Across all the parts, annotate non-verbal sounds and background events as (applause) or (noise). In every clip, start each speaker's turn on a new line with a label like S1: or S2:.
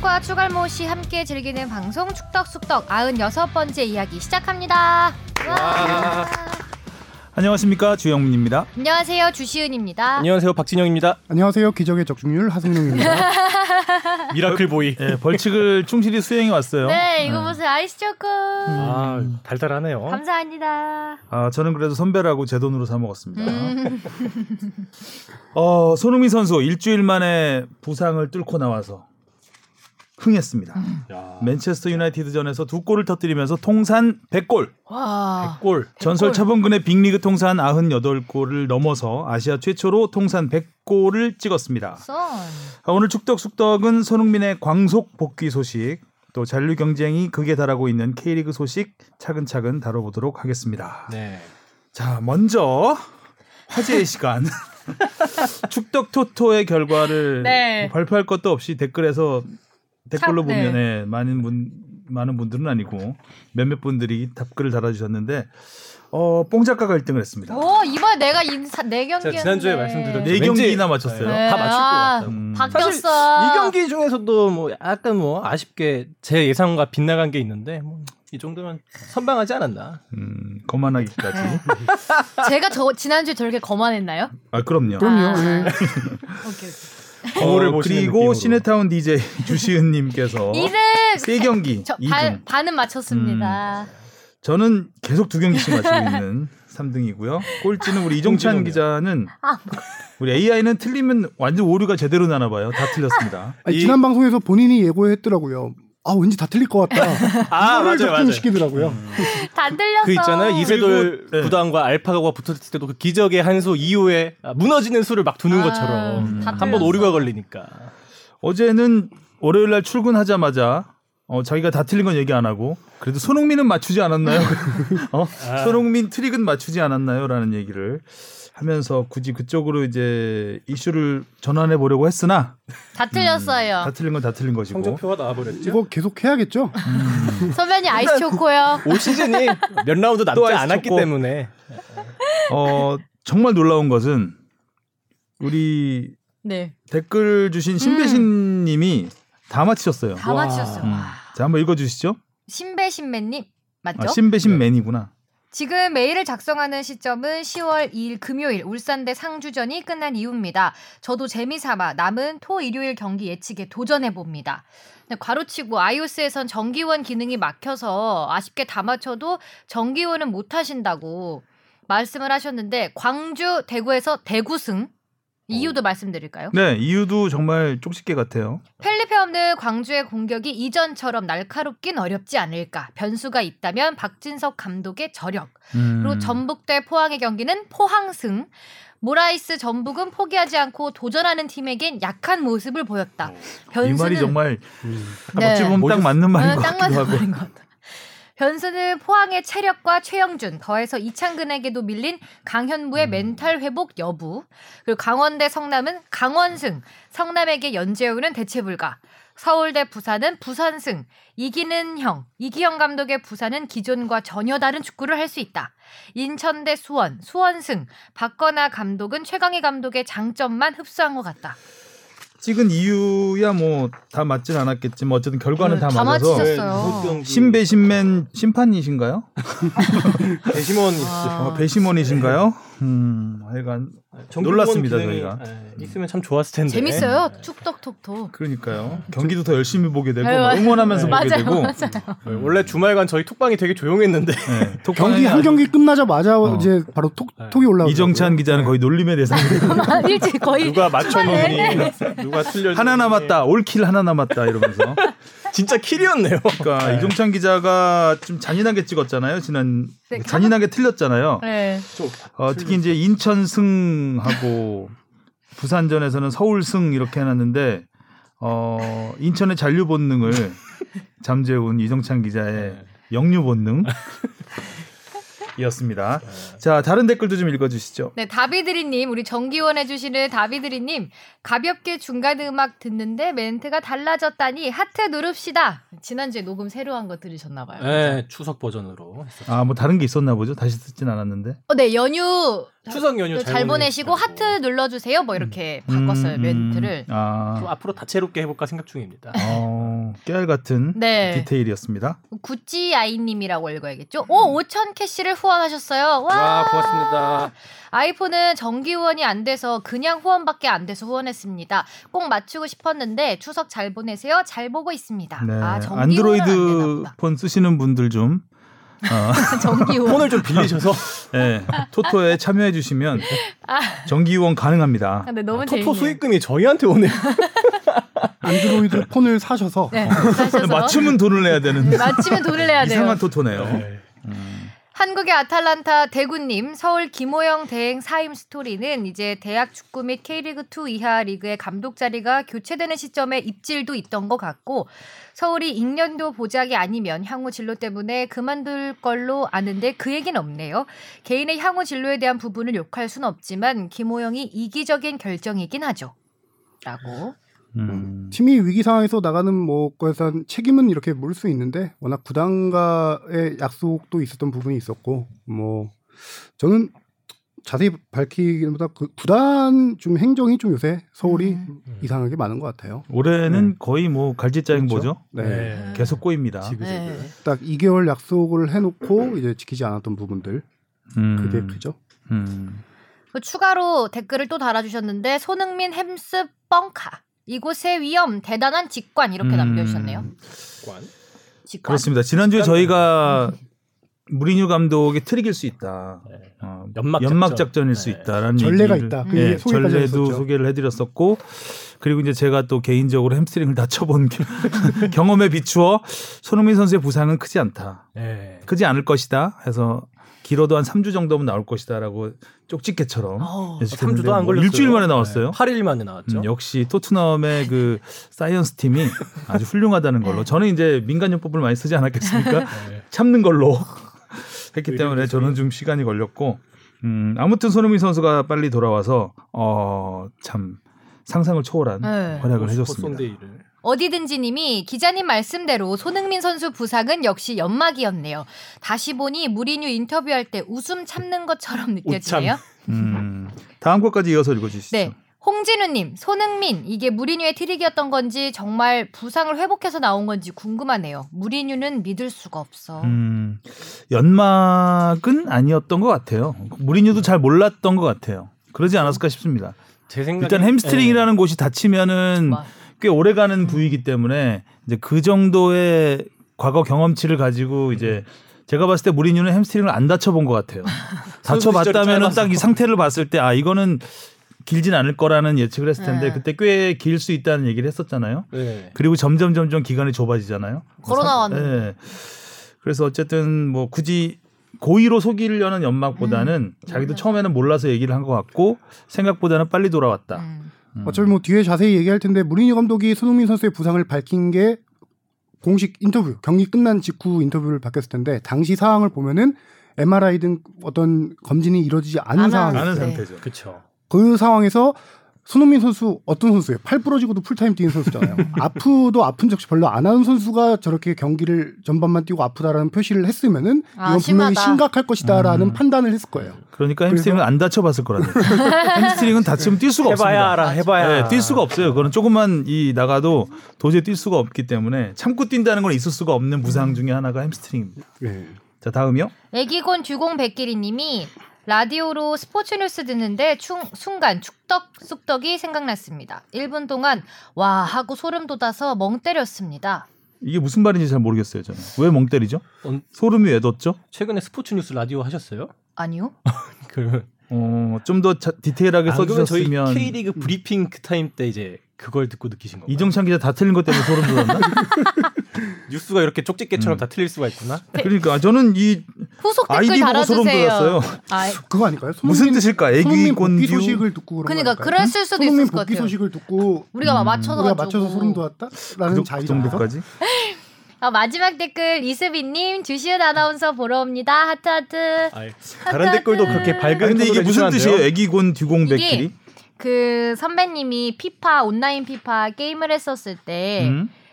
S1: 저와 추갈모 씨 함께 즐기는 방송 축덕숙덕 96번째 이야기 시작합니다. 와.
S2: 안녕하십니까 주영민입니다.
S1: 안녕하세요. 주시은입니다.
S3: 안녕하세요 박진영입니다.
S4: 안녕하세요. 기적의 적중률 하승룡입니다.
S3: 미라클 보이.
S2: 예, 벌칙을 충실히 수행해 왔어요.
S1: 네, 이거 보세요. 아이스 초코.
S3: 아 달달하네요.
S1: 감사합니다.
S2: 아 저는 그래도 선배라고 제 돈으로 사 먹었습니다.
S1: 음.
S2: (laughs) 어 손흥민 선수 일주일 만에 부상을 뚫고 나와서 흥했습니다.
S1: 음.
S2: 맨체스터 유나이티드전에서 두 골을 터뜨리면서 통산 100골.
S1: 와.
S2: 골. 전설 차범근의 빅리그 통산 98골을 넘어서 아시아 최초로 통산 100골을 찍었습니다.
S1: 선.
S2: 아, 오늘 축덕숙덕은 손흥민의 광속 복귀 소식, 또 잔류 경쟁이 극에 달하고 있는 K리그 소식 차근차근 다뤄보도록 하겠습니다.
S3: 네.
S2: 자, 먼저
S1: (laughs)
S2: 화제의 시간. 축덕토토의 결과를
S1: 네.
S2: 발표할 것도 없이 댓글에서 댓글로
S1: 참, 네.
S2: 보면 예, 많은 분 많은 분들은 아니고 몇몇 분들이 답글을 달아주셨는데 어, 뽕 작가 가 1등을 했습니다.
S1: 오, 어, 이번에 내가 인사 네 경기.
S3: 제가 지난주에 말씀드렸죠.
S2: 네
S3: 왠지-
S2: 경기나 맞췄어요.
S3: 네, 다 맞출 것 같아요.
S2: 음.
S1: 바뀌었어.
S3: 사실
S1: 아.
S3: 이 경기 중에서도 뭐 약간 뭐 아쉽게 제 예상과 빗나간 게 있는데 뭐 이 정도면 선방하지 않았나.
S2: 음, 거만하기까지.
S1: 네.
S3: 아.
S1: 제가 저 지난주에 저렇게 거만했나요?
S2: 아, 그럼요.
S4: 그럼요.
S1: 아.
S3: 네.
S4: 예.
S1: 오케이. 오케이.
S3: 거울을 보시는
S2: 어, 그리고
S3: 느낌으로.
S2: 시네타운 DJ (laughs) 주시은님께서
S1: (laughs) 이름
S2: 세 경기
S1: 저,
S2: 2등.
S1: 반, 반은 맞췄습니다.
S3: 음.
S2: 저는 계속 두 경기씩 맞추고 있는 (laughs) 3등이고요. 꼴찌는 우리 이종찬
S3: 홍진영이요.
S2: 기자는
S1: 아, 뭐.
S2: 우리 AI는 틀리면 완전 오류가 제대로 나나 봐요. 다 틀렸습니다.
S4: 아니,
S3: 이-
S4: 지난 방송에서 본인이 예고했더라고요. 아 왠지 다 틀릴 것 같다.
S3: 아
S4: 이거를
S3: 맞아요 맞아요.
S4: 적중시키더라고요.
S1: 다 들렸어.
S3: 그 있잖아요 이세돌
S2: 그리고- 네.
S3: 구단과 알파고가 붙었을 때도 그 기적의 한 수 이후에 아, 무너지는 수를 막 두는
S1: 아,
S3: 것처럼
S1: 다
S3: 한 번
S1: 틀렸어.
S3: 오류가 걸리니까
S2: 어제는 월요일 날 출근하자마자 어, 자기가 다 틀린 건 얘기 안 하고 그래도 손흥민은 맞추지 않았나요? (laughs) 어?
S3: 아.
S2: 손흥민 트릭은 맞추지 않았나요? 라는 얘기를 하면서 굳이 그쪽으로 이제 이슈를 전환해 보려고 했으나
S1: 다 틀렸어요.
S2: 다 틀린 건 다 틀린 것이고
S3: 나와버렸죠.
S4: 이거 계속 해야겠죠?
S3: 음.
S1: 선배님 아이스 초코요.
S3: 올 시즌이 몇
S2: 또
S3: 라운드 남지
S2: 아이스
S3: 않았기
S2: 쳤고.
S3: 때문에
S2: 어, 정말 놀라운 것은 우리
S3: 그
S1: 네.
S2: 댓글 주신 신배신 님이 다 맞히셨어요.
S1: 음. 다
S3: 와.
S1: 맞추셨어요.
S2: 음. 자, 한번 읽어 주시죠.
S1: 신배 신배님 맞죠?
S2: 아, 신배신 맨이구나.
S1: 지금 메일을 작성하는 시점은 10월 2일 금요일 울산대 상주전이 끝난 이후입니다. 저도 재미삼아 남은 토 일요일 경기 예측에 도전해 봅니다. 과로치고 아이오스에선 정기원 기능이 막혀서 아쉽게 다 맞춰도 정기원은 못 하신다고 말씀을 하셨는데 광주 대구에서 대구승 이유도 말씀드릴까요?
S2: 네, 이유도 정말 쪽집게 같아요.
S1: 펠리페 없는 광주의 공격이 이전처럼 날카롭긴 어렵지 않을까. 변수가 있다면 박진석 감독의 저력.
S2: 음.
S1: 그리고 전북대 포항의 경기는 포항승. 모라이스 전북은 포기하지 않고 도전하는 팀에겐 약한 모습을 보였다.
S2: 이 말이
S1: 변수는
S2: 정말
S1: 네.
S2: 어찌 보면 딱 맞는 말인
S1: 어,
S2: 것
S1: 딱
S2: 같기도
S1: 맞는
S2: 하고.
S1: 말인 것 같다. 변수는 포항의 체력과 최영준, 더해서 이창근에게도 밀린 강현무의
S2: 음.
S1: 멘탈 회복 여부, 그리고 강원대 성남은 강원승, 성남에게 연재우는 대체 불가, 서울대 부산은 부산승, 이기는 형, 이기영 감독의 부산은 기존과 전혀 다른 축구를 할 수 있다. 인천대 수원, 수원승, 박건아 감독은 최강희 감독의 장점만 흡수한 것 같다.
S2: 찍은 이유야 뭐 다 맞진 않았겠지만 어쨌든 결과는 다,
S1: 음, 다
S2: 맞아서
S1: 맞히셨어요.
S3: 네,
S1: 쳤어요.
S2: 신배신맨 심판이신가요?
S1: 아.
S3: 배심원
S2: 어,
S1: 네.
S2: 배심원이신가요? 음, 하여간 놀랐습니다, 저희가.
S3: 예, 있으면 참 좋았을
S2: 네.
S3: 텐데.
S1: 재밌어요. 축덕톡톡. (laughs)
S2: 그러니까요. 경기도 더 열심히 보게 되고
S1: 아, 네,
S2: 막
S1: 맞아요.
S2: 응원하면서 보게
S1: 맞아요,
S2: 되고
S1: 맞아요.
S3: 네, 원래 주말간 저희 톡방이 되게 조용했는데
S2: 네, 톡방에
S4: 경기 한 경기 끝나자마자
S2: 어.
S4: 이제 바로 톡, 톡이 올라오고
S2: 이정찬 기자는 거의 놀림의 대상이
S1: 네.
S2: 되고
S1: 아, 일찍 (laughs) 거의
S3: 누가 맞춰놓으니 누가 틀렸니
S2: 하나 남았다 올킬 하나 남았다 이러면서
S3: 진짜 킬이었네요.
S2: 그러니까 이종찬 기자가 좀 잔인하게 찍었잖아요 지난
S1: 네,
S2: 잔인하게 틀렸잖아요
S1: 네.
S2: 어, 특히 이제 인천 승하고 부산전에서는 서울 승 이렇게 해놨는데 어, 인천의 잔류 본능을 잠재운 이종찬 기자의 역류 본능 이었습니다. 자 다른 댓글도 좀 읽어주시죠.
S1: 네, 다비드리님, 우리 정기원 해주시는 다비드리님, 가볍게 중간 음악 듣는데 멘트가 달라졌다니 하트 누릅시다. 지난주에 녹음 새로 한 거 들으셨나봐요.
S3: 네, 추석 버전으로 했었죠.
S2: 아 뭐 다른 게 있었나 보죠. 다시 듣진 않았는데.
S1: 어, 네, 연휴
S3: 추석 연휴
S1: 잘,
S3: 잘,
S1: 보내시고 하트 눌러주세요. 뭐 이렇게 바꿨어요,
S2: 음, 음.
S1: 멘트를. 그
S2: 아.
S3: (laughs) 또 앞으로 다채롭게 해볼까 생각 중입니다.
S2: 어. 어, 깨알 같은
S1: 네.
S2: 디테일이었습니다.
S1: 구찌 아이님이라고 읽어야겠죠? 오, 5천 캐시를 후원하셨어요. 와,
S5: 와 고맙습니다.
S1: 아이폰은 정기 후원이 안 돼서 그냥 후원밖에 안 돼서 후원했습니다. 꼭 맞추고 싶었는데 추석 잘 보내세요. 잘 보고 있습니다.
S2: 네.
S1: 아, 정기 후원은 안 되나
S2: 안드로이드
S1: 보다.
S2: 폰 쓰시는 분들 좀 어,
S1: 정기 후원.
S3: 폰을
S1: (laughs)
S3: 좀 빌리셔서
S2: 예, 토토에 참여해 주시면
S1: 아.
S2: 정기 후원 가능합니다.
S1: 근데 너무
S3: 토토
S1: 재밌네요.
S3: 아, 수익금이 저희한테 오네요.
S4: 안드로이드 폰을 사셔서
S1: 네, 사셔서
S2: 맞추면 돈을
S1: (laughs)
S2: 내야 되는
S1: 맞추면 돈을 내야 돼요.
S2: 이상한 토토네요.
S1: 한국의 아탈란타 대구님 서울 김호영 대행 사임 스토리는 이제 대학 축구 및 K리그 2 이하 리그의 감독 자리가 교체되는 시점에 입질도 있던 것 같고 서울이 익년도 보작이 아니면 향후 진로 때문에 그만둘 걸로 아는데 그 얘기는 없네요. 개인의 향후 진로에 대한 부분을 욕할 순 없지만 김호영이 이기적인 결정이긴 하죠. 라고.
S2: 음.
S4: 팀이 위기 상황에서 나가는 뭐 거에 대한 책임은 이렇게 물 수 있는데 워낙 구단과의 약속도 있었던 부분이 있었고 뭐 저는 자세히 밝히기보다 그 구단 좀 행정이 좀 요새 서울이
S3: 음.
S4: 이상하게 많은 것 같아요.
S2: 올해는 거의 뭐 갈짓자 행보죠.
S4: 네.
S1: 네.
S2: 계속 꼬입니다.
S1: 네.
S4: 딱 2개월 약속을
S1: 음.
S4: 해놓고 이제 지키지 않았던 부분들
S2: 음.
S4: 그게 크죠.
S2: 음.
S1: 그 추가로 댓글을 또 달아주셨는데 손흥민 햄스 뻥카 이곳의 위험 대단한 직관 이렇게
S2: 음.
S1: 남겨주셨네요. 직관.
S2: 그렇습니다. 지난주에 저희가 무리뉴 감독의 트릭일 수 있다.
S3: 네.
S2: 어,
S3: 연막
S2: 연막
S3: 작전.
S2: 작전일 수
S3: 네.
S2: 있다라는
S4: 전례가
S2: 얘기를-
S4: 있다.
S1: 음.
S4: 그
S2: 예,
S4: 얘기 소개까지
S2: 전례도
S4: 했었죠.
S2: 소개를 해드렸었고 그리고 이제 제가 또 개인적으로 햄스트링을 (laughs) 다쳐본 게- 경험에 비추어 손흥민 선수의 부상은 크지 않다,
S3: 네.
S2: 크지 않을 것이다 해서 길어도 한 3주 정도면 나올 것이다라고 쪽집게처럼
S3: 아,
S1: 어.
S2: 예측했는데
S3: 3주도 안
S2: 뭐
S3: 걸렸어요.
S2: 일주일 만에 나왔어요.
S3: 8일 만에 나왔죠.
S2: 음, 역시 토트넘의 그 사이언스 팀이 아주 훌륭하다는 걸로 저는 이제 민간요법을 많이 쓰지 않았겠습니까?
S3: 네.
S2: 참는 걸로 (laughs) 했기 때문에 저는 좀 시간이 걸렸고 음, 아무튼 손흥민 선수가 빨리 돌아와서 어, 참 상상을 초월한
S1: 네.
S2: 활약을
S3: 슈퍼
S2: 해줬습니다.
S3: 썬데이를.
S1: 어디든지님이 기자님 말씀대로 손흥민 선수 부상은 역시 연막이었네요. 다시 보니 무리뉴 인터뷰할 때 웃음 참는 것처럼 (laughs)
S2: (laughs)
S1: 느껴지네요.
S2: 음, 다음 것까지 이어서 읽어주시죠.
S1: 네. 홍진우님, 손흥민 이게 무리뉴의 트릭이었던 건지 정말 부상을 회복해서 나온 건지 궁금하네요. 무리뉴는 믿을 수가 없어.
S2: 음, 연막은 아니었던 것 같아요. 무리뉴도 잘 몰랐던 것 같아요. 그러지 않았을까 싶습니다.
S3: 제 네. 생각에
S2: 일단 햄스트링이라는 곳이 다치면은
S1: 와.
S2: 꽤 오래가는 부위이기 때문에 이제 그 정도의 과거 경험치를 가지고 이제 제가 봤을 때 무리뉴는 햄스트링을 안 다쳐본 것 같아요. 다쳐봤다면은 딱 이 상태를 봤을 때 아 이거는 길진 않을 거라는 예측을 했을 텐데
S1: 네.
S2: 그때 꽤 길 수 있다는 얘기를 했었잖아요.
S3: 네.
S2: 그리고 점점 점점 기간이 좁아지잖아요.
S1: 코로나 왔는데.
S2: 예. 그래서 어쨌든 뭐 굳이 고의로 속이려는 연막보다는 자기도 처음에는 몰라서 얘기를 한 것 같고 생각보다는 빨리 돌아왔다.
S1: 음.
S4: 어차피 뭐 뒤에 자세히 얘기할 텐데 무리뉴 감독이 손흥민 선수의 부상을 밝힌 게 공식 인터뷰 경기 끝난 직후 인터뷰를 밝혔을 텐데 당시 상황을 보면은 MRI 등 어떤 검진이 이루어지지 않은
S1: 안
S4: 상황
S2: 아는
S1: 네.
S2: 상태죠.
S3: 그렇죠.
S4: 그 상황에서 손흥민 선수 어떤 선수예요? 팔 부러지고도 풀타임
S1: (laughs)
S4: 뛰는 선수잖아요. 아프도 아픈 적이 별로 안 하는 선수가 저렇게 경기를 전반만 뛰고 아프다라는 표시를 했으면은
S1: 아,
S4: 이건 분명히
S1: 심하다. 음.
S4: 심각할 것이다라는 판단을 했을 거예요.
S2: 그러니까 햄스트링을 안 다쳐봤을 거라는 얘기죠. 햄스트링은 다치면 뛸 수가 없습니다.
S3: 해봐야 알아. 해봐야.
S2: 네, 뛸 수가 없어요. 그거는 조금만 이 나가도 도저히 뛸 수가 없기 때문에 참고 뛴다는 건 있을 수가 없는 부상 중에 하나가 햄스트링입니다.
S1: 네.
S4: 예.
S2: 자 다음이요.
S1: 애기곤 주공 백길이님이 라디오로 스포츠 뉴스 듣는데 충- 순간 축덕 쑥덕이 생각났습니다. 1분 동안 와 하고 소름 돋아서 멍 때렸습니다.
S2: 이게 무슨 말인지 잘 모르겠어요. 저는 왜 멍 때리죠?
S3: 언-
S2: 소름이 왜 돋죠?
S3: 최근에 스포츠 뉴스 라디오 하셨어요?
S1: 아니요?
S3: (laughs) 그
S2: 어, 좀 더 디테일하게
S3: 안 그러면 저희
S2: 써주셨으면
S3: K리그 브리핑 그 타임 때 이제 그걸 듣고 느끼신 거예요.
S2: 이정찬 기자 다 틀린 것 때문에 소름 돋았나?
S3: 뉴스가 이렇게 쪽집게처럼 다 틀릴 수가 있구나.
S2: 그러니까 저는 이
S1: 후속 댓글
S2: 아이디 보고 소름
S1: 달아주세요.
S2: 돋았어요.
S1: 아,
S4: 그거 아닐까요?
S2: 무슨
S4: 손흥민-
S2: 뜻일까? 애기
S4: 손흥민 복귀
S2: 꼰듀
S4: 소식을 듣고 그런
S1: 그러니까
S4: 거 아닐까요?
S1: 그랬을 수도
S4: 손흥민
S1: 있을 것
S4: 복귀
S1: 같아요.
S4: 소식을 듣고
S1: 우리가 맞춰서
S4: 우리가 맞춰서 소름
S2: 그
S4: 돋았다라는
S2: 정-
S4: 자의가
S2: 그 정도까지?
S1: 아, 마지막 댓글 이수빈님 주시은 아나운서 보러 옵니다. 하트 하트.
S3: 아이, 다른 네, 댓글도 그렇게 밝은
S2: 아, 근데 이게
S3: 톤으로
S2: 무슨
S3: 해주시면 안 돼요?
S2: 뜻이에요? 애기곤 듀공백끼리?
S1: 그 선배님이 피파 온라인 피파 게임을 했었을 때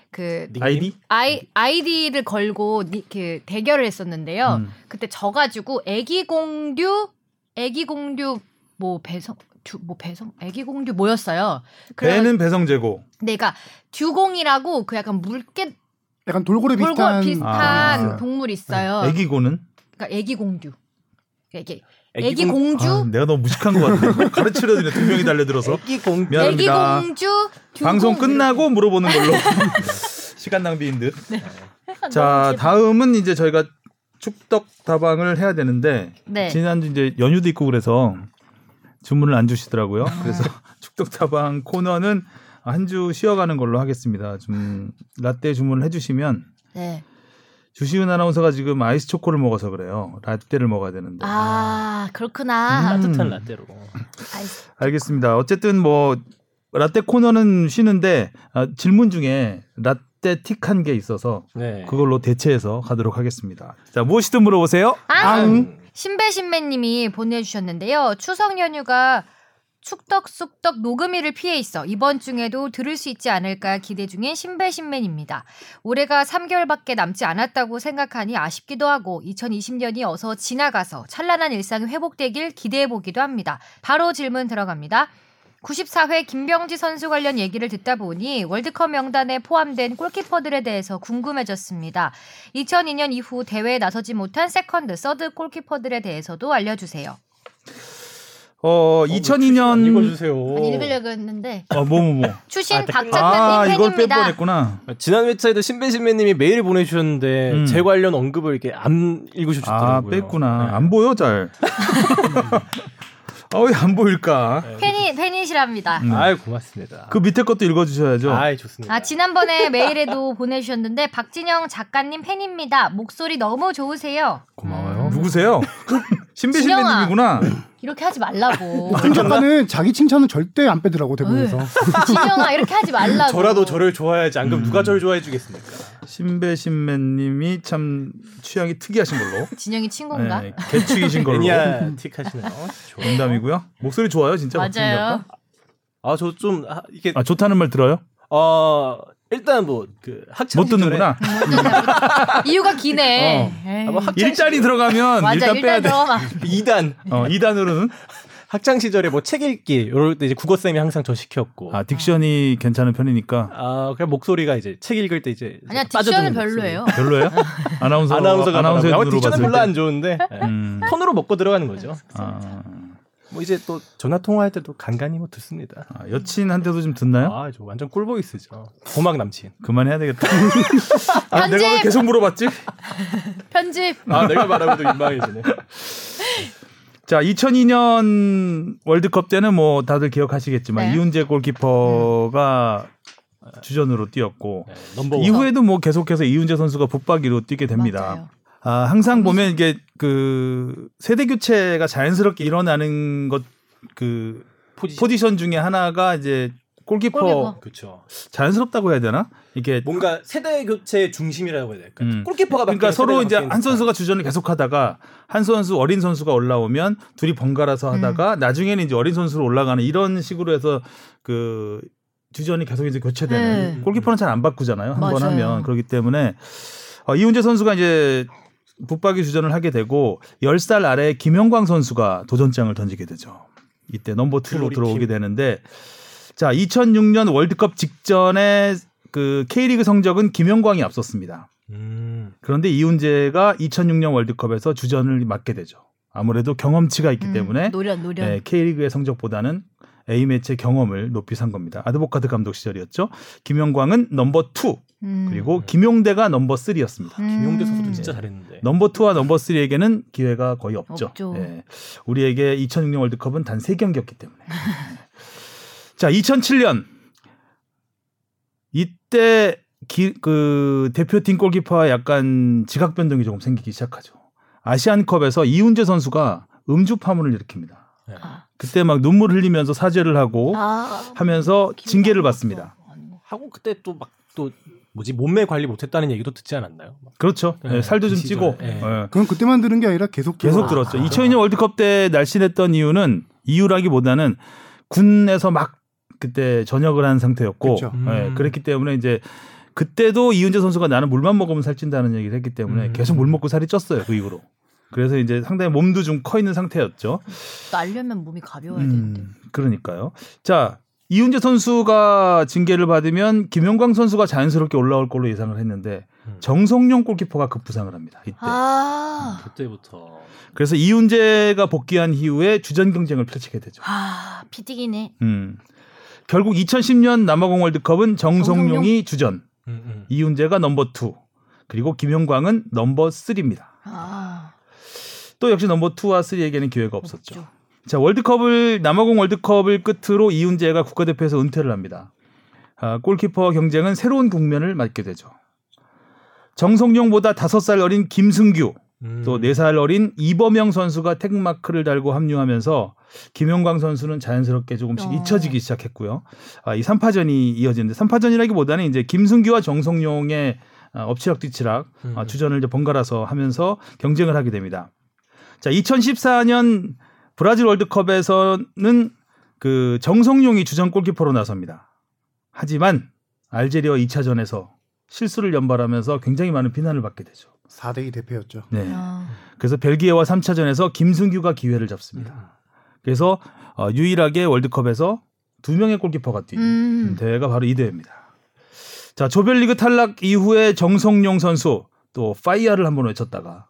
S1: 그
S2: 음? 아이디?
S1: 아이 아이디를 걸고 니- 그 대결을 했었는데요.
S2: 음.
S1: 그때 져가지고 애기 공듀 애기 공듀 뭐 배송 듀, 뭐 배성 애기 공주 뭐였어요. 그래서
S2: 배는 배성재고.
S1: 내가 듀공이라고 그 약간 물개
S4: 약간 돌고래
S1: 돌고
S4: 비슷한
S1: 비슷한
S2: 그 아.
S1: 동물 있어요.
S2: 애기고는
S1: 그러니까 애기 공주. 애기
S3: 애기
S1: 애기
S3: 공-
S1: 공주
S2: 아, 내가 너무 무식한 것 같아. 가르치려 드네 두 명이 달려들어서.
S3: 애기 공
S2: 미안.
S1: 애기
S2: 미안합니다.
S1: 공주 듀공
S2: 방송
S1: 이렇게.
S2: 끝나고 물어보는 걸로. (laughs) 시간 낭비인 듯.
S1: 너무
S2: 자,
S1: 재밌-
S2: 다음은 이제 저희가 축덕 다방을 해야 되는데
S1: 네.
S2: 지난주 이제 연휴도 있고 그래서 주문을 안 주시더라고요.
S1: 아.
S2: 그래서 (laughs) 축덕 다방 코너는 한 주 쉬어가는 걸로 하겠습니다. 좀 라떼 주문을 해주시면
S1: 네.
S2: 주시은 아나운서가 지금 아이스 초코를 먹어서 그래요. 라떼를 먹어야 되는데.
S1: 아 그렇구나.
S2: 음.
S3: 따뜻한 라떼로.
S1: 아이스.
S2: 알겠습니다. 어쨌든 뭐 라떼 코너는 쉬는데 아, 질문 중에 라떼 틱한 게 있어서
S3: 네.
S2: 그걸로 대체해서 가도록 하겠습니다. 자 무엇이든 물어보세요.
S1: 아,
S3: 음,
S4: 앙.
S1: 신배신배님이 보내주셨는데요. 추석 연휴가 축덕쑥덕 녹음일을 피해 있어 이번 중에도 들을 수 있지 않을까 기대 중인 신배신배입니다. 올해가 3개월밖에 남지 않았다고 생각하니 아쉽기도 하고 2020년이 어서 지나가서 찬란한 일상이 회복되길 기대해 보기도 합니다. 바로 질문 들어갑니다. 94회 김병지 선수 관련 얘기를 듣다 보니 월드컵 명단에 포함된 골키퍼들에 대해서 궁금해졌습니다. 2002년 이후 대회에 나서지 못한 세컨드, 서드 골키퍼들에 대해서도 알려주세요.
S2: 어
S3: 뭐 안
S2: 2002년
S3: 읽어주세요.
S1: 아니, 읽으려고 했는데
S2: 어뭐뭐뭐
S1: 추신
S3: 아,
S1: 박
S2: 아
S1: 작가님
S2: 이걸
S1: 팬입니다.
S2: 뺄뻔했구나.
S3: 지난 회차에도 신배신배님이 메일을 보내주셨는데
S2: 음.
S3: 제 관련 언급을 이렇게 안
S2: 아
S3: 읽으셨더라고요. 네.
S2: 뺐구나. 안 보여 잘. (laughs) 아왜 안 보일까?
S1: 팬이 팬이시랍니다.
S2: 음.
S3: 아유 고맙습니다.
S2: 그 밑에 것도 읽어주셔야죠.
S3: 아이 좋습니다.
S1: 아 지난번에 메일에도 (laughs) 보내주셨는데 박진영 작가님 팬입니다. 목소리 너무 좋으세요.
S2: 고마워요. (laughs) 누구세요? 신비신배님이구나.
S1: 이렇게 하지 말라고.
S4: 큰 작가는 자기 칭찬은 절대 안 빼더라고 대본에서.
S1: (laughs) 진영아 네. 이렇게 하지 말라고.
S3: 저라도 저를 좋아해야지 안 그럼 누가
S2: 음.
S3: 저를 좋아해 주겠습니까?
S2: 신배신배님이 참 취향이 특이하신 걸로.
S1: 진영이 친구인가?
S2: 네, 개축이신 (laughs) 걸로.
S1: (laughs)
S3: 애니아틱하시네요.
S2: 농담이고요. 목소리 좋아요, 뭐 진짜. 박진영
S1: 맞아요.
S2: 작가?
S3: 아저 좀 이게
S2: 아 좋다는 말 들어요?
S3: 어 일단 뭐 그 학창
S2: 못 듣는구나.
S1: 이유가
S2: (laughs)
S1: 기네. 에이.
S3: 아마 뭐 학창 시절-
S2: 일단이 들어가면
S1: 맞아
S2: 어. 뭐, 일단 빼야
S1: 일단
S2: 돼. (laughs)
S1: 들어가.
S3: (laughs) 이단
S2: 어, 2단으로는
S3: 학창 시절에 뭐 책 읽기 이럴 때 이제 국어 쌤이 항상 저 시켰고
S2: 아 딕션이 괜찮은 편이니까
S3: 아 그냥 목소리가 이제 책 읽을 때 이제
S1: 아니야
S3: 빠져드는
S1: 딕션은 별로예요.
S2: 별로예요? (laughs) 아나운서
S3: 목소리. 아나운서가
S2: 아나운서의
S3: 바라보는-
S2: 눈으로
S3: 아, 딕션은
S2: 봤을
S3: 별로
S2: 때.
S3: 안 좋은데 예.
S2: 음,
S3: (laughs) 톤으로 먹고 들어가는
S1: 네,
S3: 거죠.
S2: 아,
S3: 뭐 이제 또 전화 통화할 때도 간간히 뭐 듣습니다.
S2: 아, 여친한테도 좀 듣나요?
S3: 아 저 완전 꿀보이스죠. 고막 남친.
S2: 그만해야
S1: (laughs)
S2: 되겠다. 아,
S1: 편집
S2: 내가 왜 계속 물어봤지?
S1: 편집.
S3: 아 내가 (laughs) 말하고도 민망해지네.
S2: 자, 2002년 월드컵 때는 뭐 다들 기억하시겠지만
S1: 네.
S2: 이훈재 골키퍼가 주전으로 뛰었고
S3: 네, 넘버 원.
S2: 이후에도 뭐 계속해서 이훈재 선수가 붙박이로 뛰게 됩니다.
S1: 맞아요.
S2: 아, 항상 보면 이게 그 세대 교체가 자연스럽게 일어나는 것 그
S3: 포지션.
S2: 포지션 중에 하나가 이제 골키퍼,
S1: 골키퍼.
S3: 그렇죠.
S2: 자연스럽다고 해야 되나? 이게
S3: 뭔가 세대 교체의 중심이라고 해야 될까?
S2: 음.
S3: 골키퍼가
S2: 그러니까
S3: 바뀌면
S2: 서로
S3: 세대가
S2: 이제
S3: 바뀌니까.
S2: 한 선수가 주전을 계속하다가 한 선수 어린 선수가 올라오면 둘이 번갈아서 하다가
S3: 음.
S2: 나중에는 이제 어린 선수로 올라가는 이런 식으로 해서 그 주전이 계속 이제 교체되는 음.
S1: 네.
S2: 골키퍼는 잘 안 바꾸잖아요 한 번
S1: 맞아요.
S2: 하면 그렇기 때문에 어, 이훈재 선수가 이제 붙박이 주전을 하게 되고 10살 아래 김영광 선수가 도전장을 던지게 되죠. 이때 넘버 투로
S3: 그 우리
S2: 들어오게
S3: 팀.
S2: 되는데 자 2006년 월드컵 직전에 그 K리그 성적은 김영광이 앞섰습니다.
S3: 음.
S2: 그런데 이훈재가 2006년 월드컵에서 주전을 맡게 되죠. 아무래도 경험치가 있기
S1: 음,
S2: 때문에
S1: 노련 노련.
S2: 예, K리그의 성적보다는 A매치의 경험을 높이 산 겁니다. 아드보카드 감독 시절이었죠. 김영광은 넘버 투
S1: 음.
S2: 그리고 아, 김용대가 넘버 쓰리였습니다
S3: 김용대 선수도
S1: 음.
S2: 네.
S3: 진짜 잘했는데.
S2: 넘버 투와 넘버 쓰리에게는 기회가 거의 없죠.
S1: 없죠.
S2: 예. 우리에게 2006년 월드컵은 단 세경기였기 때문에. (laughs) 자, 2007년 이때 기- 그 대표팀 골키퍼와 약간 지각 변동이 조금 생기기 시작하죠. 아시안컵에서 이훈재 선수가 음주 파문을 일으킵니다.
S1: 아.
S2: 그때 막 눈물 흘리면서 사죄를 하고
S1: 아.
S2: 하면서
S1: 기억이
S2: 징계를
S1: 안
S2: 받습니다.
S1: 났어. 아니, 뭐.
S3: 하고 그때 또 막 또 뭐지 몸매 관리 못했다는 얘기도 듣지 않았나요? 막
S2: 그렇죠. 예,
S3: 네,
S2: 살도
S3: 그
S2: 좀
S3: 시절에.
S2: 찌고.
S3: 네.
S2: 예.
S4: 그건 그때만 들은 게 아니라 계속
S2: 계속
S4: 들어요.
S2: 들었죠. 2002년 월드컵 때 날씬했던 이유는 이유라기보다는 군에서 막 그때 전역을 한 상태였고
S4: 그쵸.
S2: 예,
S3: 음.
S2: 그랬기 때문에 이제 그때도 이윤재 선수가 나는 물만 먹으면 살찐다는 얘기를 했기 때문에
S3: 음.
S2: 계속 물 먹고 살이 쪘어요 그 이후로. 그래서 이제 상당히 몸도 좀 커 있는 상태였죠.
S1: 날려면 몸이 가벼워야 되는데.
S2: 음, 그러니까요. 자, 이훈재 선수가 징계를 받으면 김용광 선수가 자연스럽게 올라올 걸로 예상을 했는데
S3: 음.
S2: 정성용 골키퍼가 급부상을 합니다. 이때.
S1: 아.
S3: 그때부터
S2: 그래서 이훈재가 복귀한 이후에 주전 경쟁을 펼치게 되죠.
S1: 아, 비디기네.
S2: 음. 결국 2010년 남아공 월드컵은 정성용이 주전,
S3: 음, 음.
S2: 이훈재가 넘버 투, 그리고 김용광은 넘버 쓰리입니다
S1: 아.
S2: 또 역시 넘버 투와쓰리에게는 기회가 없었죠. 자 월드컵을 남아공 월드컵을 끝으로 이훈재가 국가대표에서 은퇴를 합니다. 아, 골키퍼 경쟁은 새로운 국면을 맞게 되죠. 정성용보다 5살 어린 김승규,
S3: 음.
S2: 또 4살 어린 이범영 선수가 택마크를 달고 합류하면서 김용광 선수는 자연스럽게 조금씩
S1: 어.
S2: 잊혀지기 시작했고요. 아, 이 3파전이 이어지는데 3파전이라기보다는 이제 김승규와 정성용의 아, 엎치락뒤치락
S3: 음.
S2: 아, 주전을 이제 번갈아서 하면서 경쟁을 하게 됩니다. 자, 2014년 브라질 월드컵에서는 그 정성용이 주전 골키퍼로 나섭니다. 하지만 알제리와 2차전에서 실수를 연발하면서 굉장히 많은 비난을 받게 되죠.
S4: 4대2 대패였죠.
S2: 네.
S1: 아.
S2: 그래서 벨기에와 3차전에서 김승규가 기회를
S3: 음.
S1: 음.
S2: 잡습니다.
S3: 아,
S2: 그래서 어, 유일하게 월드컵에서 두 명의 골키퍼가 뛴
S1: 음.
S2: 대회가 바로 이 대회입니다. 자, 조별리그 탈락 이후에 정성용 선수 또 파이어를 한번 외쳤다가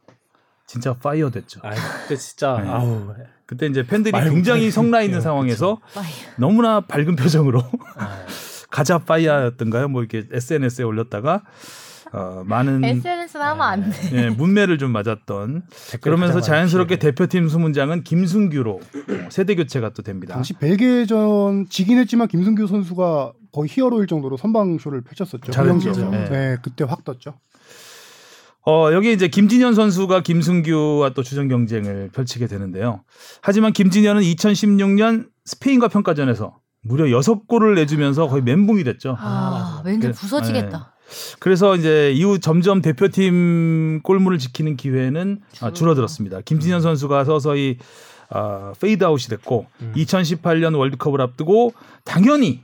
S2: 진짜 파이어 됐죠.
S3: 아 그때 진짜
S2: 네.
S3: 아우
S2: 그때 이제 팬들이
S3: 말
S2: 굉장히
S3: 못하겠네요.
S2: 성나 있는 상황에서
S1: 파이어.
S2: 너무나 밝은 표정으로
S3: 아,
S2: (laughs) 가자 파이어였던가요? 뭐 이렇게 SNS에 올렸다가 어, 많은
S1: SNS는 하면 안 돼.
S2: 예, 문매를 좀 맞았던
S3: 댓글
S2: 그러면서
S3: 가장
S2: 자연스럽게
S3: 많이
S2: 대표팀 수문장은 김승규로 (clears throat) 어, 세대 교체가 또 됩니다.
S4: 당시 벨기에전 지긴 했지만 김승규 선수가 거의 히어로일 정도로 선방쇼를 펼쳤었죠.
S2: 잘했죠.
S4: 훌륭했죠.
S2: 네.
S4: 네. 그때 확 떴죠.
S2: 어, 여기 이제 김진현 선수가 김승규와 또 주전 경쟁을 펼치게 되는데요. 하지만 김진현은 2016년 스페인과 평가전에서 무려 6골을 내주면서 거의 멘붕이 됐죠.
S1: 아,
S3: 아,
S1: 왠지
S2: 그래.
S1: 부서지겠다.
S2: 그래서 이제 이후 점점 대표팀 골문을 지키는 기회는 아,
S1: 줄어들어.
S2: 줄어들었습니다. 김진현 선수가 서서히 아, 페이드아웃이 됐고
S3: 음.
S2: 2018년 월드컵을 앞두고 당연히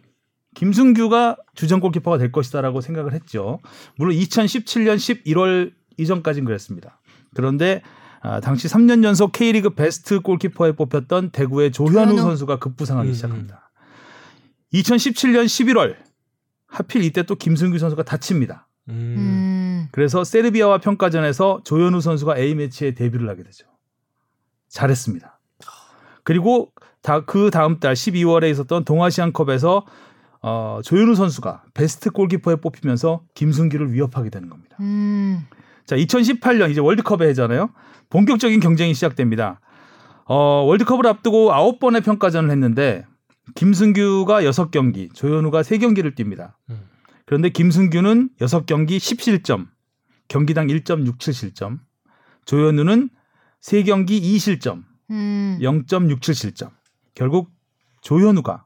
S2: 김승규가 주전 골키퍼가 될 것이다라고 생각을 했죠. 물론 2017년 11월 이전까지는 그랬습니다. 그런데 아, 당시 3년 연속 K리그 베스트 골키퍼에 뽑혔던 대구의 조현우
S1: 조현우.
S2: 선수가 급부상하기
S3: 음, 음.
S2: 시작합니다. 2017년 11월 하필 이때 또 김승규 선수가 다칩니다.
S3: 음.
S1: 음.
S2: 그래서 세르비아와 평가전에서 조현우 선수가 A매치에 데뷔를 하게 되죠. 잘했습니다. 그리고 다, 그 다음 달 12월에 있었던 동아시안컵에서 어, 조현우 선수가 베스트 골키퍼에 뽑히면서 김승기를 위협하게 되는 겁니다.
S1: 음.
S2: 자, 2018년 이제 월드컵의 해잖아요. 본격적인 경쟁이 시작됩니다. 어, 월드컵을 앞두고 9번의 평가전을 했는데 김승규가 6경기, 조현우가 3경기를 뜁니다.
S3: 음.
S2: 그런데 김승규는 6경기 10실점, 경기당 1.67실점, 조현우는 3경기 2실점,
S1: 음.
S2: 0.67실점. 결국 조현우가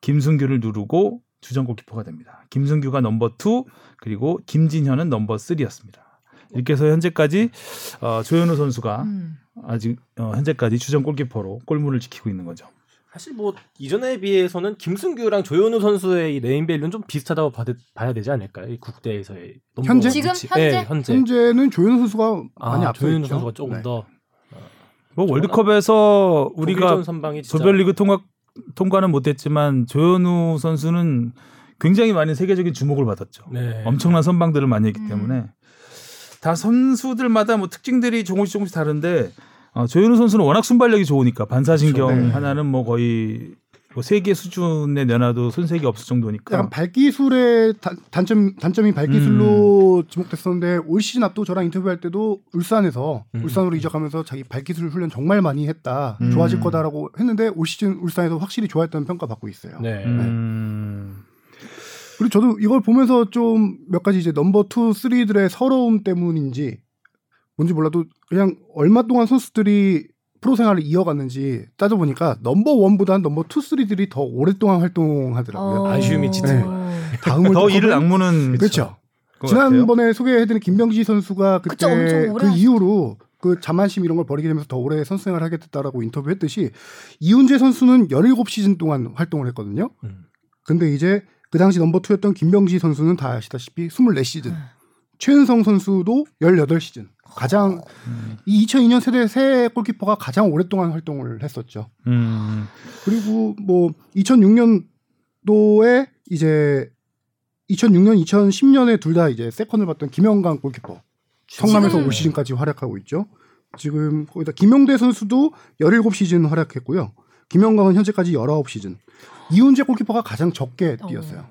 S2: 김승규를 누르고 주전 골키퍼가 됩니다. 김승규가 넘버 투 그리고 김진현은 넘버 쓰리였습니다 이렇게 해서 현재까지 어, 조현우 선수가
S1: 음.
S2: 아직 어, 현재까지 주전 골키퍼로 골문을 지키고 있는 거죠.
S3: 사실 뭐 이전에 비해서는 김승규랑 조현우 선수의 이 네임밸류는 좀 비슷하다고 봐, 봐야 되지 않을까요? 이 국대에서의 넘버
S4: 현재?
S1: 지금
S3: 위치.
S1: 현재?
S3: 네, 현재
S4: 현재는 조현우 선수가 많이
S3: 아,
S4: 앞서
S3: 조현우
S4: 있죠.
S3: 선수가 조금
S4: 네.
S3: 더
S2: 뭐 월드컵에서 우리가
S3: 독일전 선방이 진짜
S2: 조별리그 통과 통과는 못했지만 조현우 선수는 굉장히 많은 세계적인 주목을 받았죠.
S3: 네.
S2: 엄청난 선방들을 많이 했기
S1: 음.
S2: 때문에 다 선수들마다 뭐 특징들이 조금씩 조금씩 다른데 어, 조현우 선수는 워낙 순발력이 좋으니까 반사신경
S4: 그렇죠. 네.
S2: 하나는 뭐 거의 뭐 세계 수준의 면화도 손색이 없을 정도니까
S4: 그 약간 발기술의 다- 단점 단점이 발기술로 지목됐었는데 올 시즌 앞도 저랑 인터뷰할 때도 울산에서
S3: 음.
S4: 울산으로 이적하면서 자기 발기술 훈련 정말 많이 했다
S2: 음.
S4: 좋아질 거다라고 했는데 올 시즌 울산에서 확실히 좋아했다는 평가 받고 있어요.
S3: 네.
S2: 음,
S4: 그리고 저도 이걸 보면서 좀 몇 가지 이제 넘버 투, 쓰리들의 서러움 때문인지 뭔지 몰라도 그냥 얼마 동안 선수들이 프로 생활을 이어갔는지 따져보니까 넘버 원보다는 넘버 투, 쓰리들이 더 오랫동안 활동하더라고요.
S1: 어.
S3: 아쉬움이 짙은
S1: 네.
S4: 다음
S2: 더
S4: 월드컵은-
S2: 이를 악무는
S4: 그렇죠.
S2: 것 같아요.
S4: 지난번에 소개해드린 김병지 선수가 그때
S1: 그쵸, 엄청 오래
S4: 그 이후로 그 자만심 이런 걸 버리게 되면서 더 오래 선수 생활을 하게 됐다라고 인터뷰했듯이 이훈재 선수는 17시즌 동안 활동을 했거든요.
S3: 음.
S4: 근데 이제 그 당시 넘버
S1: 네.
S4: 투였던 김병지 선수는 다 아시다시피 24시즌. 최은성 선수도 18시즌. 가장
S1: 음.
S4: 이 2002년 세대 새 골키퍼가 가장 오랫동안 활동을 했었죠.
S2: 음.
S4: 그리고 뭐 2006년도에 이제 2006년, 2010년에 둘 다 이제 세컨을 받던 김영강 골키퍼. 성남에서 올 시즌까지 활약하고 있죠. 지금 거기다 김용대 선수도 17시즌 활약했고요. 김영강은 현재까지 19시즌. 이훈재 골키퍼가 가장 적게 뛰었어요.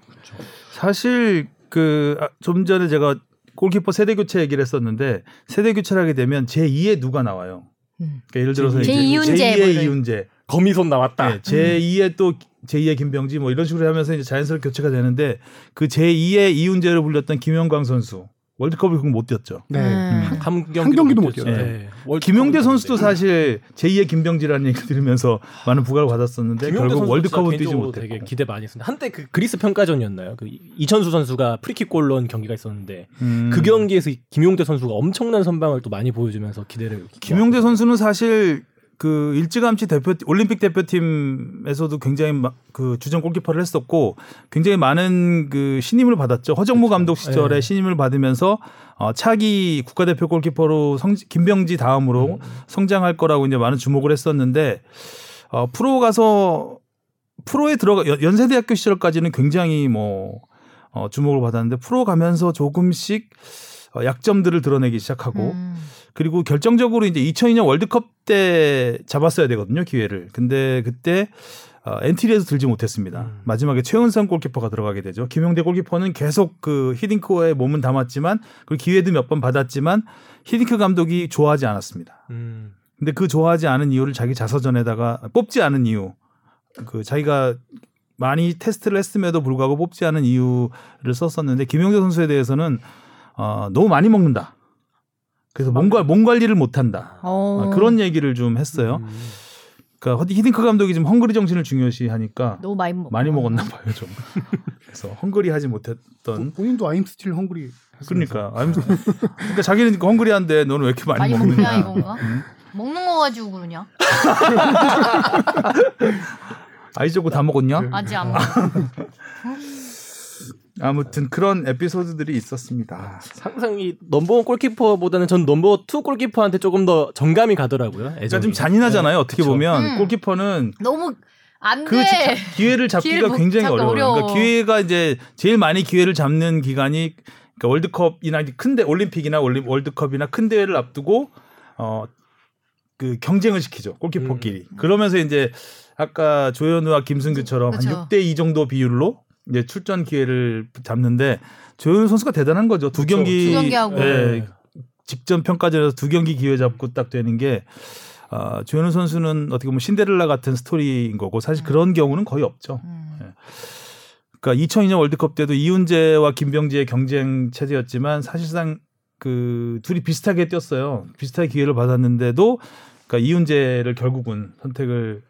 S2: 사실 그 좀 전에 제가 골키퍼 세대 교체 얘기를 했었는데 세대 교체를 하게 되면 제 2의 누가 나와요.
S1: 음.
S2: 그러니까 예를 들어서
S1: 제 이윤재
S2: 제2의
S1: 뭐를.
S2: 이윤재,
S3: 거미손 나왔다.
S2: 네, 제 2의 또 제2의 김병지 뭐 이런 식으로 하면서 이제 자연스럽게 교체가 되는데 그 제 2의 이윤재를 불렸던 김영광 선수 월드컵을 그못 뛰었죠.
S4: 네.
S1: 음.
S3: 한
S4: 한 경기도 못
S2: 뛰었죠.
S3: 네. 월드컵
S2: 김용대
S3: 경기도
S2: 선수도
S3: 못
S2: 사실 제2의 김병지라는 얘기 들으면서 많은 부각을 받았었는데
S3: 김용대
S2: 결국
S3: 선수
S2: 월드컵은 뛰지
S3: 개인적으로
S2: 못했고.
S3: 되게 기대 많이 했었는데 한때 그 그리스 평가전이었나요? 그 이- 이천수 선수가 프리킥골 넣은 경기가 있었는데
S2: 음.
S3: 그 경기에서 이- 김용대 선수가 엄청난 선방을 또 많이 보여주면서 기대를
S2: 김용대 선수는 사실 그 일찌감치 대표 올림픽 대표팀에서도 굉장히 마- 그 주전 골키퍼를 했었고 굉장히 많은 그 신임을 받았죠. 허정무 감독 시절에
S3: 예.
S2: 신임을 받으면서 어 차기 국가대표 골키퍼로 성 김병지 다음으로 성장할 거라고 이제 많은 주목을 했었는데 어 프로 가서 프로에 들어가 연- 연세대학교 시절까지는 굉장히 뭐 어, 주목을 받았는데 프로 가면서 조금씩 어, 약점들을 드러내기 시작하고
S1: 음.
S2: 그리고 결정적으로 이제 2002년 월드컵 때 잡았어야 되거든요 기회를. 근데 그때 어, 엔트리에서 들지 못했습니다.
S3: 음.
S2: 마지막에 최은선 골키퍼가 들어가게 되죠. 김용대 골키퍼는 계속 그 히딩크와의 몸은 담았지만 그 기회도 몇 번 받았지만 히딩크 감독이 좋아하지 않았습니다.
S3: 음.
S2: 근데 그 좋아하지 않은 이유를 자기 자서전에다가 뽑지 않은 이유, 그 자기가 많이 테스트를 했음에도 불구하고 뽑지 않은 이유를 썼었는데 김용대 선수에 대해서는 어, 너무 많이 먹는다. 그래서 몸, 관- 몸 관리를 못한다.
S1: 어.
S2: 아, 그런 얘기를 좀 했어요.
S3: 음.
S2: 그러니까 허- 히딩크 감독이 지금 헝그리 정신을 중요시하니까
S1: 너무 많이 먹.
S2: 많이 먹었나 봐요 좀. 그래서 헝그리 하지
S1: 뭐,
S2: 못했던.
S4: 본인도 아임 스틸 헝그리
S2: 그러니까 I'm- 그러니까 자기는 헝그리한데 너는 왜 이렇게
S1: 많이
S2: 많이,
S1: 먹냐
S2: 먹느냐.
S1: 이건가? 먹는 거 가지고 그러냐?
S2: 아이저고 다 먹었냐?
S1: 아직 안 먹.
S2: 아무튼 그런 에피소드들이 있었습니다.
S3: 항상 이 넘버원 골키퍼보다는 전 넘버원 투 골키퍼한테 조금 더 정감이 가더라고요.
S2: 그러니까
S3: 애정이.
S2: 좀 잔인하잖아요. 어떻게
S3: 그쵸.
S2: 보면
S1: 음.
S2: 골키퍼는
S1: 너무 안
S2: 그 자-
S1: 돼.
S2: 기회를 잡기가
S1: 기회를 못-
S2: 굉장히
S1: 잡기
S2: 어려워요. 그러니까
S1: 어려워.
S2: 기회가 이제 제일 많이 기회를 잡는 기간이 그러니까 월드컵이나 이제 큰 대, 올림픽이나 올림, 월드컵이나 큰 대회를 앞두고 어, 그 경쟁을 시키죠. 골키퍼끼리.
S3: 음.
S2: 그러면서 이제 아까 조현우와 김승규처럼 한
S1: 그쵸.
S2: 6대 2 정도 비율로 이제 출전 기회를 잡는데 조현우 선수가 대단한 거죠. 두
S3: 그쵸.
S2: 경기
S1: 두 경기 하고.
S2: 예, 직전 평가전에서 두 경기 기회 잡고 딱 되는 게 아, 조현우 선수는 어떻게 보면 신데렐라 같은 스토리인 거고 사실 그런 경우는 거의 없죠.
S1: 음.
S2: 그러니까 2002년 월드컵 때도 이훈재와 김병지의 경쟁 체제였지만 사실상 그 둘이 비슷하게 뛰었어요. 비슷하게 기회를 받았는데도 그러니까 이훈재를 결국은 선택을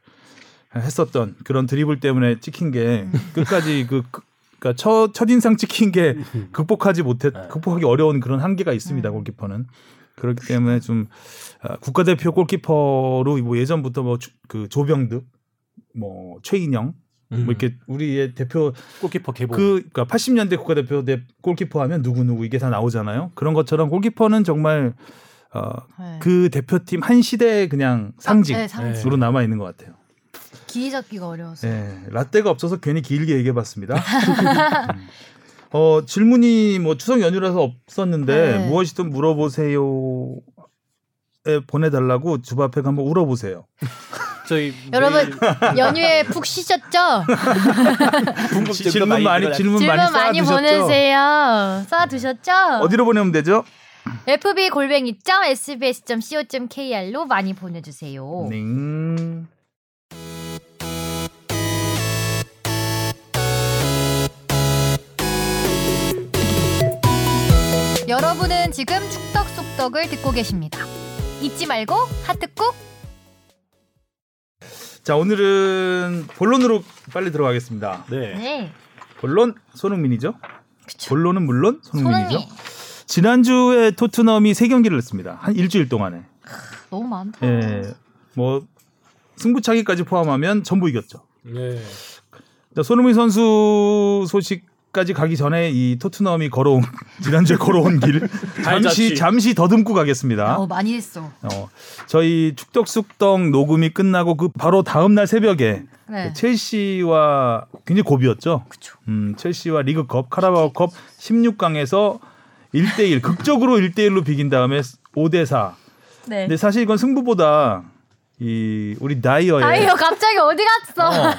S2: 했었던 그런 드리블 때문에 찍힌 게 끝까지 그 그- 그러니까 첫, 첫인상 찍힌 게 극복하지 못했 극복하기 어려운 그런 한계가 있습니다. 골키퍼는 그렇기 때문에 좀 아, 국가대표 골키퍼로 뭐 예전부터 뭐 그 조병득 뭐 최인영
S3: 음.
S2: 뭐 이렇게 우리의 대표
S3: 골키퍼 개봉.
S2: 그 그러니까 80년대 국가대표 대 골키퍼 하면 누구 누구 이게 다 나오잖아요. 그런 것처럼 골키퍼는 정말 어,
S1: 네.
S2: 그 대표팀 한 시대의 그냥 상징으로
S1: 네,
S2: 네.
S1: 상징.
S2: 남아 있는 것 같아요.
S1: 기회 잡기가 어려워서.
S2: 네, 라떼가 없어서 괜히 길게
S1: (laughs)
S2: 얘기해봤습니다. 음. 어 질문이 뭐 추석 연휴라서 없었는데
S1: 네.
S2: 무엇이든 물어보세요. 에 보내달라고 주바에 한번 울어보세요.
S3: 저희 (laughs)
S1: 여러분
S2: 네.
S1: (laughs) 연휴에 푹
S2: (laughs)
S1: 쉬셨죠?
S3: 궁금증도
S2: 질문 많이 질문
S1: 질문
S2: 많이
S1: 많이
S2: 쌓아두셨죠?
S1: 보내세요. 쏴 두셨죠?
S2: 어디로 보내면 되죠?
S1: FB 골뱅이 점 sbs.co.kr로 많이 보내주세요.
S2: 네.
S1: 여러분은 지금 축덕 속덕을 듣고 계십니다. 잊지 말고 하트 꾹.
S2: 자 오늘은 본론으로 빨리 들어가겠습니다.
S3: 네.
S1: 네.
S2: 본론 손흥민이죠.
S1: 그쵸.
S2: 본론은 물론 손흥민이죠.
S1: 손흥민
S2: 지난주에 토트넘이 세 경기를 했습니다. 한 일주일 동안에.
S1: 너무 많다.
S2: 예. 뭐 승부차기까지 포함하면 전부 이겼죠.
S3: 네.
S2: 자, 손흥민 선수 소식 까지 가기 전에 이 토트넘이 걸어온 (laughs) 지난주에 걸어온 길 잠시
S5: 잤지.
S2: 잠시 더듬고 가겠습니다.
S1: 어 많이 했어.
S2: 어, 저희 축덕숙덕 녹음이 끝나고 그 바로 다음 날 새벽에
S1: 네.
S2: 첼시와 굉장히 고비였죠.
S1: 그쵸.
S2: 음, 첼시와 리그컵, 카라바오컵 16강에서 1대1 극적으로 1대1로 비긴 다음에 5대4.
S1: 네.
S2: 근데 사실 이건 승부보다 이 우리 다이어의
S1: 아이요 갑자기 어디 갔어?
S2: 네. 어,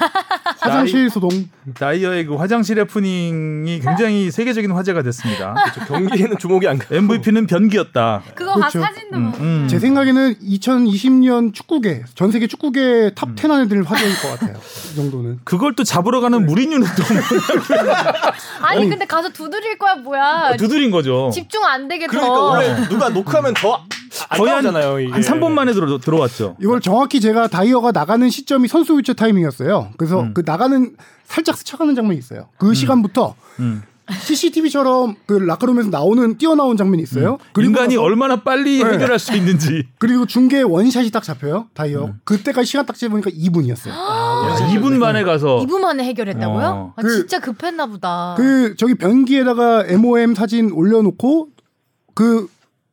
S4: 화장실 소동.
S2: 다이어의 그 화장실의 푸닝이 굉장히 세계적인 화제가 됐습니다.
S3: 저 경기에는 주목이 안 가.
S2: MVP는 변기였다.
S1: (laughs) 그거
S4: 그렇죠.
S1: 막 사진도
S2: 음,
S1: 뭐.
S2: 음.
S4: 제 생각에는 2020년 축구계 전 세계 축구계 탑 10 안에 들 화제일 것 같아요. 이 정도는.
S2: 그걸 또 잡으러
S4: 네.
S2: 가는 무리뉴는 또
S1: 아니 근데 가서 두드릴 거야 뭐야?
S2: 어, 두드린 거죠.
S1: 집중 안 되게
S3: 그러니까
S1: 더.
S3: 원래 누가 녹화하면 더
S2: 거의 한,
S3: 아까우잖아요. 이게.
S2: 한 3분 만에 들어, 들어왔죠.
S4: 이걸 정확히 제가 다이어가 나가는 시점이 선수 교체 타이밍이었어요. 그래서
S2: 음.
S4: 그 나가는 살짝 스쳐가는 장면이 있어요. 그 시간부터
S2: 음.
S4: CCTV처럼 그 라카룸에서 나오는 뛰어나온 장면이 있어요. 그리고
S2: 음. 인간이
S4: 나서- 네.
S2: 얼마나 빨리 해결할 수 있는지.
S4: 그리고 중계 원샷이 딱 잡혀요. 다이어.
S2: 음.
S4: 그때까지 시간 딱 재보니까 2분이었어요.
S1: 아.
S4: 아,
S2: 야, 2분 만에 가서
S1: 2분 만에 해결했다고요?
S2: 어.
S1: 아,
S4: 그-
S1: 진짜 급했나 보다.
S4: 그 저기 변기에다가 MOM 사진 올려놓고 그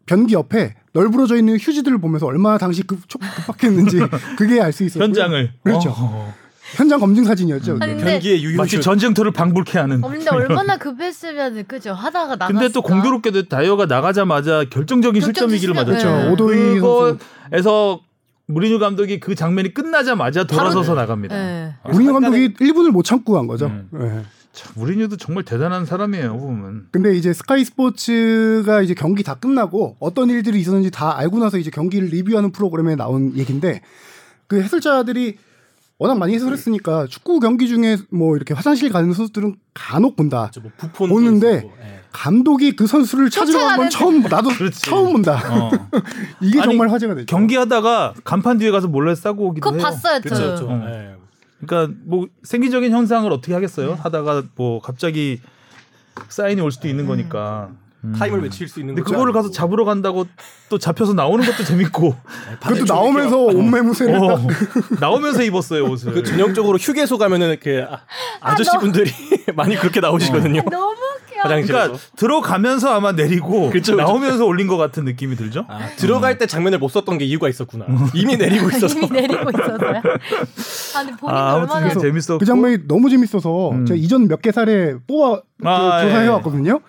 S4: 변기 옆에 널브러져 있는 휴지들을 보면서 얼마나 당시 급, 촉-
S2: (laughs)
S4: 급박했는지 그게 알 수 있어요.
S2: 현장을
S4: 그렇죠.
S2: 어.
S4: 현장 검증 사진이었죠. 그게. 그렇죠.
S1: 아니, 근데
S3: 경기의
S2: 마치
S3: 유효슛
S2: 전쟁터를 방불케 하는.
S1: 어, 근데 얼마나 급했으면 그죠 하다가 나갔.
S2: 근데 또 공교롭게도 다이어가 나가자마자 결정적인
S1: 결정적
S2: 실점이기를
S1: 실점,
S2: 맞았죠.
S1: 네.
S4: 오도이 선수.
S2: 그거에서 무리뉴 감독이 그 장면이 끝나자마자 돌아서서 나갑니다.
S1: 예.
S4: 우리 감독이 1분을 못 참고 간 거죠.
S2: 음.
S4: 예.
S2: 참, 무리뉴도 정말 대단한 사람이에요, 보면.
S4: 근데 이제 스카이 스포츠가 이제 경기 다 끝나고 어떤 일들이 있었는지 다 알고 나서 이제 경기를 리뷰하는 프로그램에 나온 얘기인데 그 해설자들이 워낙 많이 해설했으니까 축구 경기 중에 뭐 이렇게 화장실 가는 선수들은 간혹 본다.
S3: 뭐 부폰
S4: 보는데
S3: 있었고, 예.
S4: 감독이 그 선수를 찾으러 간 건
S1: 쫓아가는-
S4: 처음 나도
S2: 그렇지.
S4: 처음 본다.
S2: 어.
S4: 이게
S2: 아니,
S4: 정말 화제가 됐죠.
S2: 경기하다가 간판 뒤에 가서 몰래 싸고 오기도
S1: 그거
S2: 해요.
S1: 봤어요, 저.
S3: 그렇죠, 그렇죠.
S2: 어.
S3: 예.
S2: 그러니까 뭐 생기적인 현상을 어떻게 하겠어요?
S4: 네.
S2: 하다가 뭐 갑자기 사인이 올 수도 있는 거니까. 음.
S3: 타임을 외칠 수 있는.
S2: 근데
S3: 거지
S2: 그거를 가서
S3: 않고.
S2: 잡으러 간다고 또 잡혀서 나오는 것도
S4: (laughs)
S2: 재밌고.
S3: 네,
S4: 그것도 나오면서 옷매무새를
S2: 아, 어,
S4: 딱
S2: 나오면서 입었어요 옷을.
S3: 그 전형적으로 휴게소 가면은 이렇게 아, 네. 아저씨분들이 (laughs) 많이 그렇게 나오시거든요.
S1: 너무 웃겨.
S3: 화장실에서.
S2: 그러니까 들어가면서 아마
S4: (laughs)
S2: 내리고
S3: 그쵸, 그쵸.
S2: 나오면서 올린 것 같은 느낌이 들죠.
S3: 아, 들어갈 때 장면을 못 썼던 게 이유가 있었구나. (laughs) 이미 내리고 있어서.
S1: 이미 내리고 뭐 있어서요. 아, 근데 본인도
S2: 아, 아무튼
S1: 얼마나
S2: 그게 재밌었고.
S4: 그 장면이 너무 재밌어서
S2: 뭐? 음.
S4: 제가 이전 몇 개 사례 뽑아
S2: 아,
S4: 그
S2: 예.
S4: 조사해 왔거든요.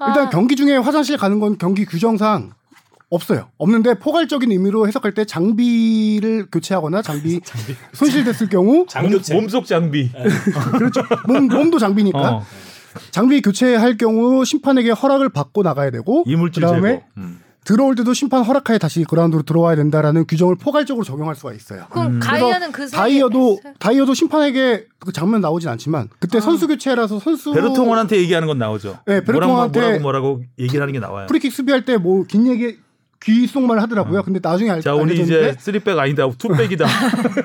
S1: 아.
S4: 일단 경기 중에 화장실 가는 건 경기 규정상 없어요. 없는데 포괄적인 의미로 해석할 때 장비를
S2: (laughs)
S4: 교체하거나 장비, 손실됐을 경우
S3: 장교체.
S2: 몸, 속 장비.
S4: 네. 몸, 몸도 장비니까
S2: 어,
S4: 장비 교체할 경우 심판에게 허락을 받고 나가야 되고
S2: 이물질
S4: 그다음에
S2: 제거. 음.
S4: 들어올 때도 심판 허락하에 다시 그라운드로 들어와야 된다라는 규정을 포괄적으로 적용할 수가 있어요.
S1: 그럼 가이어는 그 사이에
S4: 다이어도 다이어도 심판에게 그 장면 나오진 않지만
S1: 아.
S4: 그때 선수 교체라서 선수
S2: 베르통원한테 얘기하는 건 나오죠.
S4: 네, 베르통원한테-
S2: 뭐라고, 뭐라고 뭐라고 얘기를 하는 게 나와요.
S4: 프리킥 수비할 때 뭐 긴 얘기 귀 속말 하더라고요. 근데 나중에 알,
S2: 어. 자, 오늘
S4: 알려줬는데
S2: 이제 쓰리백 아니다,
S4: (laughs)
S2: 투백이다.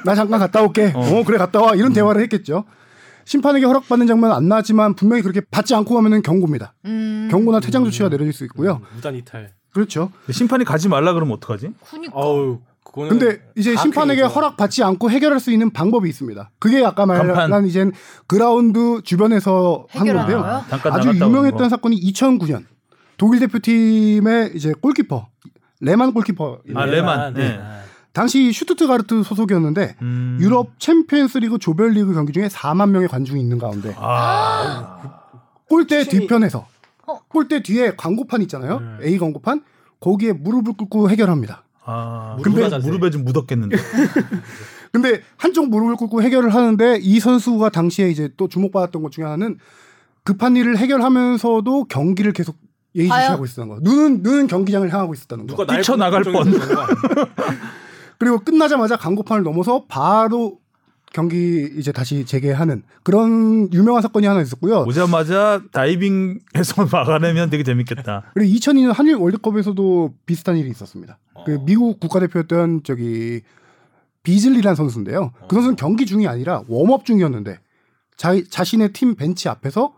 S4: 나 잠깐 갔다 올게. 어, 그래 갔다 와.
S2: 음.
S4: 이런 대화를 했겠죠. 심판에게 허락받는 장면은 안 나지만 분명히 그렇게 받지 않고 가면은 경고입니다.
S1: 음,
S4: 경고나 퇴장 조치가 내려질 수 있고요.
S3: 무단 이탈.
S4: 그렇죠.
S2: 심판이 가지 말라 그러면 어떡하지?
S1: 그니까
S2: 음.
S3: 아우 그거는.
S4: 근데 이제
S2: 아,
S3: 다
S4: 심판에게
S3: 큰일이죠.
S4: 허락 받지 않고 해결할 수 있는 방법이 있습니다. 그게 아까 말한
S2: 그러니까. 간판.
S4: 이젠 그라운드 주변에서 한
S1: 해결하는
S4: 건데요.
S1: 거요?
S2: 잠깐
S4: 아주
S2: 나갔다 오는 거.
S4: 유명했던 사건이 2009년 독일 대표팀의 이제 골키퍼 레만 골키퍼
S2: 아, 레만.
S3: 네.
S2: 네.
S3: 아,
S4: 당시 슈투트가르트 소속이었는데
S2: 음.
S4: 유럽 챔피언스리그 조별리그 경기 중에 4만 명의 관중이 있는 가운데
S2: 아,
S4: 골대 뒤편에서
S1: 어.
S4: 골대 뒤에 광고판 있잖아요. A 광고판 거기에 무릎을 꿇고 해결합니다.
S2: 아.
S3: 무릎
S2: 근데
S3: 자세.
S2: 무릎에 좀 (laughs) 묻었겠는데.
S4: 근데 한쪽 무릎을 꿇고 해결을 하는데 이 선수가 당시에 이제 또 주목받았던 것 중에 하나는 급한 일을 해결하면서도 경기를 계속 예의주시하고 있었던 거. 눈은 눈은 경기장을 향하고 있었다는 거.
S3: 누가 날
S2: 뛰쳐나갈
S3: 보는 쪽에서 보는 거 아니야?
S4: 그리고 끝나자마자 광고판을 넘어서 바로 경기 이제 다시 재개하는 그런 유명한 사건이 하나 있었고요.
S2: 오자마자 다이빙해서 (laughs) 막아내면 되게 재밌겠다.
S4: 그리고 2002년 한일 월드컵에서도 비슷한 일이 있었습니다.
S3: 어.
S4: 그 미국 국가대표였던 저기 비즐리란 선수인데요.
S3: 어.
S4: 그 선수는 경기 중이 아니라 웜업 중이었는데 자, 자신의 팀 벤치 앞에서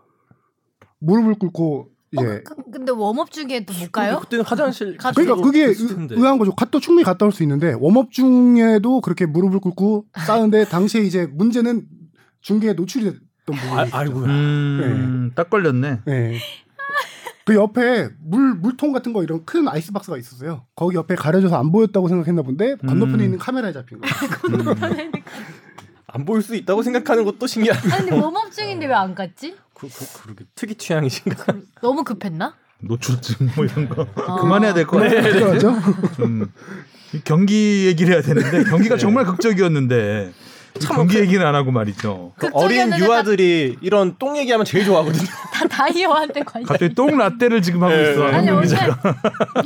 S4: 무릎을 꿇고
S1: 어,
S4: 이제
S1: 그- 근데 웜업 중에도 못
S3: (laughs)
S1: 가요? 음.
S3: 그때는 화장실.
S1: 가서
S4: 그러니까 그게 의-
S3: 갔을 텐데.
S4: 의아한 거죠. 갓도 충분히 갔다 올 수 있는데 웜업 중에도 그렇게 무릎을 꿇고 싸는데 당시에 이제 문제는 중계에 노출이 있었던 부분이
S3: 아,
S4: 있죠.
S3: 아이고야.
S2: 음, 딱 걸렸네.
S4: 네. 그 옆에 물 물통 같은 거 이런 큰 아이스박스가 있었어요. 거기 옆에 가려져서 안 보였다고 생각했나 본데 건너편에
S2: 음.
S4: 있는 카메라에 잡힌
S2: (laughs)
S4: 거.
S3: 안 보일 수 있다고 생각하는 것도 신기하네.
S1: 아니 근데 웜업증인데 왜 안 갔지?
S3: 그, 그, 그러게 특이
S1: (laughs)
S3: 취향이신가?
S1: 너무 급했나?
S2: 노출증 뭐 이런 거
S1: 아.
S2: 그만해야 될 것 같아.
S4: 그렇죠?
S2: 음. 네. 이 경기 얘기를 해야 되는데 경기가 정말 극적이었는데 이 경기 얘기는 안 하고 말이죠.
S3: 그 어린
S1: 극적이었는데
S3: 유아들이 이런 똥 얘기하면 제일 좋아하거든요.
S1: 다 다이어한테 관심.
S2: 갑자기 똥 라떼를 지금 하고
S3: 예,
S2: 있어.
S3: 예.
S1: 아니
S2: 한국
S1: 원래
S2: 기자가.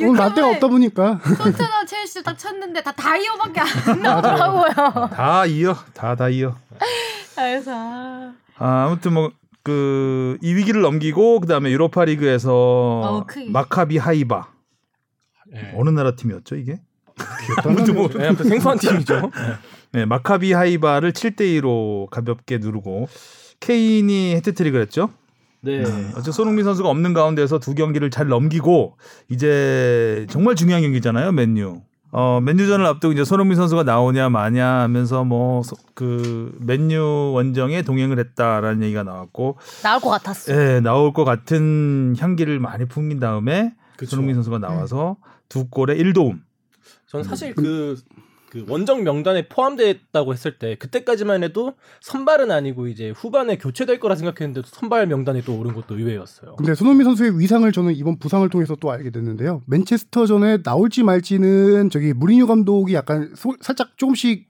S4: 오늘 라떼가 없다 보니까
S1: 토트넘 첼시 딱 쳤는데 다 다이어밖에 안 (laughs) 나오더라고요.
S2: 다 이어, 다 다 이어.
S1: 그래서 아,
S2: 아, 아무튼 뭐 그 이 위기를 넘기고 그다음에 유로파 리그에서
S1: 어우, 크기.
S2: 마카비 하이바
S3: 예.
S2: 어느 나라 팀이었죠 이게?
S4: 아무튼
S2: 뭐-
S3: 네, (laughs) 아무튼 생소한 (laughs) 팀이죠.
S2: 네, 마카비 하이바를 7대 2로 가볍게 누르고 케인이 헤트트릭을 했죠.
S3: 네.
S2: 아, 어째 손흥민 선수가 없는 가운데서 두 경기를 잘 넘기고 이제 정말 중요한 경기잖아요, 맨유. 어, 맨유전을 앞두고 이제 손흥민 선수가 나오냐 마냐 하면서 뭐 그 맨유 원정에 동행을 했다라는 얘기가 나왔고
S1: 나올 것 같았어.
S2: 예, 나올 것 같은 향기를 많이 풍긴 다음에
S3: 그쵸.
S2: 손흥민 선수가 나와서 두 골에 1도움.
S3: 전 사실 그, 그 원정 명단에 포함됐다고 했을 때 그때까지만 해도 선발은 아니고 이제 후반에 교체될 거라 생각했는데 선발 명단에 또 오른 것도 의외였어요.
S4: 근데 손흥민 선수의 위상을 저는 이번 부상을 통해서 또 알게 됐는데요. 맨체스터전에 나올지 말지는 저기 무리뉴 감독이 약간 소- 살짝 조금씩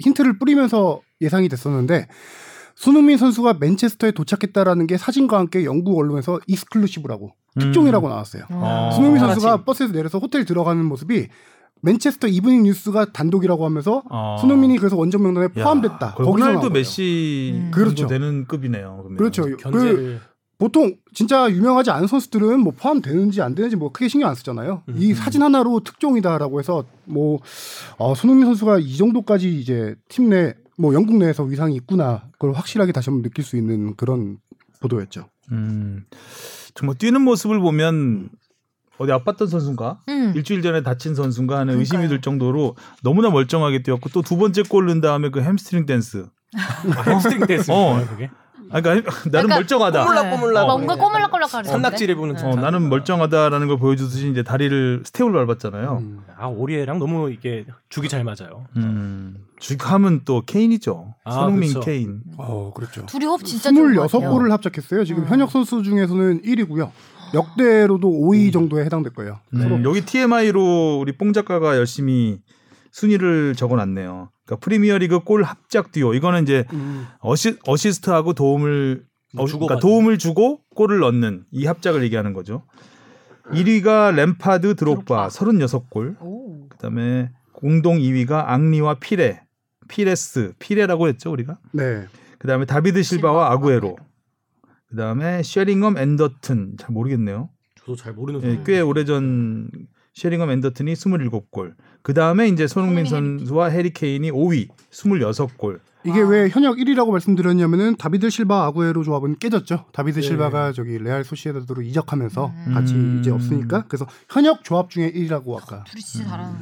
S4: 힌트를 뿌리면서 예상이 됐었는데 손흥민 선수가 맨체스터에 도착했다라는 게 사진과 함께 영국 언론에서 익스클루시브라고 특종이라고 나왔어요.
S1: 음.
S2: 아.
S4: 손흥민
S3: 다
S4: 선수가
S3: 같이.
S4: 버스에서 내려서 호텔 들어가는 모습이 맨체스터 이브닝 뉴스가 단독이라고 하면서
S2: 아.
S4: 손흥민이 그래서 원정 명단에
S2: 야,
S4: 포함됐다.
S2: 거의
S4: 거기서 나온
S2: 호날두
S4: 거예요.
S2: 아. 메시
S1: 음.
S2: 정도
S4: 그렇죠.
S2: 되는 급이네요. 그러면.
S4: 그렇죠. 그
S3: 견제를
S4: 보통 진짜 유명하지 않은 선수들은 뭐 포함되는지 안 되는지 뭐 크게 신경 안 쓰잖아요.
S3: 음,
S4: 이
S3: 음.
S4: 사진 하나로 특종이다라고 해서 뭐 어, 손흥민 선수가 이 정도까지 이제 팀 내 뭐 영국 내에서 위상이 있구나 그걸 확실하게 다시 한번 느낄 수 있는 그런 보도였죠.
S2: 음, 정말 뛰는 모습을 보면 어디 아팠던 선수인가?
S1: 음.
S2: 일주일 전에 다친 선수인가 하는 의심이
S1: 그러니까요.
S2: 들 정도로 너무나 멀쩡하게 뛰었고 또 두 번째 골 넣은 다음에 그 햄스트링 댄스.
S3: 아, 햄스트링 됐습니다.
S2: 어.
S3: 그게.
S2: 아, 그러니까 (laughs) 나는
S1: 약간
S2: 멀쩡하다.
S3: 꼬물락
S1: 네.
S3: 꼬물락.
S1: 뭔가 네. 꼬물락꼬물락 하는데.
S3: 산낙지를 보는
S2: 어,
S3: 듯한.
S2: 나는 멀쩡하다라는 걸 보여주듯이 이제 다리를 스텝을 밟았잖아요.
S4: 음.
S3: 아 오리에랑 너무 이게 죽이 잘 맞아요.
S2: 음. 주감은 또 케인이죠.
S3: 아,
S2: 손흥민
S3: 그렇죠.
S2: 케인.
S4: 어 그렇죠.
S1: 둘이 홉 진짜 좋은 것 같아요.
S4: 26골을 합작했어요. 지금
S1: 음.
S4: 현역 선수 중에서는 1위고요. 역대로도 5위 정도에 해당될 거예요.
S2: 음, 여기 TMI로 우리 뽕 작가가 열심히 순위를 적어놨네요. 그러니까 프리미어리그 골 합작 듀오 이거는 이제
S4: 음.
S2: 어시, 어시스트하고 도움을 어, 그러니까
S3: 주고받는.
S2: 도움을 주고 골을 넣는 이 합작을 얘기하는 거죠. 1위가 램파드
S1: 드록바.
S2: 드록바 36골.
S1: 오.
S2: 그다음에 공동 2위가 앙리와 피레. 피레스. 피레라고 했죠, 우리가.
S4: 네.
S2: 그다음에 다비드 실바와
S1: 실바와
S2: 아구에로.
S1: 아구에로.
S2: 그다음에 쉐링엄 앤더튼. 잘 모르겠네요.
S3: 저도 잘 모르는
S1: 음.
S2: 예, 꽤 오래전 쉐링엄 앤더튼이 27골. 그다음에 이제 손흥민
S1: 손흥민,
S2: 선수와 해리 케인이 5위 26골.
S4: 이게
S1: 와.
S4: 왜 현역 1위라고 말씀드렸냐면은 다비드 실바 아구에로 조합은 깨졌죠. 다비드
S3: 네.
S4: 실바가 저기 레알 소시에다드로 이적하면서
S1: 음.
S4: 같이
S2: 음.
S4: 이제 없으니까 그래서 현역 조합 중에 1위라고 아까
S1: 둘이 진짜 잘하는.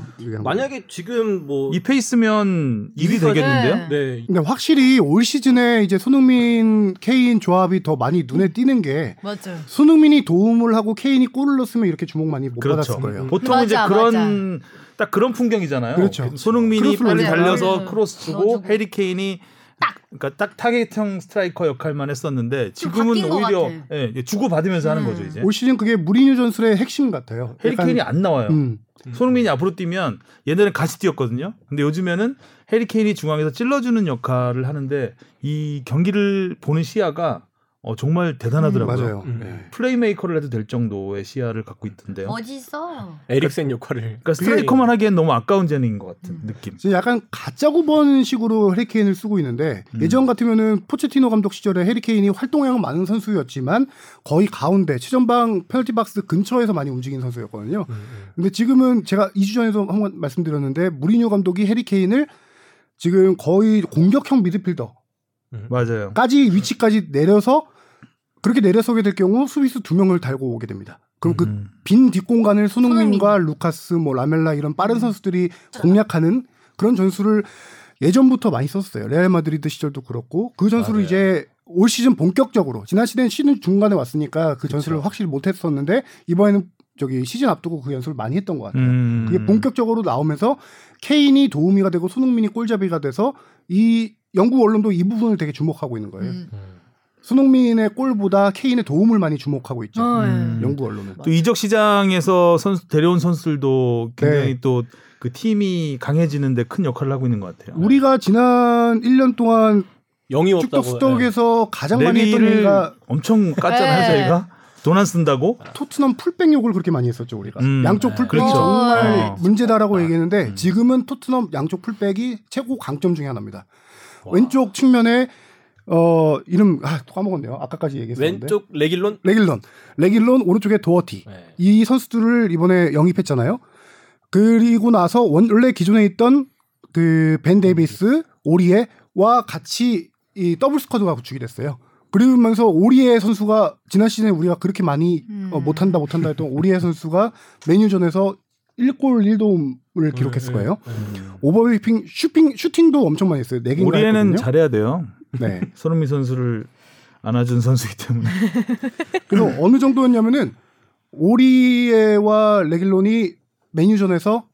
S4: 얘기한 거예요.
S3: 만약에 지금 뭐
S2: 이 페이스면 1위
S3: 이거는-
S2: 되겠는데요?
S3: 네.
S4: 근데 확실히 올 시즌에 이제 손흥민 케인 조합이 더 많이
S1: 음.
S4: 눈에 띄는 게
S1: 맞죠.
S4: 손흥민이 도움을 하고 케인이 골을 넣었으면 이렇게 주목 많이 못 받았을 거예요.
S2: 그렇죠. 음. 보통
S1: 맞아,
S2: 이제 그런 딱 그런 풍경이잖아요.
S4: 그렇죠.
S2: 손흥민이
S4: 크로스로
S2: 빨리
S4: 이제
S2: 달려서
S1: 음.
S2: 크로스 주고
S1: 넣어주고.
S2: 해리 케인이 딱 그러니까 딱 타겟형 스트라이커 역할만 했었는데
S1: 좀
S2: 지금은
S1: 바뀐 것
S2: 오히려
S1: 같아.
S2: 예, 주고 받으면서 하는
S1: 음.
S2: 거죠 이제.
S4: 올 시즌 그게 무리뉴 전술의 핵심 같아요.
S2: 해리
S4: 약간,
S2: 케인이 안 나와요.
S4: 음,
S2: 손흥민이 앞으로 뛰면 옛날에 같이 뛰었거든요. 근데 요즘에는 해리 케인이 중앙에서 찔러주는 역할을 하는데 이 경기를 보는 시야가 어, 정말 대단하더라고요.
S4: 맞아요.
S3: 음.
S4: 네.
S2: 플레이메이커를 해도 될 정도의 시야를 갖고 있던데요.
S1: 어디 있어?
S3: 에릭센 역할을.
S2: 그러니까 스트라이커만 하기엔 너무 아까운 재능인 것 같은
S1: 음.
S2: 느낌.
S4: 지금 약간 가짜 구번식으로 해리케인을 쓰고 있는데
S2: 음.
S4: 예전 같으면은 포체티노 감독 시절에 해리케인이 활동량은 많은 선수였지만 거의 가운데 최전방 페널티 박스 근처에서 많이 움직인 선수였거든요.
S2: 음.
S4: 근데 지금은 제가 2주 전에도 한 번 말씀드렸는데 무리뉴 감독이 해리케인을 지금 거의 공격형 미드필더까지
S2: 맞아요.
S4: 위치까지 내려서 그렇게 내려서게 될 경우 수비수 두 명을 달고 오게 됩니다. 그럼 그
S2: 음.
S4: 빈 뒷공간을 손흥민과 루카스, 뭐 라멜라 이런 빠른 선수들이 공략하는 그런 전술을 예전부터 많이 썼어요. 레알 마드리드 시절도 그렇고 그 전술을
S3: 맞아요.
S4: 이제 올 시즌 본격적으로 지난 시즌 시즌 중간에 왔으니까 그 전술을 확실히 못했었는데 이번에는 저기 시즌 앞두고 그 연습을 많이 했던 것 같아요.
S2: 음.
S4: 그게 본격적으로 나오면서 케인이 도우미가 되고 손흥민이 꼴잡이가 돼서 이 영국 언론도 이 부분을 되게 주목하고 있는
S2: 네.
S4: 거예요.
S1: 음.
S4: 손흥민의 골보다 케인의 도움을 많이 주목하고 있죠.
S1: 어, 예.
S2: 음.
S4: 영국 언론은.
S2: 또 이적 시장에서 선수 데려온 선수들도 굉장히
S4: 네.
S2: 또 그 팀이 강해지는데 큰 역할을 하고 있는 것 같아요.
S4: 네. 우리가 지난 1년 동안
S3: 영이 없다고. 예. 네.
S4: 쭉덕수덕에서 가장 많이 했던
S2: 레비를
S4: 얘기가 아,
S2: 엄청 깠잖아요,
S1: 네.
S2: 저희가. 돈 안 쓴다고?
S4: 토트넘 풀백 욕을 그렇게 많이 했었죠 우리가
S2: 음.
S4: 양쪽
S3: 네.
S4: 풀백이
S1: 그렇죠.
S4: 정말
S2: 어.
S4: 문제다라고 얘기했는데
S3: 음.
S4: 지금은 토트넘 양쪽 풀백이 최고 강점 중에 하나입니다
S3: 와.
S4: 왼쪽 측면에 어 이름 아 까먹었네요 아까까지 얘기했었는데
S3: 왼쪽 레길론.
S4: 레길런 레길런 오른쪽에 도어티
S3: 네.
S4: 이 선수들을 이번에 영입했잖아요 그리고 나서 원래 기존에 있던 그벤 데이비스 오리에와 같이 이 더블 스쿼드가 구축이 됐어요 그러면서 오리에 선수가 지난 시즌에 우리가 그렇게 많이
S1: 음.
S4: 어, 못한다 못한다 했던 오리에 선수가 메뉴전에서 1골 1도움을
S3: 음,
S4: 기록했을
S2: 네,
S4: 거예요. 음. 오버위핑 슈팅 슈팅도 엄청 많이 했어요. 4개인가
S2: 우리에는
S4: 했거든요.
S2: 잘해야 돼요.
S4: 네.
S2: 손흥민 선수를 안아준 선수이기 때문에.
S4: 그래서
S2: (clears throat)
S4: 어느 정도였냐면은 오리에와 레길론이 메뉴전에서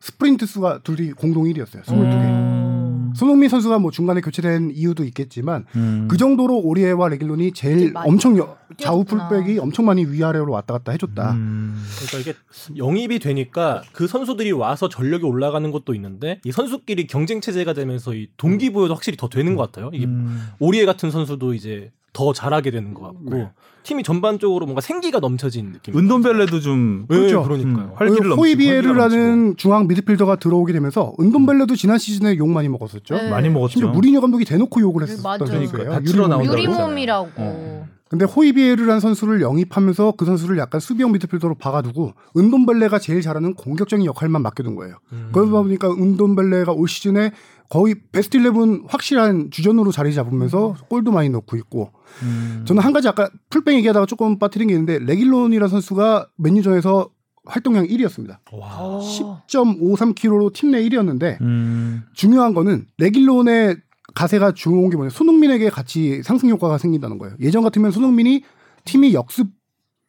S4: 스프린트 수가 둘이 공동 1위였어요.
S2: 음.
S4: 22개. 손흥민 선수가 뭐 중간에 교체된 이유도 있겠지만
S2: 음.
S4: 그 정도로 오리에와 레길론이
S1: 제일
S4: 제일
S1: 많이
S4: 엄청 여- 좌우
S1: 뛰었구나.
S4: 풀백이 엄청 많이 위아래로 왔다 갔다 해줬다.
S2: 음.
S3: 그러니까 이게 영입이 되니까 그 선수들이 와서 전력이 올라가는 것도 있는데 이 선수끼리 경쟁 체제가 되면서 이 동기부여도 확실히 더 되는 것 같아요. 이게
S2: 음.
S3: 오리에 같은 선수도 이제 더 잘하게 되는 것 같고
S4: 네.
S3: 팀이 전반적으로 뭔가 생기가 넘쳐진 느낌.
S2: 은돈벨레도 좀
S3: 예,
S4: 그렇죠.
S3: 그러니까요.
S2: 음, 활기를 넘치고 활기가 넘치고.
S4: 호이비에르라는 중앙 미드필더가 들어오게 되면서 은돈벨레도 지난 시즌에 욕 많이 먹었었죠.
S1: 네.
S2: 많이 먹었죠.
S4: 심지어 무리뉴 감독이 대놓고 욕을
S1: 네,
S4: 했었던
S1: 맞아.
S4: 선수예요.
S2: 그러니까 다
S4: 유리
S2: 튀러 나온다고.
S4: 모델.
S1: 유리몸이라고.
S2: 어.
S4: 근데 호이비에르라는 선수를 영입하면서 그 선수를 약간 수비형 미드필더로 박아두고 은돈벨레가 제일 잘하는 공격적인 역할만 맡겨둔 거예요.
S3: 음.
S4: 그러다 보니까 은돈벨레가 올 시즌에 거의 베스트 11 확실한 주전으로 자리 잡으면서 골도 많이 넣고 있고
S2: 음.
S4: 저는 한 가지 아까 풀뱅 얘기하다가 조금 빠뜨린 게 있는데 레길론이라는 선수가 맨유전에서 활동량 1위였습니다.
S3: 와.
S4: 10.53kg로 팀 내 1위였는데
S2: 음.
S4: 중요한 거는 레길론의 가세가 좋은 게 뭐냐 손흥민에게 같이 상승 효과가 생긴다는 거예요. 예전 같으면 손흥민이 팀이 역습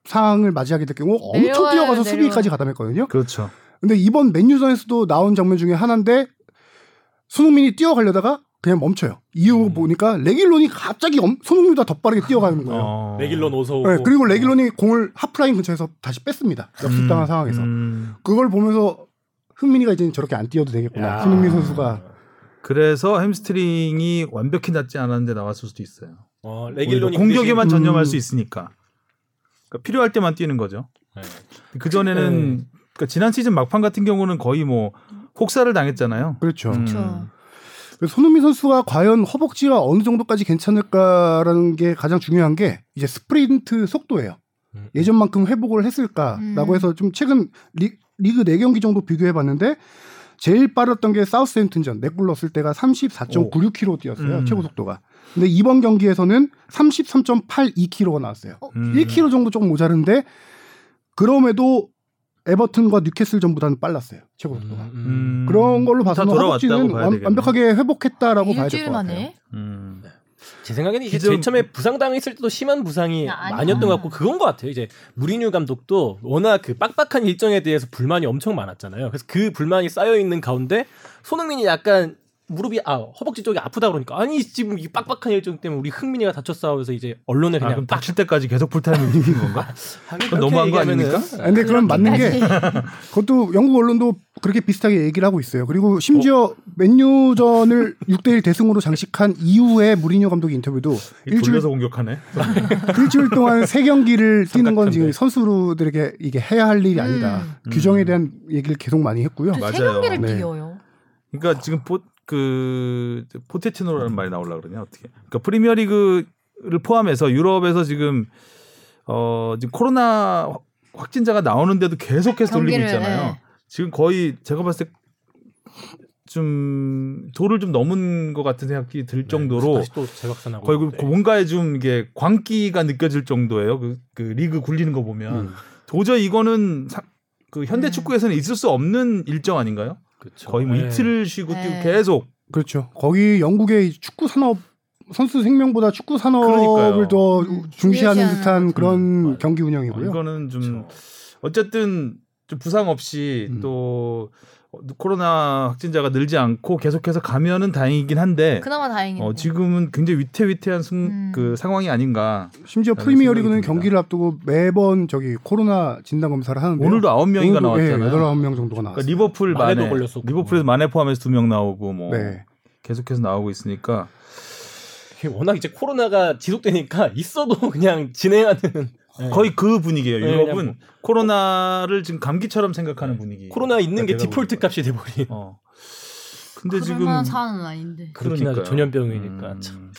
S4: 상황을 맞이하게 될 경우 엄청
S1: 내려와요, 내려와요.
S4: 뛰어가서 수비까지 가담했거든요.
S2: 그렇죠.
S4: 근데 이번 맨유전에서도 나온 장면 중에 하나인데 손흥민이 뛰어가려다가 그냥 멈춰요. 이유
S3: 음.
S4: 보니까 레길론이 갑자기 엄- 손흥민보다 더 빠르게 뛰어가는 거예요.
S2: 어.
S3: 레길런 어서 아, 오고.
S4: 네, 그리고 레길론이 공을 하프라인 근처에서 다시 뺐습니다.
S2: 음,
S4: 역습당한 상황에서
S2: 음.
S4: 그걸 보면서 흥민이가 이제 저렇게 안 뛰어도 되겠구나.
S3: 야.
S4: 손흥민 선수가
S2: 그래서 햄스트링이 완벽히 낫지 않았는데 나왔을 수도 있어요.
S3: 어,
S2: 오히려
S3: 레길론이
S2: 공격에만
S4: 음.
S2: 전념할 수 있으니까. 그러니까 필요할 때만 뛰는 거죠.
S3: 네.
S2: 그
S4: 네.
S2: 전에는 그러니까 지난 시즌 막판 같은 경우는 거의 뭐 혹사를 당했잖아요.
S4: 그렇죠.
S2: 음.
S1: 그렇죠.
S4: 그래서 손흥민 선수가 과연 허벅지가 어느 정도까지 괜찮을까라는 게 가장 중요한 게 이제 스프린트 속도예요.
S3: 음.
S4: 예전만큼 회복을 했을까라고
S1: 음.
S4: 해서 좀 최근 리, 그 4경기 정도 비교해 봤는데 제일 빠르던 게 사우스햄튼전 넷골 넣었을 때가 34.96km 뛰었어요.
S2: 음.
S4: 최고 속도가. 근데 이번 경기에서는 33.82km가 나왔어요.
S2: 음.
S4: 1km 정도 조금 모자른데 그럼에도 에버튼과 뉴캐슬 전보다는 빨랐어요. 최고 속도가.
S3: 음.
S2: 음.
S4: 그런 걸로
S2: 다
S4: 봐서는
S2: 돌아왔다고
S4: 허벅지는
S2: 봐야
S4: 완,
S2: 되겠네요.
S4: 완벽하게 네, 회복했다라고 봐야 될
S1: 일주일
S4: 것 같아요.
S1: 만에.
S2: 음.
S3: 제 생각에는 이게
S2: 기존-
S3: 제일 처음에 부상당했을 때도 심한 부상이
S1: 아, 아니야.
S3: 아니었던 것 같고 그건 것 같아요. 이제 무리뉴 감독도 워낙 그 빡빡한 일정에 대해서 불만이 엄청 많았잖아요. 그래서 그 불만이 쌓여 있는 가운데 손흥민이 약간 무릎이 아 허벅지 쪽이 아프다 그러니까 아니 지금 이 빡빡한 일정 때문에 우리 흥민이가 다쳤어 그래서 이제 언론에
S2: 아,
S3: 그냥
S2: 그럼
S3: 빡
S2: 다칠 때까지 계속 풀타임을 유지인 건가?
S3: 하긴
S2: 그건 너무한 거
S3: 그렇게 얘기하면은-
S2: 아닙니까?
S4: 아, 근데 그럼 맞는 게
S1: 그렇게까지.
S4: (laughs) 그것도 영국 언론도 그렇게 비슷하게 얘기를 하고 있어요. 그리고 심지어 맨유전을 (laughs) 6대1 대승으로 장식한 이후에 무리뉴 감독 인터뷰도 (laughs) 일주일,
S2: 돌려서 (laughs) 공격하네.
S4: 일주일 동안 세 경기를 뛰는 건
S2: 삼각형대.
S4: 지금 선수들에게 이게 해야 할 일이 아니다.
S1: 음.
S4: 규정에 대한 얘기를 계속 많이 했고요.
S2: 맞아요.
S1: 그 세 경기를
S4: 네.
S1: 뛰어요.
S2: 그러니까 지금 포그 포테티노라는 말이 나오려 그러냐 어떻게? 그러니까 프리미어리그를 포함해서 유럽에서 지금 어 지금 코로나 확- 확진자가 나오는데도 계속해서 돌리고
S1: 경기를,
S2: 있잖아요.
S1: 네.
S2: 지금 거의 제가 봤을 때좀 도를 좀 넘은 것 같은 생각이 들 네, 정도로
S3: 네, 다시 또 재확산하고
S2: 거의 그
S3: 있는데.
S2: 뭔가에 좀 이게 광기가 느껴질 정도예요. 그, 그 리그 굴리는 거
S3: 음.
S2: 보면 도저히 이거는 사- 그 현대
S1: 음.
S2: 축구에서는 있을 수 없는 일정 아닌가요?
S3: 그쵸.
S2: 거의 뭐
S3: 네.
S2: 이틀을 쉬고 뛰고
S1: 네.
S2: 계속
S4: 그렇죠. 거기 영국의 이 축구 산업 선수 생명보다 축구 산업을
S2: 그러니까요.
S4: 더 중시하는
S1: 중요시하는
S4: 듯한 그런
S2: 맞아요.
S4: 경기
S2: 어,
S4: 운영이고요.
S2: 이거는
S3: 그렇죠.
S2: 좀 어쨌든 좀 부상 없이
S4: 음.
S2: 또 코로나 확진자가 늘지 않고 계속해서 가면은 다행이긴 한데
S1: 그나마 다행이네요.
S2: 어, 지금은 굉장히 위태위태한 승-
S1: 음.
S2: 그 상황이 아닌가.
S4: 심지어
S2: 라는 생각이
S4: 프리미어리그는
S2: 듭니다.
S4: 경기를 앞두고 매번 저기 코로나 진단 검사를 하는데
S2: 오늘도 아홉 명인가
S3: 예,
S2: 나왔잖아요.
S4: 여덟 아홉 명
S2: 그러니까
S4: 정도가 나왔어요.
S2: 리버풀
S3: 만에도
S2: 만에
S3: 걸렸었고.
S2: 리버풀에서 만에 포함해서 두 명 나오고 뭐
S4: 네.
S2: 계속해서 나오고 있으니까
S3: 이게 워낙 이제 코로나가 지속되니까 (laughs) 있어도 그냥 진행하는 네.
S2: 거의 그 분위기예요.
S3: 네,
S2: 유럽은
S3: 그냥 네.
S2: 코로나를 지금 감기처럼 생각하는 분위기. 그러니까
S3: 코로나 있는 게
S2: 되다
S3: 디폴트
S2: 보니까.
S3: 값이 돼버린
S2: 어. 근데 지금
S5: 그럴만한 사안은 아닌데.
S3: 그렇긴 하죠.
S2: 그러니까요.
S3: 전염병이니까
S2: 음.
S3: 참.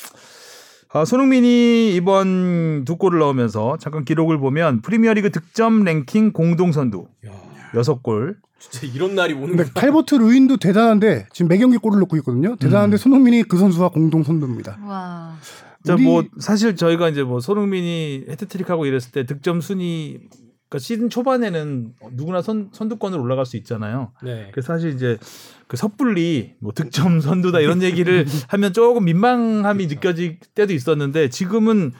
S2: 아, 손흥민이 이번 두 골을 넣으면서 잠깐 기록을 보면 프리미어리그 득점 랭킹 공동 선두
S3: 야,
S2: 6골.
S3: 진짜 이런 날이 오는
S4: 근데
S3: 거
S4: 탈버트 루인도 대단한데 지금 매경기 골을 넣고 있거든요.
S2: 음.
S4: 대단한데 손흥민이 그 선수와 공동 선두입니다.
S5: 와.
S2: 자,
S4: 우리-
S2: 뭐 사실 저희가 이제 뭐 손흥민이 해트트릭하고 이랬을 때 득점 순위 그러니까 시즌 초반에는 누구나 선, 선두권으로 올라갈 수 있잖아요.
S3: 네.
S2: 그 사실 이제 그 섣불리 뭐 득점 선두다 이런 얘기를 하면 조금 민망함이 느껴질 때도 있었는데 지금은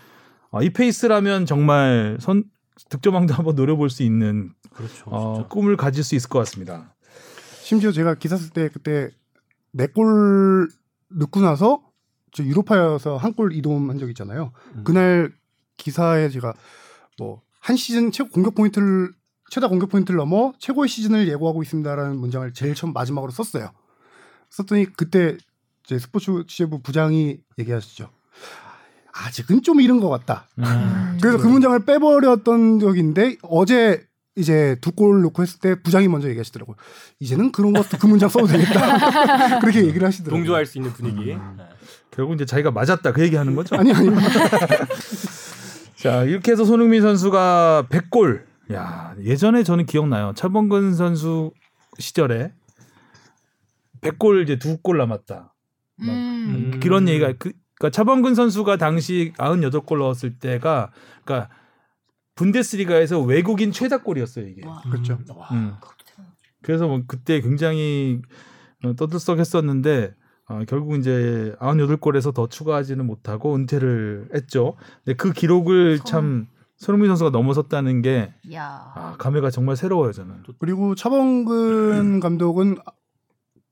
S2: 아, 이 페이스라면 정말 선 득점왕도 한번 노려볼 수 있는
S3: 그렇죠.
S2: 어,
S3: 진짜.
S2: 꿈을 가질 수 있을 것 같습니다.
S4: 심지어 제가 기사 쓸 때 그때 네 골 넣고 나서 저 유로파여서 한 골 이동한 적 있잖아요.
S3: 음.
S4: 그날 기사에 제가 뭐 한 시즌 최고 공격 포인트를 최다 공격 포인트를 넘어 최고의 시즌을 예고하고 있습니다라는 문장을 제일 처음 마지막으로 썼어요. 썼더니 그때 제 스포츠 취재부 부장이 얘기하시죠. 아, 아직은 좀 이른 것 같다.
S3: 음.
S2: 음.
S4: 그래서 그 문장을 빼버렸던 적인데 어제 이제 두 골 넣고 했을 때 부장이 먼저 얘기하시더라고요. 이제는 그런 것도 그 문장 써도 되겠다. (laughs) 그렇게 얘기를 하시더라고요.
S3: 동조할 수 있는 분위기. 네.
S2: 결국 이제 자기가 맞았다 그 얘기하는 거죠. (laughs)
S4: 아니 아니.
S2: 자 이렇게 해서 손흥민 선수가 100골. 야 예전에 저는 기억나요. 차범근 선수 시절에 100골 이제 두 골 남았다.
S5: 음.
S3: 음.
S2: 그런 얘기가 그, 그러니까 차범근 선수가 당시 98골 넣었을 때가 그러니까 분데스리가에서 외국인 최다골이었어요 이게.
S5: 와.
S4: 그렇죠.
S3: 와.
S2: 음.
S5: 그것도 대단하다.
S2: 그래서 뭐 그때 굉장히 어, 떠들썩했었는데 어, 결국 이제 98골에서 더 추가하지는 못하고 은퇴를 했죠. 근데 그
S5: 아,
S2: 기록을 참 손흥민 선수가 넘어섰다는 게
S5: 야.
S2: 아, 감회가 정말 새로워요 저는.
S4: 그리고 차범근 감독은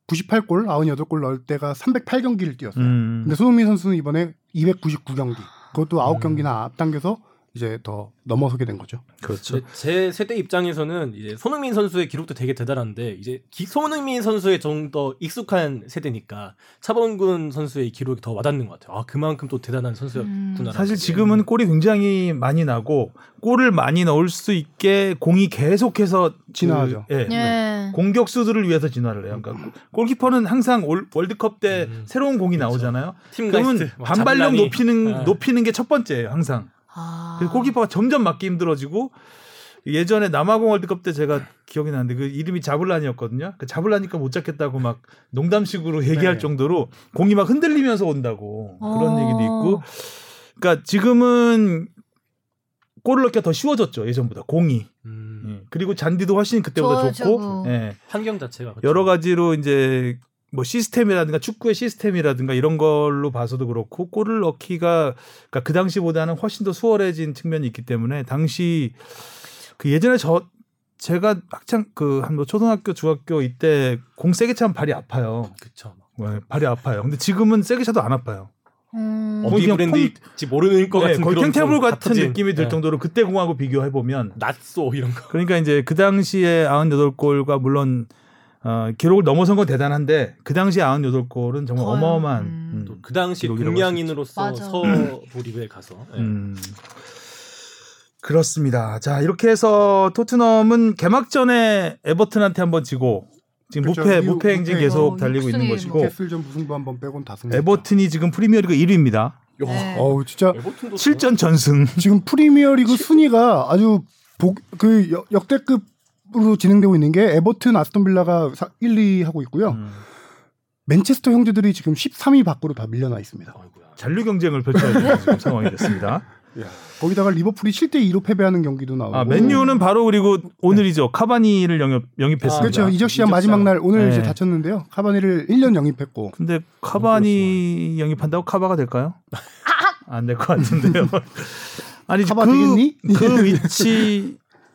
S4: 98골, 98골 넣을 때가 308경기를 뛰었어요.
S2: 음.
S4: 근데 손흥민 선수는 이번에 299경기. 그것도
S3: 음.
S4: 9경기나 앞당겨서 이제 더 넘어서게 된 거죠.
S2: 그렇죠.
S3: 근데 제 세대 입장에서는 이제 손흥민 선수의 기록도 되게 대단한데 이제 기- 손흥민 선수에 좀 더 익숙한 세대니까 차범근 선수의 기록이 더 와닿는 것 같아요. 아 그만큼 또 대단한
S1: 음.
S3: 선수였구나.
S2: 사실 지금은 골이 굉장히 많이 나고 골을 많이 넣을 수 있게 공이 계속해서 그-
S4: 진화하죠.
S3: 네.
S2: 예.
S1: 네.
S5: 예.
S2: 공격수들을 위해서 진화를 해요. 그러니까 골키퍼는 항상 올- 월드컵 때
S3: 음.
S2: 새로운 공이 나오잖아요.
S3: 팀
S2: 그러면
S3: 가이스트, 뭐 막
S2: 반발력
S3: 잡라니.
S2: 높이는
S3: 아.
S2: 높이는 게 첫 번째예요, 항상.
S5: 아.
S2: 그래서 골키퍼가 점점 맞기 힘들어지고 예전에 남아공 월드컵 때 제가 기억이 나는데 그 이름이 자블란이었거든요. 그 자블라니까 못 잡겠다고 막 농담식으로 얘기할
S4: 네.
S2: 정도로 공이 막 흔들리면서 온다고 그런
S5: 어.
S2: 얘기도 있고. 그러니까 지금은 골을 넣기가 더 쉬워졌죠 예전보다 공이
S3: 음,
S2: 예. 그리고 잔디도 훨씬 그때보다
S5: 저-
S2: 좋고
S5: 저거.
S2: 예.
S3: 환경 자체가 그렇죠.
S2: 여러 가지로 이제 뭐 시스템이라든가 축구의 시스템이라든가 이런 걸로 봐서도 그렇고 골을 넣기가 그러니까 그 당시보다는 훨씬 더 수월해진 측면이 있기 때문에 당시 그 예전에 저 제가 학창 그 한 뭐 초등학교 중학교 이때 공 세게 차면 발이 아파요.
S3: 그렇죠.
S2: 네, 발이 아파요. 근데 지금은 세게 차도 안 아파요.
S5: 음.
S2: 어,
S3: 어디
S2: 그냥
S3: 브랜드인지 모르는 것
S2: 네,
S3: 같은
S2: 거의
S3: 그런
S2: 탱테블
S3: 좀
S2: 같은
S3: 다프진.
S2: 느낌이 들
S3: 네.
S2: 정도로 그때 공하고 비교해 보면
S3: 낫소 이런 거.
S2: 그러니까 이제 그 당시에 98골과 물론 어, 기록을 넘어선 건 대단한데 그 당시 98골은 정말
S5: 더요.
S2: 어마어마한
S5: 음.
S2: 음,
S3: 또 그 당시
S2: 기록이라고 할수
S3: 동양인으로서
S5: 맞아.
S3: 서보리에 가서
S4: 네.
S3: 예.
S2: 음. 그렇습니다. 자 이렇게 해서 토트넘은 개막전에 에버튼한테 한번 지고 지금
S4: 그렇죠.
S2: 무패
S4: 이후
S2: 무패 행진
S4: 무패.
S2: 계속
S5: 어,
S2: 달리고 있는
S5: 육승일
S2: 것이고
S4: 캐슬전 무승부 한 번 빼곤 다 승.
S2: 에버튼이 지금 프리미어리그 1위입니다.
S5: 네.
S4: 어우 진짜
S3: 에버튼도
S2: 7전 전승.
S4: 지금 프리미어리그 순위가 아주 복, 그 역- 역대급으로 진행되고 있는 게 에버튼, 아스톤빌라가 1, 2 하고 있고요.
S2: 음.
S4: 맨체스터 형제들이 지금 13위 밖으로 다 밀려나 있습니다.
S3: 아이고야.
S5: (laughs)
S2: 잔류 경쟁을 펼쳐야 되는 지금 상황이 됐습니다.
S4: 거기다가 리버풀이 7대 2로 패배하는 경기도 나오고.
S2: 아, 맨유는 바로 그리고 오늘이죠. 카바니를 영입,
S3: 아,
S2: 영입했습니다.
S4: 그렇죠. 이적 시합
S3: 이적
S4: 마지막
S3: 시합.
S4: 날 오늘
S2: 네.
S4: 이제 다쳤는데요. 카바니를 1년 영입했고.
S2: 근데 카바니 영입한다고 카바가 될까요? 안 될 것
S4: (laughs)
S2: 같은데요. 아니
S4: 카바
S2: 그,
S4: 되겠니?
S2: 그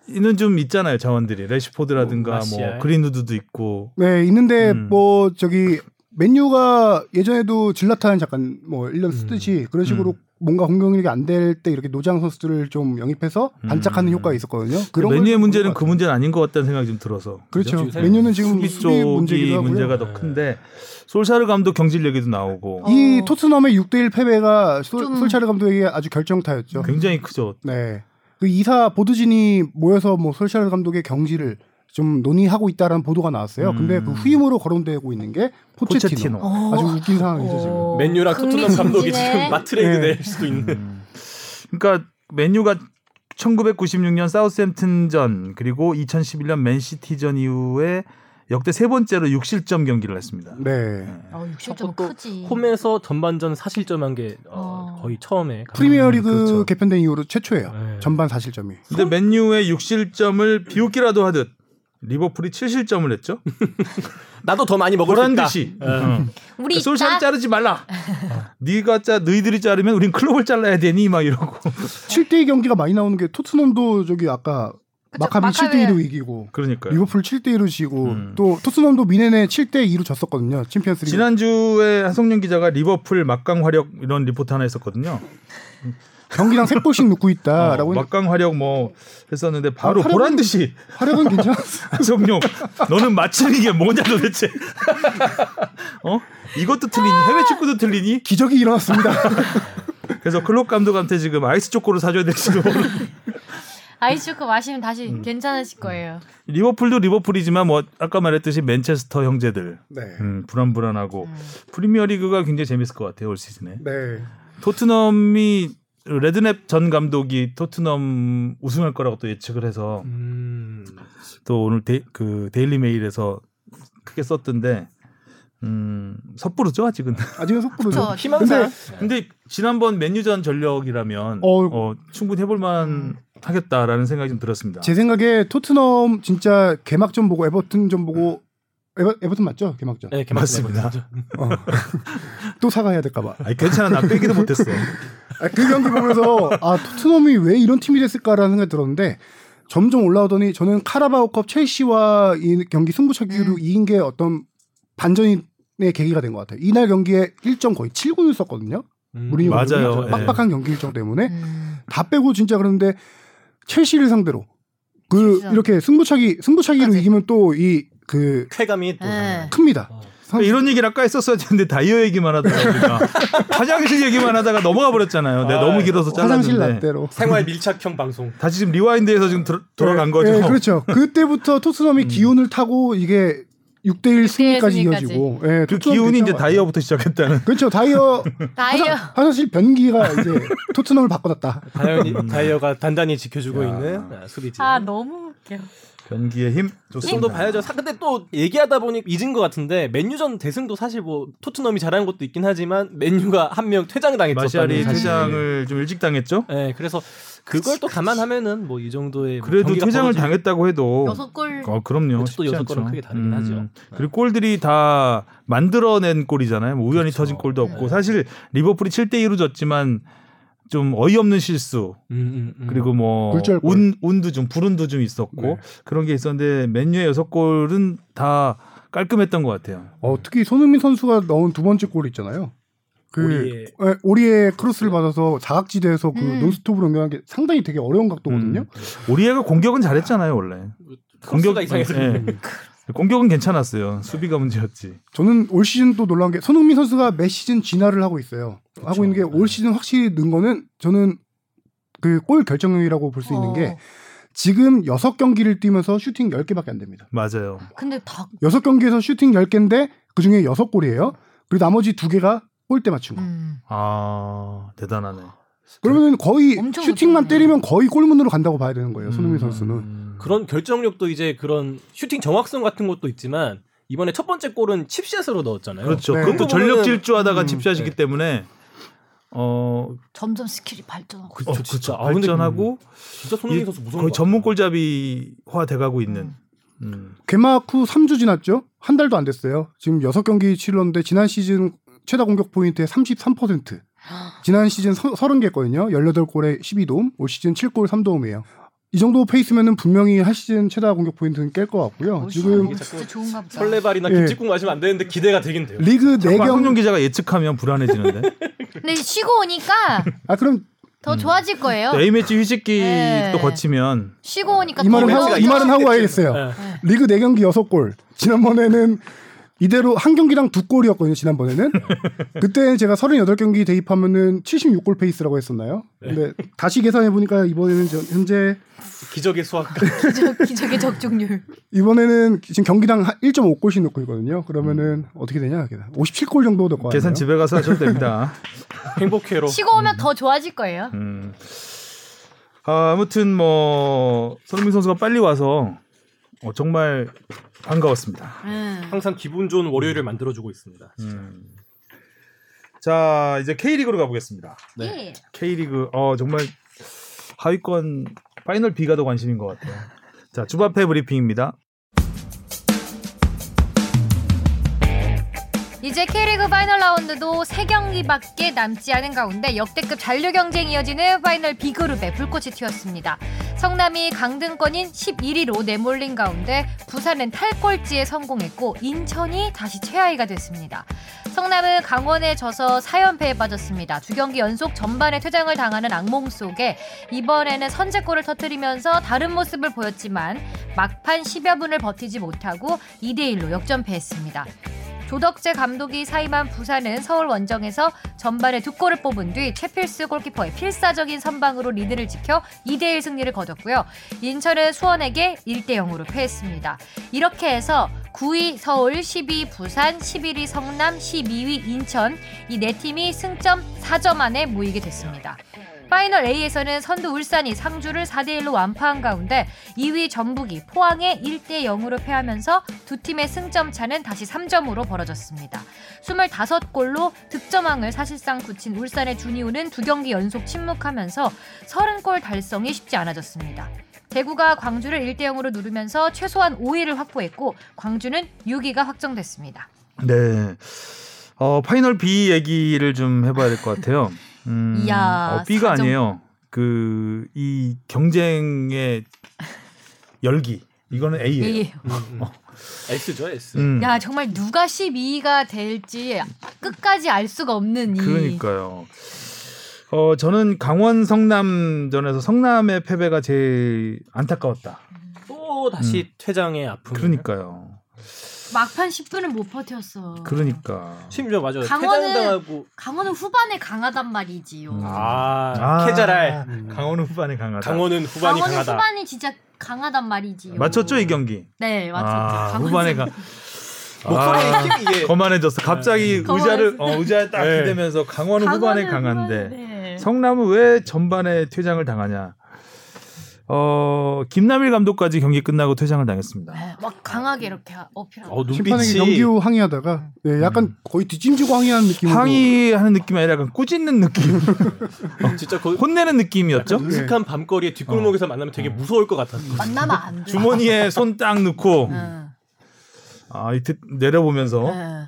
S2: 위치는 좀 있잖아요. 자원들이
S3: 뭐,
S4: 음,
S2: 레시포드라든가 뭐,
S3: 마시알.
S2: 그린우드도 있고
S4: 네, 있는데
S2: 음.
S4: 뭐 저기 맨유가 예전에도 질라탄 잠깐 뭐
S2: 음.
S4: 1년 쓰듯이 그런 식으로 뭔가 공격력이 안 될 때 이렇게 노장 선수들을 좀 영입하면서 반짝하는
S2: 음.
S4: 효과가 있었거든요. 그런
S2: 맨유의
S4: 걸
S2: 문제는
S4: 볼
S2: 그
S4: 것
S2: 문제는 아닌 것 같다는 생각이 좀 들어서
S4: 같아요.
S3: 그죠?
S4: 그렇죠. 맨유는 지금
S2: 수비
S4: 수비 문제기도
S2: 쪽이
S4: 하고요. 네.
S2: 문제가 더 큰데 솔샤르 감독 경질력에도 나오고
S4: 이
S1: 어.
S4: 토트넘의 6대1 패배가 솔,
S1: 좀-
S4: 솔차르 감독에게 아주 결정타였죠.
S2: 굉장히 크죠.
S4: 네. 그 이사 보드진이 모여서 뭐 솔샤르 감독의 경지를 좀 논의하고 있다라는 보도가 나왔어요. 근데 그 후임으로 거론되고 있는 게 포체티노.
S2: 포체티노.
S4: 아주 웃긴 상황이죠 지금.
S1: 어,
S3: 맨유랑 토트넘 감독이
S1: 흥미진진해.
S3: 지금 마트레이드
S4: 네.
S3: 될 수도
S2: 음.
S3: 있는.
S2: 그러니까 맨유가 1996년 사우스햄튼전 그리고 2011년 맨시티전 이후에 역대 세 번째로 6실점 경기를 했습니다.
S4: 네.
S2: 음.
S1: 어,
S2: 아,
S1: 6실점
S3: 그것도
S1: 크지.
S3: 홈에서 전반전 4실점한 게 어,
S1: 어.
S3: 거의 처음에 가는-
S4: 프리미어리그
S2: 그렇죠.
S4: 개편된 이후로 최초예요.
S3: 네.
S4: 전반 4실점이.
S2: 근데 맨유의 6실점을 비웃기라도 하듯 리버풀이 7실점을 했죠.
S3: 나도 더 많이 (laughs) 먹을 수
S2: 보란
S3: 있다.
S2: 듯이.
S3: 예.
S2: 응.
S1: 우리 있다.
S2: 그 솔샤를 자르지 말라. 네가 짜 너희들이 자르면 우린 클럽을 잘라야 되니 막 이러고.
S4: 7대2 경기가 많이 나오는 게 토트넘도 저기 아까
S1: 그쵸,
S4: 마카비
S1: 마카비에.
S4: 7대2로 이기고
S2: 그러니까요.
S4: 리버풀 7대2로 지고
S2: 네. 음.
S4: 또 토트넘도 미네네 7대2로 졌었거든요. 챔피언스 리그.
S2: 지난주에 한성윤 기자가 리버풀 막강 화력 이런 리포트 하나 했었거든요.
S4: 경기당 3골씩 넣고
S2: (laughs)
S4: 있다라고 했는데
S2: 어, 막강 화력 뭐 했었는데 바로
S4: 아, 화력은-
S2: 보란
S4: (laughs)
S2: 듯이
S4: 화력은
S2: (laughs)
S4: 괜찮았어요.
S2: 한성룡 너는 맞추는 게 뭐냐 도대체 (laughs) 어 이것도 틀리니 해외 축구도 틀리니
S4: 기적이 일어났습니다.
S2: 그래서 클럽 감독한테 지금 아이스 초코를 사줘야 될지도 모르
S1: 아이스초코 그 마시면 다시
S2: 음.
S1: 괜찮으실 거예요.
S2: (laughs) 리버풀도 리버풀이지만 뭐 아까 말했듯이 맨체스터 형제들
S4: 네.
S2: 음, 불안불안하고 프리미어리그가 굉장히 재밌을 것 같아요 올 시즌에
S4: 네.
S2: 토트넘이 레드넵 전 감독이 토트넘 우승할 거라고 또 예측을 해서
S3: 음.
S2: 또 오늘 데이, 그 데일리 메일에서 크게 썼던데 음 섣부르죠 아직은 네.
S4: 아직은 속보로
S5: 그쵸.
S3: 희망사항.
S2: 근데 지난번 맨유전 전력이라면
S4: 어.
S2: 어, 충분히 해볼만 하겠다라는 생각이 좀 들었습니다.
S4: 제 생각에 토트넘 진짜 개막전 보고 에버튼 좀 보고
S2: 음.
S4: 에버, 에버튼 맞죠? 개막전.
S3: 네,
S2: 맞습니다.
S4: 어. (laughs) 또 사과해야 될까 봐.
S2: 아니, 괜찮아 나 빼기도 못했어.
S4: 아, 그 경기 보면서 아 토트넘이 왜 이런 팀이 됐을까라는 생각이 들었는데 점점 올라오더니 저는 카라바오컵 첼시와 이
S1: 음.
S4: 경기 승부차기로 이긴 게 어떤 반전의 계기가 된 것 같아요. 이날 경기에 1점 거의 7군을 썼거든요.
S3: 음.
S4: 무리뉴
S2: 맞아요.
S4: 감독이
S2: 예.
S4: 빡빡한 경기 일정 때문에
S1: 음.
S4: 다 빼고 진짜 그런데 첼시를 상대로 그
S1: 첼시전.
S4: 이렇게 승부차기 승부차기로
S1: 끝까지.
S4: 이기면 또 이 그
S3: 쾌감이 또.
S1: 네.
S4: 큽니다.
S3: 어.
S2: (laughs)
S4: 선-
S2: 이런 얘기를 아까 했었어야 되는데 다이어 얘기만 하다가
S4: (laughs)
S2: 우리가 화장실 얘기만 하다가 넘어가 버렸잖아요. 내가
S3: 아,
S2: 너무 길어서
S4: 화장실
S2: 잘랐는데
S4: 라떼로
S3: 생활 밀착형 방송.
S2: 다시 지금 리와인드해서 지금 들- 돌아간 거죠. 음.
S4: 예, 그렇죠. 그때부터 토트넘이 기운을 타고 이게 6대1 승리까지
S1: 승리까지.
S4: 이어지고 예,
S2: 그
S4: 토트넘
S2: 기운이 이제
S4: 괜찮아요.
S2: 다이어부터 시작했다는.
S4: 그렇죠. 다이어
S1: (laughs)
S2: 음.
S1: 다이어.
S4: 화장- 화장실 변기가 이제 토트넘을 바꿔놨다.
S3: 다이어, 다이어가 단단히 지켜주고 있는 음. 아, 수비지.
S1: 아 너무 웃겨.
S2: 어. 변기의 힘
S3: 좀더
S2: 좋습니다.
S3: 봐야죠. 사- 근데 또 얘기하다 보니 잊은 것 같은데 맨유전 대승도 사실 뭐 토트넘이 잘한 것도 있긴 하지만 맨유가 한 명 퇴장당했었다는
S2: 마샬이
S3: 사실.
S2: 퇴장을 좀 일찍 당했죠.
S3: 네, 그래서 그걸 또 감안하면은 뭐 이 정도의 뭐
S2: 그래도
S3: 경기가
S2: 퇴장을
S3: 벌어지면
S2: 당했다고 해도
S5: 여섯 골
S2: 어, 그럼요.
S3: 그것도
S2: 쉽지
S3: 여섯 골은
S2: 않죠. 음.
S3: 크게 다르긴 하죠. 네.
S2: 그리고 골들이 다 만들어낸 골이잖아요. 뭐
S3: 그렇죠.
S2: 우연히 터진 골도 없고
S3: 네.
S2: 사실 리버풀이 7대 2로 졌지만 좀 어이없는 실수
S3: 음, 음, 음.
S2: 그리고
S4: 굴절 골.
S2: 뭐운 운도 좀 불운도 좀 있었고
S4: 네.
S2: 그런 게 있었는데 맨유의 여섯 골은 다 깔끔했던 것 같아요.
S4: 어, 특히 손흥민 선수가 넣은 두 번째 골 있잖아요. 그
S3: 우리의
S4: 예,
S2: 네.
S4: 오리의 크로스를 받아서 자각지대에서 그
S1: 음.
S4: 논스톱으로 연결한 게 상당히 되게 어려운 각도거든요.
S2: 음. 우리애가 공격은 잘했잖아요 원래.
S3: 크로스가 음, 이상해서
S2: 예. 공격은 괜찮았어요. 수비가 문제였지.
S4: 저는 올 시즌 또 놀라운 게 손흥민 선수가 매 시즌 진화를 하고 있어요.
S2: 그렇죠.
S4: 하고
S2: 네.
S4: 있는 게 올 시즌 확실히 는 거는 저는 그 골 결정력이라고 볼 수
S1: 어.
S4: 있는 게 지금 6경기를 뛰면서 슈팅 10개밖에 안 됩니다.
S2: 맞아요.
S1: 근데 다
S4: 6경기에서 슈팅 10개인데 그중에 6골이에요. 그리고 나머지 2개가 골대 맞춘 거.
S1: 음.
S2: 아 대단하네.
S4: 어, 그러면 거의
S1: 엄청
S4: 슈팅만
S1: 좋네.
S4: 때리면 거의 골문으로 간다고 봐야 되는 거예요. 손흥민
S2: 음.
S4: 선수는.
S3: 그런 결정력도 이제 그런 슈팅 정확성 같은 것도 있지만 이번에 첫 번째 골은 칩샷으로 넣었잖아요.
S2: 그렇죠.
S4: 네.
S2: 그것도
S3: 그 부분은-
S2: 전력 질주하다가
S4: 음,
S2: 집시하시기
S3: 네.
S2: 때문에 어,
S5: 점점 스킬이 발전하고.
S3: 그쵸,
S2: 어
S3: 진짜.
S2: 그쵸.
S3: 아, 근데
S2: 발전하고
S3: 진짜 손흥민
S2: 이-
S3: 선수 무서운
S2: 거의
S3: 것
S2: 전문
S3: 같아요.
S2: 골잡이화 돼가고 있는. 음.
S4: 개막 후 3주 지났죠? 한 달도 안 됐어요. 지금 6경기 치렀는데 지난 시즌 최다 공격 포인트의 33%. 지난 시즌 서, 30개였거든요. 18골에 12도움, 올 시즌 7골 3도움이에요. 이 정도 페이스면은 분명히 할 시즌 최다 공격 포인트는 깰 것 같고요.
S5: 오,
S4: 지금
S5: 시원해. 진짜 좋은가 보다.
S3: 설레발이나
S4: 예.
S3: 김치국 마시면 안 되는데 기대가 되긴 돼요.
S4: 리그
S2: 자꾸 황용
S4: 4경 어.
S2: 기자가 예측하면
S4: (laughs)
S2: 불안해지는데.
S1: 근데 쉬고 오니까
S4: 아 그럼
S2: 음.
S1: 더 좋아질 거예요.
S2: A 매치 휴식기도
S1: 네.
S2: 거치면
S1: 쉬고 오니까
S4: 이
S3: 어,
S4: 말은
S1: 더
S4: 하고
S1: 무거워져.
S4: 이 말은 하고 와야겠어요.
S3: 예.
S4: 리그 4경기 6골. 지난번에는 이대로 한 경기당 두
S2: (laughs)
S4: 골이었거든요, 지난번에는. 그때 제가 38경기 대입하면은 76골 페이스라고 했었나요?
S2: 네.
S4: 근데 다시 계산해 보니까 이번에는 저- 현재
S3: 기적의 수학가.
S1: 기적, 기적의 적중률.
S4: 이번에는 지금 경기당 1.5골씩 넣고 있거든요. 그러면은 어떻게 되냐? 57골 정도 넣을
S2: 음.
S4: 거예요.
S2: 계산 집에 가서 하셔도
S4: (laughs)
S2: 됩니다.
S3: (laughs)
S2: 어.
S3: 행복해로.
S1: 쉬고 오면 더 좋아질 거예요.
S2: 음. 아, 아무튼 뭐 손흥민 선수가 빨리 와서 어, 정말 반가웠습니다.
S1: 음.
S5: 예.
S3: 항상 기분 좋은 월요일을 만들어주고 있습니다.
S2: 음. 자 이제 K리그로 가보겠습니다.
S5: 예.
S2: K리그 어 정말 하위권 파이널 B가 더 관심인 것 같아요. 자 주바페 브리핑입니다.
S1: 이제 K리그 파이널 라운드도 3경기밖에 남지 않은 가운데 역대급 잔류 경쟁이 이어지는 파이널 B그룹에 불꽃이 튀었습니다. 성남이 강등권인 11위로 내몰린 가운데 부산은 탈꼴찌에 성공했고 인천이 다시 최하위가 됐습니다. 성남은 강원에 져서 4연패에 빠졌습니다. 두 경기 연속 전반에 퇴장을 당하는 악몽 속에 이번에는 선제골을 터뜨리면서 다른 모습을 보였지만 막판 10여 분을 버티지 못하고 2대1로 역전패했습니다. 조덕재 감독이 사임한 부산은 서울 원정에서 전반에 두 골을 뽑은 뒤 최필수 골키퍼의 필사적인 선방으로 리드를 지켜 2대1 승리를 거뒀고요. 인천은 수원에게 1대0으로 패했습니다. 이렇게 해서 9위 서울, 10위 부산, 11위 성남, 12위 인천 이 네 팀이 승점 4점 안에 모이게 됐습니다. 파이널 A에서는 선두 울산이 상주를 4대1로 완파한 가운데 2위 전북이 포항에 1대0으로 패하면서 두 팀의 승점 차는 다시 3점으로 벌어졌습니다. 25골로 득점왕을 사실상 굳힌 울산의 준이우는 두 경기 연속 침묵하면서 30골 달성이 쉽지 않아졌습니다. 대구가 광주를 1대0으로 누르면서 최소한 5위를 확보했고 광주는 6위가 확정됐습니다.
S2: 네. 어 파이널 B 얘기를 좀 해봐야 될 것 같아요. 음,
S1: 이야,
S2: 어, B가
S1: 사정.
S2: 아니에요. 그 이 경쟁의 열기 이거는 A예요.
S1: 예.
S3: 음, 음. S죠 S.
S2: 음.
S1: 야 정말 누가 12위가 될지 끝까지 알 수가 없는 이
S2: 그러니까요. 어 저는 강원 성남전에서 성남의 패배가 제일 안타까웠다.
S3: 또 다시 퇴장의 아픔.
S2: 그러니까요.
S5: 막판 10분을 못 버텨서.
S2: 그러니까.
S3: 심지어 맞아요.
S5: 강원은-
S3: 퇴장당하고
S5: 강원은 후반에 강하단 말이지요.
S2: 음.
S3: 아,
S2: 아,
S3: 캐자랄.
S2: 강원은 후반에 강하다.
S3: 강원은 후반이
S5: 강원은
S3: 강하다.
S5: 후반이 진짜 강하단 말이지요.
S2: 맞췄죠 이 경기.
S5: 네, 맞죠.
S2: 아,
S5: 강원은
S2: 후반에 가.
S3: 목소리
S2: 아,
S3: (laughs) 힘이 이게
S2: 거만해졌어. 갑자기 의자를 어, 의자에 딱
S3: 네.
S2: 기대면서 강원은 후반에 강한데
S5: 후반에, 네.
S2: 성남은 왜 전반에 퇴장을 당하냐? 어 김남일 감독까지 경기 끝나고 퇴장을 당했습니다.
S3: 아,
S5: 네, 막 강하게 이렇게 어필하고.
S3: 어,
S4: 심판에게
S3: 눈빛이
S4: 경기 후 항의하다가 예, 약간 거의 뒤짐지고 항의하는 느낌으로
S2: 음. 항의하는 느낌이 아니라 약간 꾸짖는 느낌,
S3: 음, 진짜 거의
S2: 혼내는 느낌이었죠.
S3: 익숙한 밤거리에 뒷골목에서 만나면 되게 무서울 것 같았어.
S5: 만나면 안 네. 돼.
S2: 주머니에 손 딱 넣고
S5: 응.
S2: 아 이때 내려보면서
S5: 응.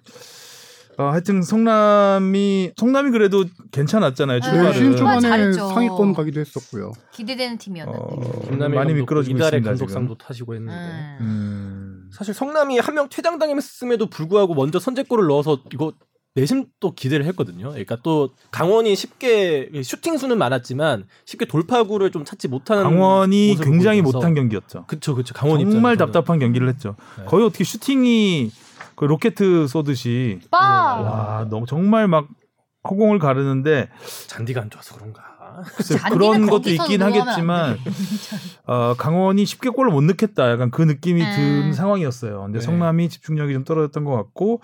S2: 아, 하여튼 성남이 성남이 그래도 괜찮았잖아요
S4: 네,
S2: 출발은
S4: 시즌 초반에
S1: 잘했죠.
S4: 상위권 가기도 했었고요.
S1: 기대되는 팀이었는데.
S2: 어,
S3: 김남일
S2: 많이
S3: 감독,
S2: 미끄러지고
S3: 이달의
S2: 있습니다
S3: 감독상도
S2: 지금.
S3: 타시고 했는데.
S1: 음.
S5: 응.
S2: 음.
S3: 사실 성남이 한 명 퇴장당했음에도 불구하고 먼저 선제골을 넣어서 이거 내심 또 기대를 했거든요. 그러니까 또 강원이 쉽게 슈팅 수는 많았지만 쉽게 돌파구를 좀 찾지 못하는
S2: 강원이
S3: 모습을
S2: 굉장히
S3: 보여줘서.
S2: 못한 경기였죠.
S3: 그쵸 그쵸 강원
S2: 정말
S3: 입장에서는.
S2: 답답한 경기를 했죠.
S3: 네.
S2: 거의 어떻게 슈팅이 거의 로켓 쏘듯이
S1: 빠!
S2: 와 너무 정말 막 허공을 가르는데
S3: 잔디가 안 좋아서 그런가.
S2: 글쎄,
S1: 잔디는
S2: 그런 것도
S1: 거기서
S2: 있긴
S1: 넘어가면
S2: 하겠지만 어, 강원이 쉽게 골을 못 넣겠다 약간 그 느낌이 든
S1: 음.
S2: 상황이었어요. 근데
S3: 네.
S2: 성남이 집중력이 좀 떨어졌던 것 같고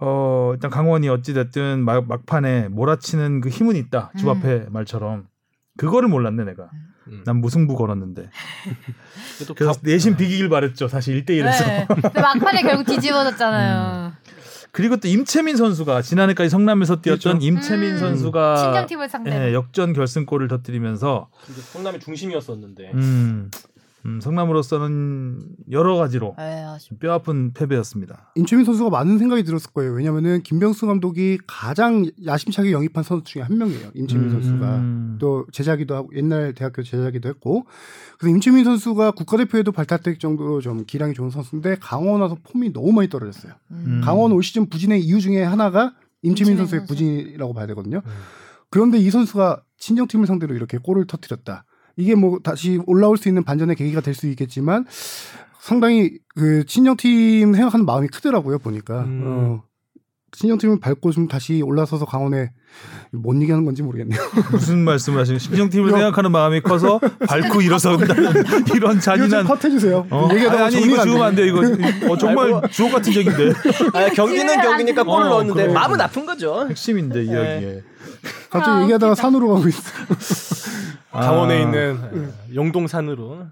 S2: 어, 일단 강원이 어찌 됐든 막, 막판에 몰아치는 그 힘은 있다
S1: 음.
S2: 주바페 말처럼 그거를 몰랐네 내가.
S3: 음.
S2: 난 무승부 걸었는데
S4: 네.
S3: 또
S2: 그래서 내심 비기길 바랬죠 사실 1대1에서
S1: 네. 근데 막판에 결국 뒤집어졌잖아요.
S2: 그리고 또 임채민 선수가 지난해까지 성남에서 뛰었던
S4: 그렇죠.
S2: 임채민
S1: 음. 네.
S2: 선수가
S1: 친정팀을 상대로
S2: 예, 역전 결승골을 터뜨리면서
S3: 성남의 중심이었었는데
S2: 음, 음, 성남으로서는 여러 가지로
S5: 네,
S1: 예, 아쉽-
S2: 뼈 아픈 패배였습니다.
S4: 임채민 선수가 많은 생각이 들었을 거예요. 왜냐면은 김병수 감독이 가장 야심차게 영입한 선수 중에 한 명이에요. 임채민 선수가.
S2: 음.
S4: 또 제자기도 하고 옛날 대학교 제자기도 했고 그래서 임채민 선수가 국가대표에도 발탁될 정도로 좀 기량이 좋은 선수인데 강원 와서 폼이 너무 많이 떨어졌어요.
S1: 음.
S4: 강원 올 시즌 부진의 이유 중에 하나가 임채민
S5: 임채민
S4: 선수의
S5: 선수.
S4: 부진이라고 봐야 되거든요.
S3: 음.
S4: 그런데 이 선수가 친정팀을 상대로 이렇게 골을 터뜨렸다. 이게 뭐 다시 올라올 수 있는 반전의 계기가 될 수 있겠지만 상당히 그 친정팀 생각하는 마음이 크더라고요 보니까
S3: 음.
S4: 어, 친정팀을 밟고 좀 다시 올라서서 강원에 뭔 얘기하는 건지 모르겠네요.
S2: 무슨 말씀을 하시는 신정팀을
S4: 여-
S2: 생각하는 마음이 커서 밟고 일어선다는 이런
S4: 이거 좀
S2: 잔인한
S4: 컷해주세요.
S2: 어? 아니,
S4: 얘기하다가
S2: 아니
S4: 정리가
S2: 이거
S4: 안
S2: 지우면 안 돼요 이거 어, 정말
S3: 아이고.
S2: 주옥 같은 (laughs) 적인데
S3: 아, 경기는 경기니까 골을
S2: 어,
S3: 넣었는데
S2: 그래.
S3: 마음은 아픈 거죠.
S2: 핵심인데 이야기에
S4: 갑자기
S5: 아,
S4: 얘기하다가 산으로 가고 있어.
S2: 아, 음.
S3: 강원에 있는 예, 영동산으로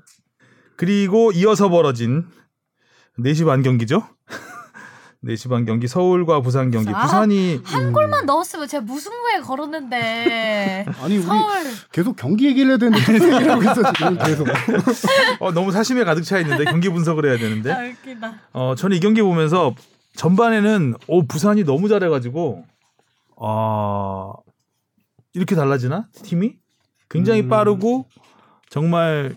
S2: 그리고 이어서 벌어진 4시 반 경기죠 (laughs) 4시 반 경기 서울과 부산 경기
S5: 아,
S2: 부산이
S5: 한 골만 넣었으면 제가 무승부에 걸었는데
S4: 아니 우리
S5: 서울
S4: 계속 경기 얘기를 해야 되는데 무슨 얘기를 하고 있어 지금 계속.
S2: 어, 너무 사심에 가득 차 있는데 경기 분석을 해야 되는데
S5: 아, 웃기다.
S2: 어, 저는 이 경기 보면서 전반에는 오 부산이 너무 잘해가지고 아 이렇게 달라지나 팀이 굉장히
S3: 음.
S2: 빠르고 정말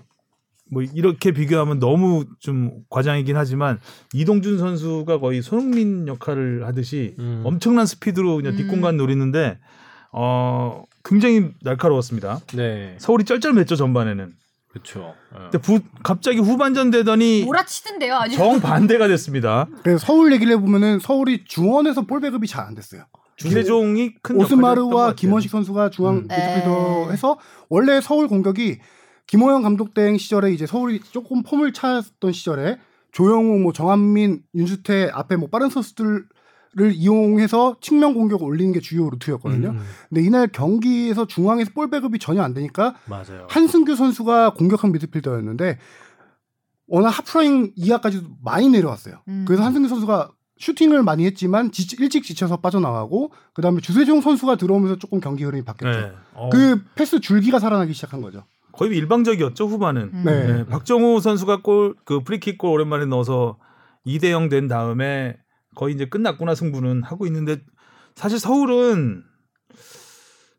S2: 뭐 이렇게 비교하면 너무 좀 과장이긴 하지만 이동준 선수가 거의 손흥민 역할을 하듯이
S3: 음.
S2: 엄청난 스피드로 그냥
S1: 음.
S2: 뒷공간 노리는데 어 굉장히 날카로웠습니다.
S3: 네
S2: 서울이 쩔쩔맸죠 전반에는.
S3: 그렇죠. 어.
S2: 근데 부- 갑자기 후반전 되더니
S5: 몰아치던데요, 아니.
S2: 정 반대가 됐습니다.
S4: 그래서 서울 얘기를 해보면은 서울이 중원에서 볼 배급이 잘 안 됐어요.
S2: 주세종이 큰 역할을 했던 것 같아요.
S4: 오스마르와 김원식 선수가 중앙
S2: 음.
S4: 미드필더 해서 원래 서울 공격이 김호영 감독 대행 시절에 이제 서울이 조금 폼을 찾았던 시절에 조영우, 뭐 정한민, 윤주태 앞에 뭐 빠른 선수들을 이용해서 측면 공격을 올리는 게 주요 루트였거든요.
S3: 음, 음.
S4: 근데 이날 경기에서 중앙에서 볼 배급이 전혀 안 되니까
S3: 맞아요.
S4: 한승규 선수가 공격한 미드필더였는데 워낙 하프라인 이하까지 많이 내려왔어요.
S1: 음.
S4: 그래서 한승규 선수가 슈팅을 많이 했지만 지- 일찍 지쳐서 빠져나가고 그다음에 주세종 선수가 들어오면서 조금 경기 흐름이 바뀌었죠.
S2: 네. 어,
S4: 그 패스 줄기가 살아나기 시작한 거죠.
S2: 거의 일방적이었죠 후반은.
S1: 음.
S4: 네.
S2: 네, 박정호 선수가 골 그 프리킥 골 오랜만에 넣어서 2대 0 된 다음에 거의 이제 끝났구나 승부는 하고 있는데 사실 서울은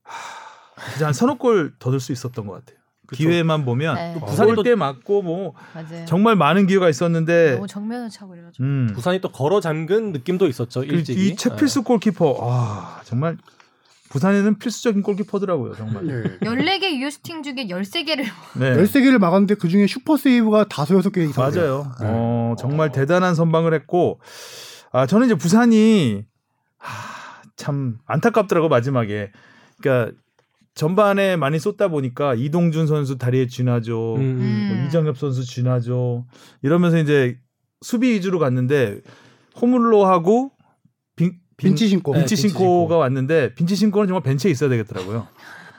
S2: 하, 이제 한 서너 골 더 들 수 있었던 것 같아요. 기회만 보면 어,
S1: 네. 또
S3: 부산이
S2: 부산때 맞고 뭐
S4: 네.
S1: 맞아요.
S2: 정말 많은 기회가 있었는데
S1: 너무 정면을 차고 이래가지고.
S2: 음,
S3: 부산이 네. 또 걸어 잠근 느낌도 있었죠.
S2: 그,
S3: 일찍
S2: 이 채필스 골키퍼 아 정말 부산에는 필수적인 골키퍼더라고요 정말. 네.
S4: 네.
S1: 14개 유효슈팅 중에 13개를
S4: 13개를 막았는데 그중에 슈퍼 세이브가 다소 여섯 개 이상.
S2: 맞아요.
S4: 네.
S2: 어, 정말
S3: 어.
S2: 대단한 선방을 했고, 아, 저는 이제 부산이, 하, 참 안타깝더라고, 마지막에. 그러니까 전반에 많이 쏟다 보니까 이동준 선수 다리에
S3: 아.
S2: 쥐나죠.
S1: 음.
S2: 뭐 이정엽 선수 쥐나죠. 이러면서 이제 수비 위주로 갔는데, 호물로 하고, 빈, 빈,
S4: 빈치 신고.
S3: 네.
S2: 빈치
S3: 빈치
S2: 신코가
S3: 신코.
S2: 왔는데, 빈치 신코는 정말 벤치에 있어야 되겠더라고요.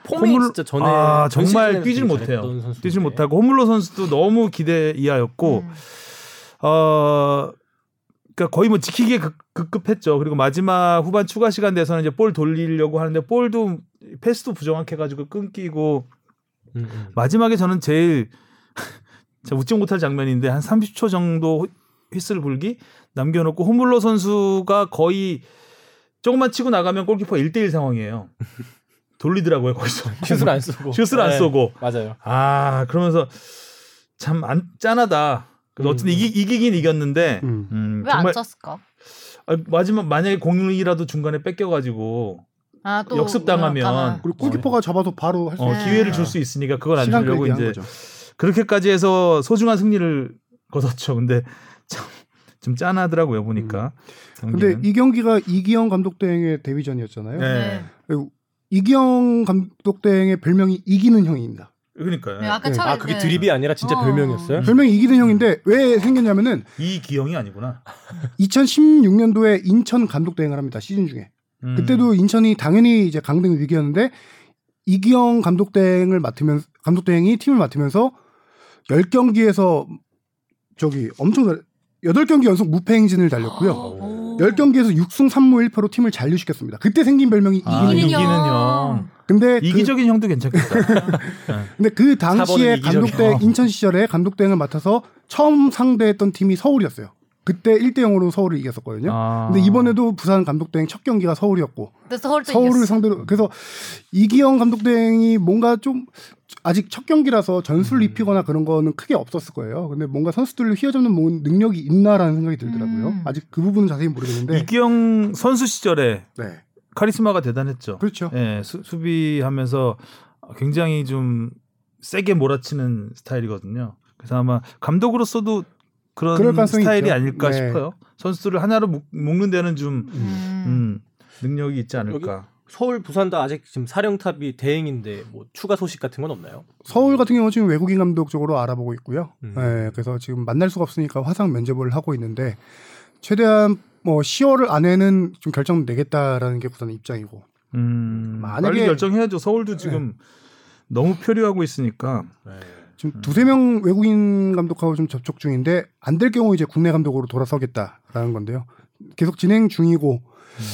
S3: 폼이
S2: 홈을-
S3: 진짜 전에
S2: 아,
S3: 전
S2: 정말
S3: 시즌에는
S2: 뛰질
S3: 되게
S2: 못해요.
S3: 잘했던 선수인데.
S2: 뛰지 못하고, 호물로 선수도 너무 기대 이하였고,
S1: 음.
S2: 어, 그러니까 거의 뭐 지키기에 급, 급했죠 그리고 마지막 후반 추가 시간 돼서는 이제 볼 돌리려고 하는데 볼도 패스도 부정확해 가지고 끊기고
S3: 음, 음.
S2: 마지막에 저는 제일 (laughs) 제가 웃지 못할 장면인데 한 30초 정도 휘슬 불기 남겨놓고 호물로 선수가 거의 조금만 치고 나가면 골키퍼 1대1
S3: (laughs)
S2: 상황이에요. 돌리더라고요 거기서
S3: 슛을 안 쏘고
S2: 슛을 안
S3: 네,
S2: 쏘고
S3: 맞아요.
S2: 아 그러면서 참 안 짠하다. 그래서
S3: 음.
S2: 어쨌든 이기, 이기긴 이겼는데
S4: 음.
S2: 음,
S1: 왜안
S2: 정말
S1: 쪘을까?
S2: 아, 마지막 만약에 공이라도 중간에 뺏겨가지고
S1: 아, 또
S2: 역습당하면
S4: 그리고 골키퍼가 잡아서 바로 할 수
S2: 어,
S1: 네.
S2: 기회를 줄 수 있으니까 그걸 안
S4: 시간
S2: 주려고
S4: 끌기 한
S2: 이제
S4: 거죠.
S2: 그렇게까지 해서 소중한 승리를 거뒀죠. 근데 참 좀 짠하더라고요 보니까.
S4: 음. 근데
S2: 경기는.
S4: 이 경기가 이기영 감독 대행의 데뷔전이었잖아요.
S2: 네.
S4: 그리고 이기영 감독 대행의 별명이 이기는 형입니다.
S2: 그러니까요.
S1: 네, 아까
S4: 네.
S1: 처음에
S3: 아 그게 드립이 아니라 진짜
S5: 어.
S3: 별명이었어요?
S4: 별명이 이기는 형인데 왜 생겼냐면은
S2: 이 기형이 아니구나.
S4: 2016년도에 인천 감독 대행을 합니다 시즌 중에
S2: 음.
S4: 그때도 인천이 당연히 이제 강등 위기였는데 이기영 감독 대행을 맡으면 감독 대행이 팀을 맡으면서
S3: 아.
S4: 10경기에서 저기 엄청 잘 8경기 연속 무패 행진을 달렸고요.
S5: 오.
S4: 10경기에서 6승 3무 1패로 팀을 잔류시켰습니다. 그때 생긴 별명이
S2: 아,
S4: 이기는
S2: 이기는
S4: 형.
S2: 형.
S4: 근데 그,
S2: 이기적인 형도
S4: (laughs)
S2: 괜찮겠다.
S4: 근데 그 당시에
S3: 사번은 이기적이야. 어.
S4: 감독대 인천 시절에 감독 대행을 맡아서 처음 상대했던 팀이 서울이었어요. 그때 1대 0으로 서울을 이겼었거든요.
S2: 아.
S4: 근데 이번에도 부산 감독 대행 첫 경기가 서울이었고
S1: 그래서 서울도
S4: 서울을
S1: 이겼어.
S4: 상대로 그래서 이기영 감독 대행이 뭔가 좀 아직 첫 경기라서 전술 입히거나 그런 거는 크게 없었을 거예요. 근데 뭔가 선수들을 휘어잡는 뭔 능력이 있나라는 생각이 들더라고요.
S1: 음.
S4: 아직 그 부분은 자세히 모르겠는데
S2: 이기영 선수 시절에
S4: 네.
S2: 카리스마가 대단했죠.
S4: 그렇죠.
S2: (laughs) 예, 수, 수비하면서 굉장히 좀 세게 몰아치는 스타일이거든요. 그래서 아마 감독으로서도
S4: 그럴
S2: 그런
S4: 가능성이
S2: 스타일이
S4: 있죠.
S2: 아닐까
S4: 네.
S2: 싶어요. 선수들을 하나로 묶, 는 데는 좀
S1: 음.
S2: 음, 능력이 있지 않을까.
S3: 서울 부산 다 아직 지금 사령탑이 대행인데 뭐 추가 소식 같은 건 없나요?
S4: 서울 같은 경우 는 지금 외국인 감독 쪽으로 알아보고 있고요.
S3: 음.
S4: 예, 그래서 지금 만날 수가 없으니까 화상 면접을 하고 있는데 최대한 뭐 10월 안에는 좀 결정 내겠다라는 게 구단의 입장이고
S2: 음,
S4: 만약에- 네.
S2: 빨리 결정해야죠. 서울도 지금 너무 표류하고 있으니까.
S4: 지금
S2: 음.
S4: 두세 명 외국인 감독하고 좀 접촉 중인데 안 될 경우 이제 국내 감독으로 돌아서겠다라는 건데요. 계속 진행 중이고
S2: 음.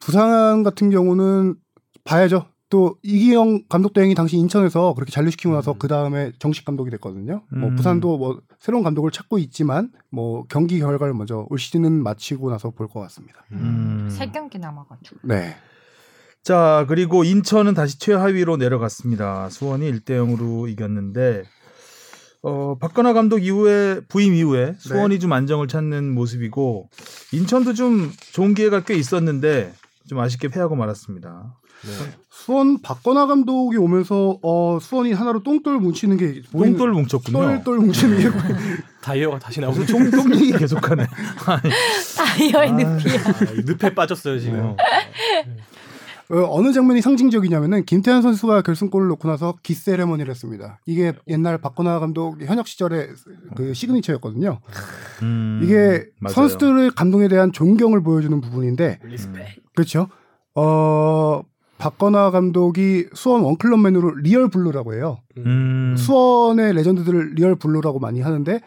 S4: 부산 같은 경우는 봐야죠. 또 이기영 감독 대행이 당시 인천에서 그렇게 잔류시키고 나서 그 다음에 정식 감독이 됐거든요. 뭐
S2: 음.
S4: 부산도 뭐 새로운 감독을 찾고 있지만 뭐 경기 결과를 먼저 올 시즌은 마치고 나서 볼 것 같습니다.
S2: 음.
S1: 세 경기 남아가지고.
S4: 네.
S2: 자, 그리고 인천은 다시 최하위로 내려갔습니다. 수원이 1대 0으로 이겼는데 어, 박건하 감독 이후에 부임 이후에
S4: 네.
S2: 수원이 좀 안정을 찾는 모습이고 인천도 좀 좋은 기회가 꽤 있었는데 좀 아쉽게 패하고 말았습니다.
S3: 네.
S4: 수원 박건하 감독이 오면서 어 수원이 하나로 똥돌 뭉치는 게 보이는-
S2: 똥돌 뭉쳤군요.
S4: 똘똘 뭉치는 게
S2: (laughs)
S4: 보이는
S3: 다이어가 다시 나오고
S2: 무슨 (laughs) 종- 똥이
S1: (laughs)
S2: 계속하네. 아니,
S1: 아이어의
S2: 네.
S1: 느낌.
S3: 아, 이 늪에 빠졌어요 지금.
S2: 어.
S4: 어, 어느 장면이 상징적이냐면은 김태환 선수가 결승골을 넣고 나서 기세레머니를 했습니다. 이게 옛날 박건하 감독 현역 시절의 그 시그니처였거든요.
S2: 음,
S4: 이게
S2: 맞아요.
S4: 선수들의 감동에 대한 존경을 보여주는 부분인데
S2: 네.
S3: 리스펙.
S4: 그렇죠. 어 박건하 감독이 수원 원클럽맨으로 리얼 블루라고 해요.
S2: 음,
S4: 수원의 레전드들을 리얼 블루라고 많이 하는데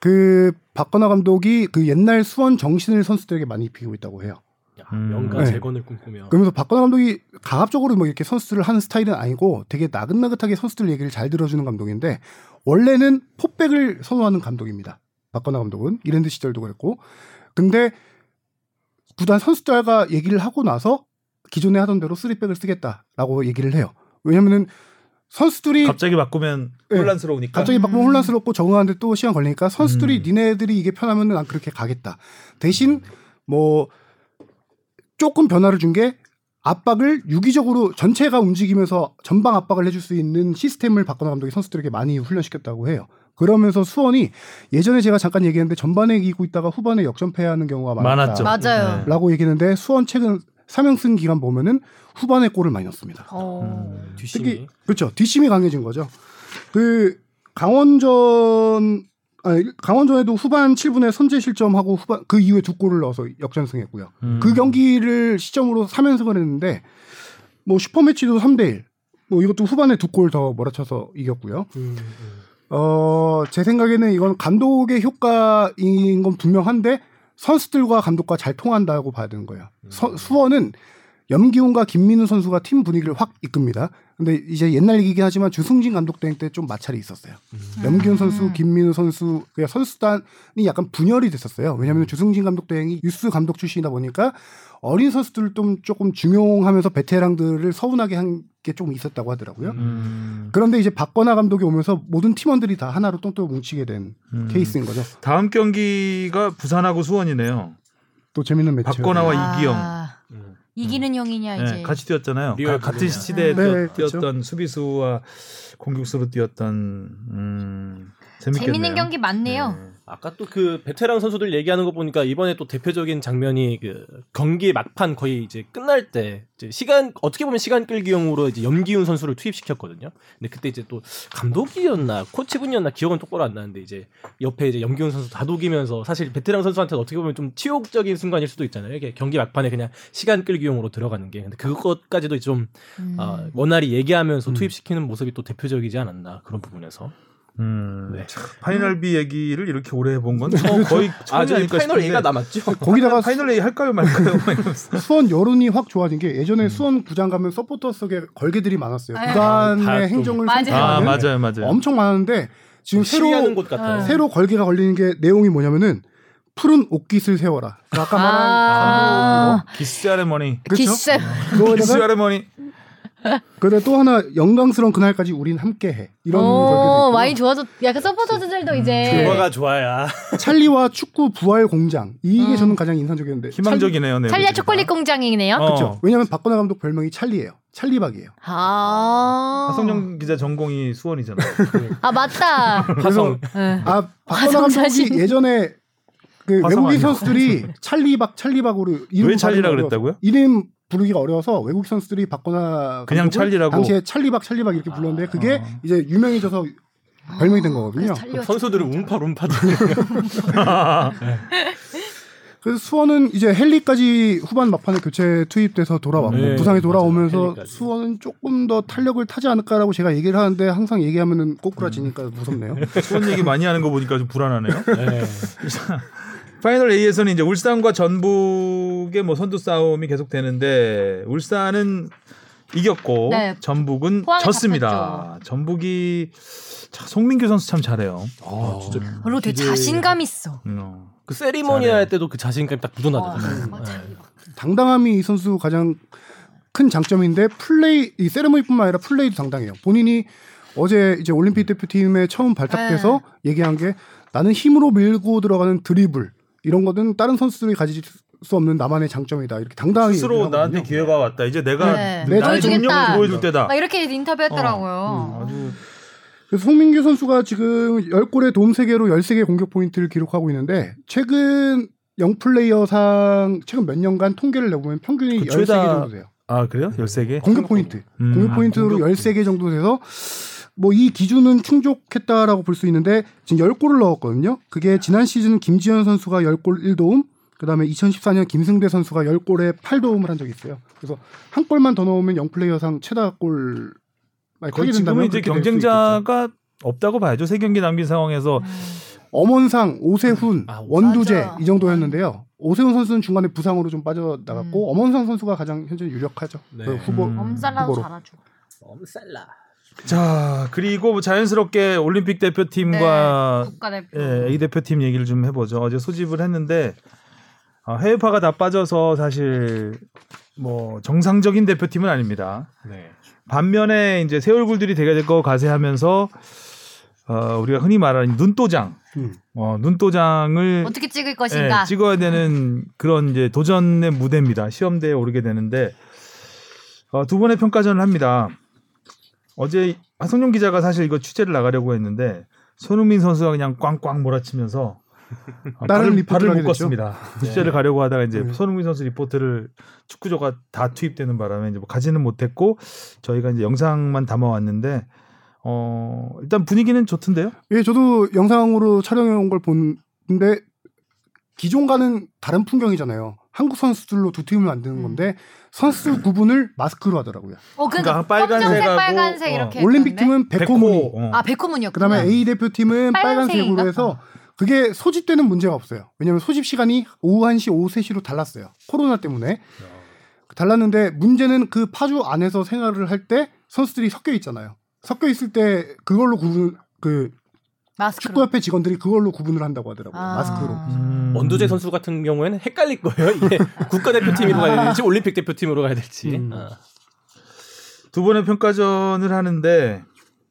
S4: 그 박건하 감독이 그 옛날 수원 정신을 선수들에게 많이 입히고 있다고 해요.
S3: 야,
S2: 음.
S3: 명가
S4: 네.
S3: 재건을 꿈꾸며.
S4: 그러면서 박건하 감독이 강압적으로 뭐 이렇게 선수들을 하는 스타일은 아니고 되게 나긋나긋하게 선수들 얘기를 잘 들어주는 감독인데 원래는 포백을 선호하는 감독입니다. 박건하 감독은 이랜드 시절도 그랬고 근데 구단 선수들과 얘기를 하고 나서 기존에 하던 대로 쓰리백을 쓰겠다라고 얘기를 해요. 왜냐면은 선수들이
S2: 갑자기 바꾸면
S4: 네.
S2: 혼란스러우니까.
S4: 갑자기 막
S1: 음.
S4: 혼란스럽고 적응하는데 또 시간 걸리니까 선수들이
S2: 음.
S4: 니네들이 이게 편하면은 난 그렇게 가겠다. 대신 뭐 조금 변화를 준 게 압박을 유기적으로 전체가 움직이면서 전방 압박을 해줄 수 있는 시스템을 박건하 감독이 선수들에게 많이 훈련시켰다고 해요. 그러면서 수원이 예전에 제가 잠깐 얘기했는데 전반에 이기고 있다가 후반에 역전패하는 경우가
S2: 많았죠.
S4: 많았다.
S1: 맞아요.
S2: 네.
S4: 라고 얘기했는데 수원 최근 3연승 기간 보면은 후반에 골을 많이 넣습니다.
S1: 어.
S2: 음.
S3: 뒷심이.
S4: 특히 그렇죠 뒷심이 강해진 거죠. 그 강원전 아니 강원전에도 후반 7분에 선제 실점하고 후반 그 이후에 두 골을 넣어서 역전승했고요.
S2: 음.
S4: 그 경기를 시점으로 3연승을 했는데 뭐 슈퍼매치도 3대 1. 뭐 이것도 후반에 두 골 더 몰아쳐서 이겼고요.
S3: 음, 음.
S4: 어, 제 생각에는 이건 감독의 효과인 건 분명한데 선수들과 감독과 잘 통한다고 봐야 되는 거예요. 서- 수원은 염기훈과 김민우 선수가 팀 분위기를 확 이끕니다. 근데 이제 옛날 얘기긴 하지만 주승진 감독 대행 때 좀 마찰이 있었어요. 염기훈 선수, 김민우 선수, 그 선수단이 약간 분열이 됐었어요. 왜냐하면 주승진 감독 대행이 유스 감독 출신이다 보니까 어린 선수들을 좀 조금 중용하면서 베테랑들을 서운하게 한 게 좀 있었다고 하더라고요.
S2: 음.
S4: 그런데 이제 박건하 감독이 오면서 모든 팀원들이 다 하나로 똥똥 뭉치게 된
S2: 음.
S4: 케이스인 거죠.
S2: 다음 경기가 부산하고 수원이네요.
S4: 또 재밌는 매치.
S2: 박건하와 이기영.
S1: 아,
S3: 음.
S1: 이기는 형이냐
S2: 네,
S1: 이제.
S2: 같이 뛰었잖아요.
S3: 리얼
S2: 가- 같은
S3: 블루냐.
S2: 시대에
S4: 네,
S2: 뛰었-
S4: 그렇죠.
S2: 뛰었던 수비수와 공격수로 뛰었던 음, 재밌겠네요.
S1: 재밌는 경기 많네요.
S2: 네.
S3: 아까 또 그 베테랑 선수들 얘기하는 거 보니까 이번에 또 대표적인 장면이 그 경기 막판 거의 이제 끝날 때 이제 시간 어떻게 보면 시간 끌기용으로 이제 염기훈 선수를 투입시켰거든요. 근데 그때 이제 또 감독이었나 코치분이었나 기억은 똑바로 안 나는데 이제 옆에 이제 염기훈 선수 다독이면서 사실 베테랑 선수한테 어떻게 보면 좀 치욕적인 순간일 수도 있잖아요. 이게 경기 막판에 그냥 시간 끌기용으로 들어가는 게 근데 그것까지도 좀
S1: 음.
S2: 네.
S3: 음. 아, 원활히 얘기하면서 투입시키는 모습이 또 대표적이지 않았나 그런 부분에서
S2: 음,
S3: 네.
S2: 참, 파이널 B 얘기를 이렇게 오래 해본 건 처음, 거의
S3: 아,
S2: 처음이
S3: 저희
S2: 아닐까
S3: 파이널 A가
S2: 싶은데
S3: 남았죠.
S2: (laughs)
S4: 거기다가
S2: 파이널 A 할까요 말까요? 막 이러면서.
S4: 수원 여론이 확 좋아진 게 예전에 수원 구장 가면 서포터 속에 걸개들이 많았어요.
S5: 아유.
S4: 구단의
S3: 아, 다 좀-
S4: 행정을
S5: 맞아요.
S2: 아
S4: 선택하는
S2: 맞아요 맞아요.
S4: 네. 엄청 많은데 지금
S3: 시위하는
S4: 새로
S3: 곳 같아요.
S5: 네.
S4: 새로 걸개가 걸리는 게 내용이 뭐냐면은 푸른 옷깃을 세워라. 아까 말한
S1: 아,
S2: 뭐, 기스 아레머니.
S4: 그렇죠?
S1: 기스.
S4: 그거에다가-
S2: 기스 아레머니.
S4: 그래 또 하나 영광스러운 그날까지 우린 함께해 이런
S1: 오,
S4: 걸개도
S1: 많이
S4: 있고
S1: 좋아졌.
S5: 그
S1: 약간 서포터들도
S5: 네.
S1: 이제
S3: 조화가 좋아야.
S4: 찰리와 축구 부활 공장 이게
S1: 음.
S4: 저는 가장 인상적이었는데
S2: 희망적이네요. 네.
S1: 찰리아 초콜릿 공장이네요.
S2: 어.
S4: 그렇죠. 왜냐하면 박건하 감독 별명이 찰리예요. 찰리박이에요.
S1: 아.
S2: 하성룡 기자 전공이 수원이잖아요.
S1: 아 맞다.
S3: 화성.
S1: 응.
S4: 아 박건하
S1: 화성
S4: 감독이
S1: 사진.
S4: 예전에 그
S2: 화성
S4: 외국인
S2: 아니야?
S4: 선수들이 찰리박 찰리박으로 이름
S2: 왜 찰리라
S4: 발음이 어려워서-
S2: 그랬다고요?
S4: 이름 부르기가 어려워서 외국 선수들이 박건하
S2: 그냥
S4: 감독을
S2: 찰리라고?
S4: 당시에 찰리박 찰리박 이렇게 불렀는데 그게
S2: 아.
S4: 이제 유명해져서 별명이 된 거거든요.
S5: 그래서 찰리와
S3: 선수들은 움파 룸파들.
S4: 그래서 수원은 이제 헨리까지 후반 막판에 교체 투입돼서 돌아왔고
S3: 네,
S4: 부상이
S3: 맞아요.
S4: 돌아오면서
S3: 헨리까지.
S4: 수원은 조금 더 탄력을 타지 않을까라고 제가 얘기를 하는데 항상 얘기하면은 꼬꾸라지니까 무섭네요.
S2: 수원 얘기 많이 하는 거 보니까 좀 불안하네요.
S3: (laughs) 네.
S2: (laughs) 파이널 A에서는 이제 울산과 전북의 뭐 선두 싸움이 계속 되는데 울산은 이겼고
S5: 네.
S2: 전북은
S1: 포항에
S2: 졌습니다.
S1: 잡혔죠.
S2: 전북이 참, 송민규 선수 참 잘해요.
S3: 아, 진짜.
S1: 별로 되게 자신감 있어.
S2: 음, 어.
S3: 그 세리머니아 할 때도 그 자신감이 딱 묻어나잖아요. 네.
S5: 아, 찰리박.
S4: 당당함이 이 선수 가장 큰 장점인데 플레이 이 세레머니뿐만 아니라 플레이도 당당해요. 본인이 어제 이제 올림픽 대표팀에 처음 발탁돼서 얘기한 게 나는 힘으로 밀고 들어가는 드리블 이런 거는 다른 선수들이 가질 수 없는 나만의 장점이다. 이렇게 당당하게
S2: 스스로
S4: 얘기를 하거든요.
S2: 나한테 기회가 왔다. 이제 내가
S1: 네.
S4: 내
S2: 나의
S1: 보여주겠다.
S2: 능력을 어, 보여줄 때다.
S1: 막 이렇게 인터뷰했더라고요.
S4: 음,
S2: 아주
S4: 그래서 송민규 선수가 지금 10골에 도움 3개로 13개 공격 포인트를 기록하고 있는데 최근 영 플레이어상 최근 몇 년간 통계를 내보면 평균이
S2: 그
S4: 13개
S2: 최다-
S4: 정도 돼요.
S2: 아 그래요? 13개?
S4: 공격 포인트.
S2: 음,
S4: 공격
S2: 아,
S4: 포인트로
S2: 공격
S4: 13개 정도 돼서 뭐 이 기준은 충족했다라고 볼 수 있는데 지금 10골을 넣었거든요. 그게 지난 시즌 김지현 선수가 10골 1도움, 그다음에 2014년 김승대 선수가 10골에 8도움을 한 적이 있어요. 그래서 한 골만 더 넣으면 영 플레이어상 최다 골 만약
S2: 거의
S4: 하게
S2: 지금은
S4: 된다면
S2: 이제
S4: 그렇게 될수 있겠죠.
S2: 경쟁자가 없다고 봐야죠. 세 경기 남긴 상황에서
S1: 음.
S4: 엄원상,
S2: 음,
S4: 오세훈,
S3: 아,
S4: 원두재
S5: 맞아.
S4: 이 정도였는데요. 오세훈 선수는 중간에 부상으로 좀
S5: 음.
S4: 빠져나갔고 엄원상 선수가 가장 현재 유력하죠.
S3: 네.
S4: 그 후보
S2: 음.
S5: 엄살라도
S4: 후보로.
S5: 잘하죠.
S3: 엄살라.
S2: 자 그리고 자연스럽게 올림픽 대표팀과
S5: 네, 국가대표.
S2: 예, A 대표팀 얘기를 좀 해보죠. 어제 소집을 했는데 아, 해외파가 다 빠져서 사실 뭐 정상적인 대표팀은 아닙니다.
S3: 네.
S2: 반면에 이제 새 얼굴들이 되게 될 거 가세하면서 어, 우리가 흔히 말하는 눈도장,
S4: 음.
S2: 어, 눈도장을
S1: 어떻게 찍을 것인가.
S2: 예, 찍어야 되는 그런 이제 도전의 무대입니다. 시험대에 오르게 되는데 어, 두 번의 평가전을 합니다. 어제 하성룡 기자가 사실 이거 취재를 나가려고 했는데 손흥민 선수가 그냥 꽝꽝 몰아치면서 어,
S4: 다른
S2: 발을-
S4: 리포트를
S2: 발을
S4: 하게
S2: 묶었습니다. 취재를 가려고 하다가 이제
S4: 네.
S2: 손흥민 선수 리포트를 축구조가 다 투입되는 바람에 이제 뭐 가지는 못했고 저희가 이제 영상만 담아왔는데 어 일단 분위기는 좋던데요.
S4: 예, 저도 영상으로 촬영해 온 걸 본데 기존과는 다른 풍경이잖아요. 한국 선수들로 두 팀을 만드는
S5: 음.
S4: 건데 선수 구분을 마스크로 하더라고요.
S1: 어, 그
S2: 그러니까 빨간색하고,
S1: 검정색, 빨간색
S2: 어,
S1: 이렇게.
S4: 올림픽
S1: 했던데?
S4: 팀은 백호
S2: 백호,
S4: 무늬,
S2: 어.
S1: 아 백호문이었구나.
S4: 그다음에 A 대표팀은
S1: 빨간색인가?
S4: 빨간색으로 해서 그게 소집되는 문제가 없어요. 왜냐하면 소집 시간이 오후 1시, 오후 3시로 달랐어요. 코로나 때문에 달랐는데 문제는 그 파주 안에서 생활을 할 때 선수들이 섞여 있잖아요. 섞여 있을 때 그걸로 구분 그
S1: 마스크로.
S4: 축구협회 직원들이 그걸로 구분을 한다고 하더라고요.
S1: 아.
S4: 마스크로.
S2: 음.
S3: 원두재 선수 같은 경우에는 헷갈릴 거예요. 이게 국가 대표팀으로 가야 될지 올림픽 대표팀으로 가야 될지.
S4: 음.
S3: 아.
S2: 두 번의 평가전을 하는데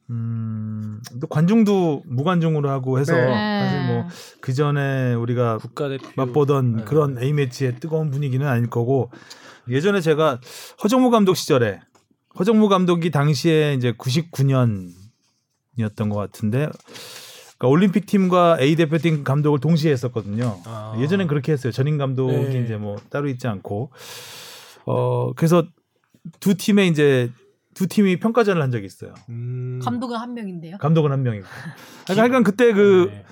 S2: 음, 또 관중도 무관중으로 하고 해서
S4: 네.
S2: 사실 뭐 그 전에 우리가
S3: 국가 대표
S2: 맛보던
S3: 네.
S2: 그런 A 매치의 뜨거운 분위기는 아닐 거고 예전에 제가 허정무 감독 시절에 허정무 감독이 당시에 이제 99년이었던 것 같은데 그러니까 올림픽 팀과 A 대표팀 감독을 동시에 했었거든요.
S3: 아.
S2: 예전엔 그렇게 했어요. 전임 감독이
S3: 네.
S2: 이제 뭐 따로 있지 않고 어 그래서 두 팀의 이제 두 팀이 평가전을 한 적이 있어요.
S3: 음.
S5: 감독은 한 명인데요.
S3: (laughs)
S2: 감독은 한 명이고. 그러니까 하여간 그때 그
S3: 네.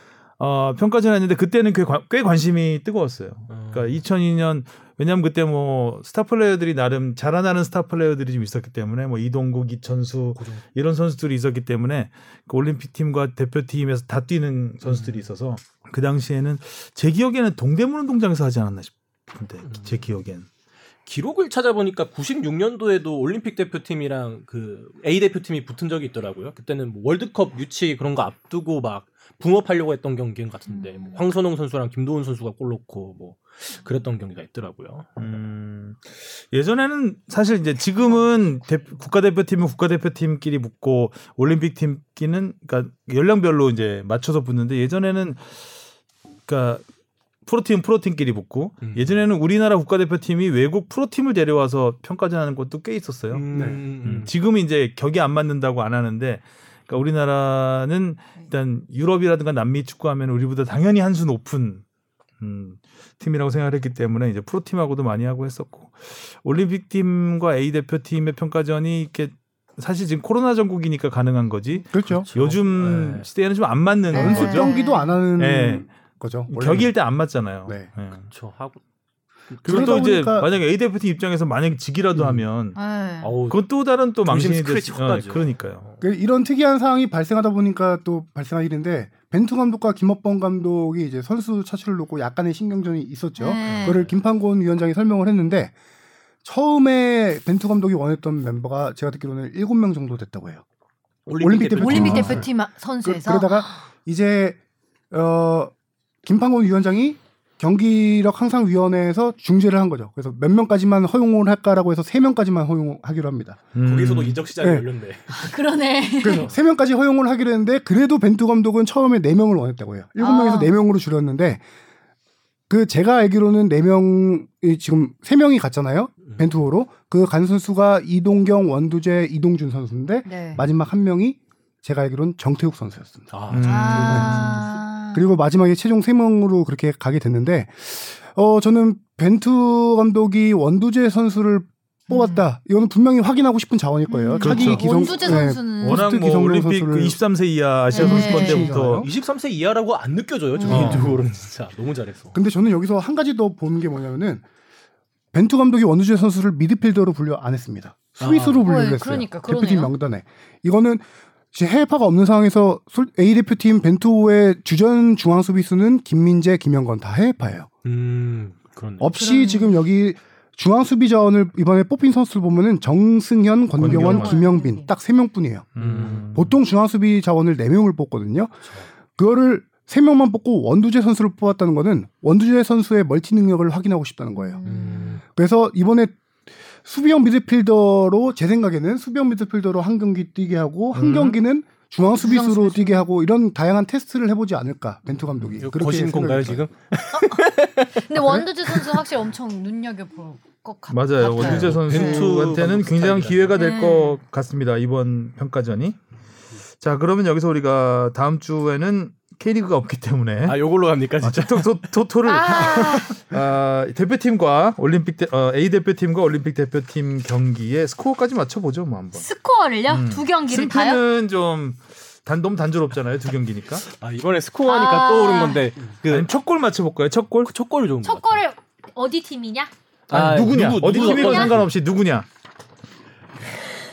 S2: 어, 평가전 했는데 그때는 꽤, 관- 꽤 관심이 뜨거웠어요. 그러니까
S3: 음.
S2: 2002년 왜냐하면 그때 뭐 스타 플레이어들이 나름 자라나는 스타 플레이어들이 좀 있었기 때문에 뭐 이동국, 이천수 이런 선수들이 있었기 때문에 그 올림픽 팀과 대표팀에서 다 뛰는 선수들이 있어서 그 당시에는 제 기억에는 동대문 운동장에서 하지 않았나 싶은데 제 기억엔
S3: 기록을 찾아보니까 96년도에도 올림픽 대표팀이랑 그 A 대표팀이 붙은 적이 있더라고요. 그때는 뭐 월드컵 유치 그런 거 앞두고 막 붕업하려고 했던 경기인 것 같은데
S4: 음.
S3: 뭐 황선홍 선수랑 김도훈 선수가 골 넣고 뭐 그랬던 경기가 있더라고요.
S2: 음, 예전에는 사실 이제 지금은 대- 국가대표팀은 국가대표팀끼리 붙고 올림픽 팀끼는 그러니까 연령별로 이제 맞춰서 붙는데 예전에는 그러니까 프로팀 프로팀끼리 붙고
S3: 음.
S2: 예전에는 우리나라 국가대표팀이 외국 프로팀을 데려와서 평가전 하는 것도 꽤 있었어요.
S3: 음, 음.
S2: 지금은 이제 격이 안 맞는다고 안 하는데 그러니까 우리나라는 일단 유럽이라든가 남미 축구하면 우리보다 당연히 한 수 높은 음, 팀이라고 생각했기 때문에 이제 프로팀하고도 많이 하고 했었고 올림픽 팀과 A 대표팀의 평가전이 이렇게 사실 지금 코로나 전국이니까 가능한 거지
S4: 그렇죠.
S2: 요즘
S4: 네.
S2: 시대에는 좀 안 맞는
S1: 네.
S4: 연습
S1: 거죠?
S4: 경기도 안 하는
S2: 네.
S4: 거죠. 원래는.
S2: 격일 때 안 맞잖아요.
S4: 네.
S2: 예.
S3: 그렇죠. 하고
S2: 그리고
S4: 그러다
S2: 또 이제
S4: 보니까-
S2: 만약에 A 대표팀 입장에서 만약에 지기라도 하면
S5: 네.
S3: 어우
S2: 그건 또 다른 또
S3: 정신
S2: 망신이
S3: 스크래치
S2: 될 수- 어,
S3: 효과죠.
S2: 그러니까요.
S4: 그 이런 특이한 상황이 발생하다 보니까 또 발생한 일인데 벤투 감독과 김업범 감독이 이제 선수 차출을 놓고 약간의 신경전이 있었죠.
S5: 네.
S4: 그거를 김판곤 위원장이 설명을 했는데 처음에 벤투 감독이 원했던 멤버가 제가 듣기로는 7명 정도 됐다고 해요. 올림픽 대표팀.
S5: 올림픽
S4: 아.
S3: 음.
S5: 대표팀
S4: 그,
S5: 선수에서
S4: 러다가 이제 어 김판곤 위원장이 경기력 향상 위원회에서 중재를 한 거죠. 그래서 몇 명까지만 허용을 할까라고 해서 3명까지만 허용하기로 합니다.
S3: 거기서도
S2: 음.
S3: 이적 시장이
S4: 네.
S3: 열렸네.
S5: 그러네.
S4: 그래서 3명까지 허용을 하기로 했는데 그래도 벤투 감독은 처음에 4명을 원했다고 해요. 7명에서
S5: 아.
S4: 4명으로 줄였는데 그 제가 알기로는 4명이 지금 3명이 갔잖아요.
S3: 음.
S4: 벤투호로. 그 간 선수가 이동경, 원두재, 이동준 선수인데
S5: 네.
S4: 마지막 한 명이 제가 알기로는 정태욱 선수였습니다.
S3: 아,
S2: 음.
S5: 아.
S4: 그리고 마지막에 최종 3명으로 그렇게 가게 됐는데 어 저는 벤투 감독이 원두재 선수를 뽑았다. 이거는 분명히 확인하고 싶은 자원일 거예요.
S5: 음.
S4: 자기
S2: 그렇죠.
S4: 기성
S5: 원두재
S4: 네,
S5: (laughs) 선수는
S2: 워낙 뭐
S4: 기성용
S2: 올림픽 그
S4: 선수를-
S2: 23세 이하 아시아
S5: 음. 네.
S2: 선수권 때부터
S3: 23세 이하라고 안 느껴져요. 저
S2: 음.
S3: 개인적으로는 진짜 너무 잘했어.
S4: 근데 저는 여기서 한 가지 더 보는 게 뭐냐면은 벤투 감독이 원우재 선수를 미드필더로 분류 안 했습니다.
S3: 아.
S4: 수비수로 분류를
S5: 어이,
S4: 했어요.
S5: 그러니까, 그러네요.
S4: 대표팀 명단에. 이거는 이제 해외파가 없는 상황에서 솔- A 대표팀 벤투의 주전 중앙 수비수는 김민재, 김영건 다 해외파예요.
S3: 음, 그렇네.
S4: 없이
S5: 그러네요.
S4: 지금 여기 중앙 수비자원을 이번에 뽑힌 선수를 보면은 정승현, 권경원,
S2: 권경원.
S5: 네.
S4: 김영빈 딱 세 명뿐이에요.
S2: 음.
S4: 보통 중앙 수비 자원을 네 명을 뽑거든요. 그거를 세 명만 뽑고 원두재 선수를 뽑았다는 거는 원두재 선수의 멀티 능력을 확인하고 싶다는 거예요.
S5: 음.
S4: 그래서 이번에 수비형 미드필더로 제 생각에는 수비형 미드필더로 한 경기 뛰게 하고 한
S2: 음.
S4: 경기는 중앙
S5: 중앙
S4: 수비수로
S5: 수비수.
S4: 뛰게 하고 이런 다양한 테스트를 해보지 않을까 벤투 감독이
S3: 이거
S4: 그렇게
S3: 거신 건가요
S4: 생각이
S3: 지금?
S4: 들어요.
S5: 근데 원두재 선수 확실히 엄청 눈여겨 볼것 같아요.
S2: 맞아요. 원두재 선수한테는
S3: 벤투
S2: 굉장한
S3: 스타일이라서.
S2: 기회가 될
S5: 네.
S2: 것 같습니다. 이번 평가전이. 자, 그러면 여기서 우리가 다음 주에는 K리그가 없기 때문에
S3: 아, 요걸로 갑니까 진짜?
S2: 토, 토, 토토를
S5: 아,
S2: 아, 대표팀과 올림픽 대, 어, A 대표팀과 올림픽 대표팀 경기의 스코어까지 맞춰보죠, 뭐 한번.
S5: 스코어를요?
S2: 음.
S5: 두 경기를 다요?
S2: 승패는 좀 단, 너무 단조롭잖아요, 두 경기니까.
S3: 아, 이번에 스코어하니까
S5: 아.
S3: 떠오른 건데 그
S2: 아니, 첫골 맞춰볼까요? 첫 골?
S3: 첫 골이 좋은
S5: 첫
S3: 거.
S5: 골을 어디 팀이냐?
S3: 그
S2: 아, 누구냐? 어디 팀이건
S5: 어떤-
S2: 상관없이 누구냐?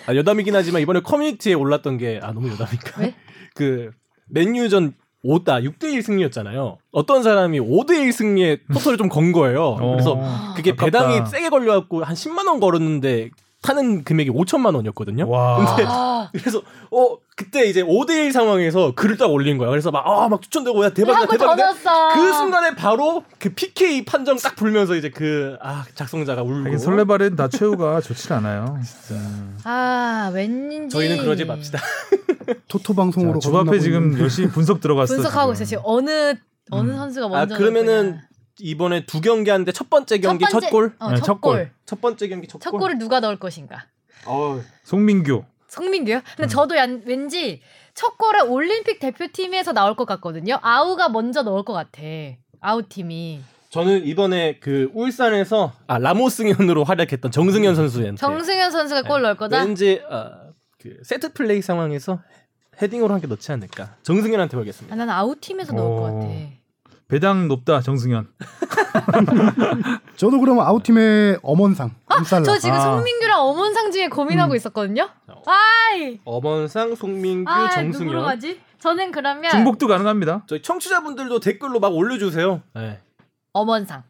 S3: 아, 여담이긴 하지만 이번에 커뮤니티에 올랐던 게 아 너무 여담인가?
S5: 왜?
S3: (laughs) 그 맨유전 5다 6대1 승리였잖아요. 어떤 사람이 5대1 승리에 토토를 좀 건 거예요. 그래서
S2: 어.
S3: 그게
S2: 아깝다.
S3: 배당이 세게 걸려갖고 한 10만 원 걸었는데 타는 금액이 5천만 원이었거든요.
S2: 와.
S5: 어.
S3: 그래서 어 그때 이제 5대1 상황에서 글을 딱 올린 거야. 그래서 막 아 막 추천되고 야 대박이다
S5: 한골더
S3: 대박이다.
S5: 넣었어.
S3: 그 순간에 바로 그 PK 판정 딱 불면서 이제 그 아 작성자가 울고
S4: 뭐?
S2: 하긴 설레발은 다 최후가 좋지
S4: (laughs)
S2: 않아요. 음.
S5: 아, 왠지
S3: 저희는 그러지 맙시다.
S4: 토토 방송으로
S2: 자, 주 앞에
S4: 거듭나고
S2: 지금
S4: 있는데.
S2: 열심히 분석 들어갔어. 지금.
S5: 분석하고 있어요. 지금 어느 어느 선수가
S3: 아
S5: 먼저
S3: 그러면은
S5: 넣었구나.
S3: 이번에 두 경기 하는데 첫 번째 경기 첫,
S5: 번째-
S3: 골.
S5: 어,
S2: 네,
S5: 첫
S2: 첫
S5: 골.
S2: 골.
S3: 첫 번째 경기 첫,
S5: 첫
S3: 골.
S5: 골을 누가 넣을 것인가?
S3: 어,
S2: 송민규.
S5: 송민규요? 근데 저도 얀- 왠지 첫 골에 올림픽 대표팀에서 나올 것 같거든요. 아우가 먼저 넣을 것 같아. 아우 팀이
S3: 저는 이번에 그 울산에서 아 라모승현으로 활약했던 정승현 선수한테
S5: 정승현 선수가 골 넣을 거다.
S3: 왠지 아, 그 세트 플레이 상황에서 헤딩으로 한 개 넣지 않을까. 정승현한테 걸겠습니다.
S5: 아, 난 아웃팀에서 넣을 것 같아.
S2: 배당 높다 정승현.
S4: 저도 그럼 아웃팀의 엄원상
S5: 아,
S4: 암살라.
S5: 저 지금
S2: 아.
S5: 송민규랑 엄원상 중에 고민하고 있었거든요.
S3: 어.
S5: 아이,
S3: 어번상, 송민규,
S5: 아, 누구로
S3: 정승현.
S5: 가지? 저는 그러면
S2: 중복도 가능합니다.
S3: 저희 청취자분들도 댓글로 막 올려주세요. 네.
S5: 엄원상.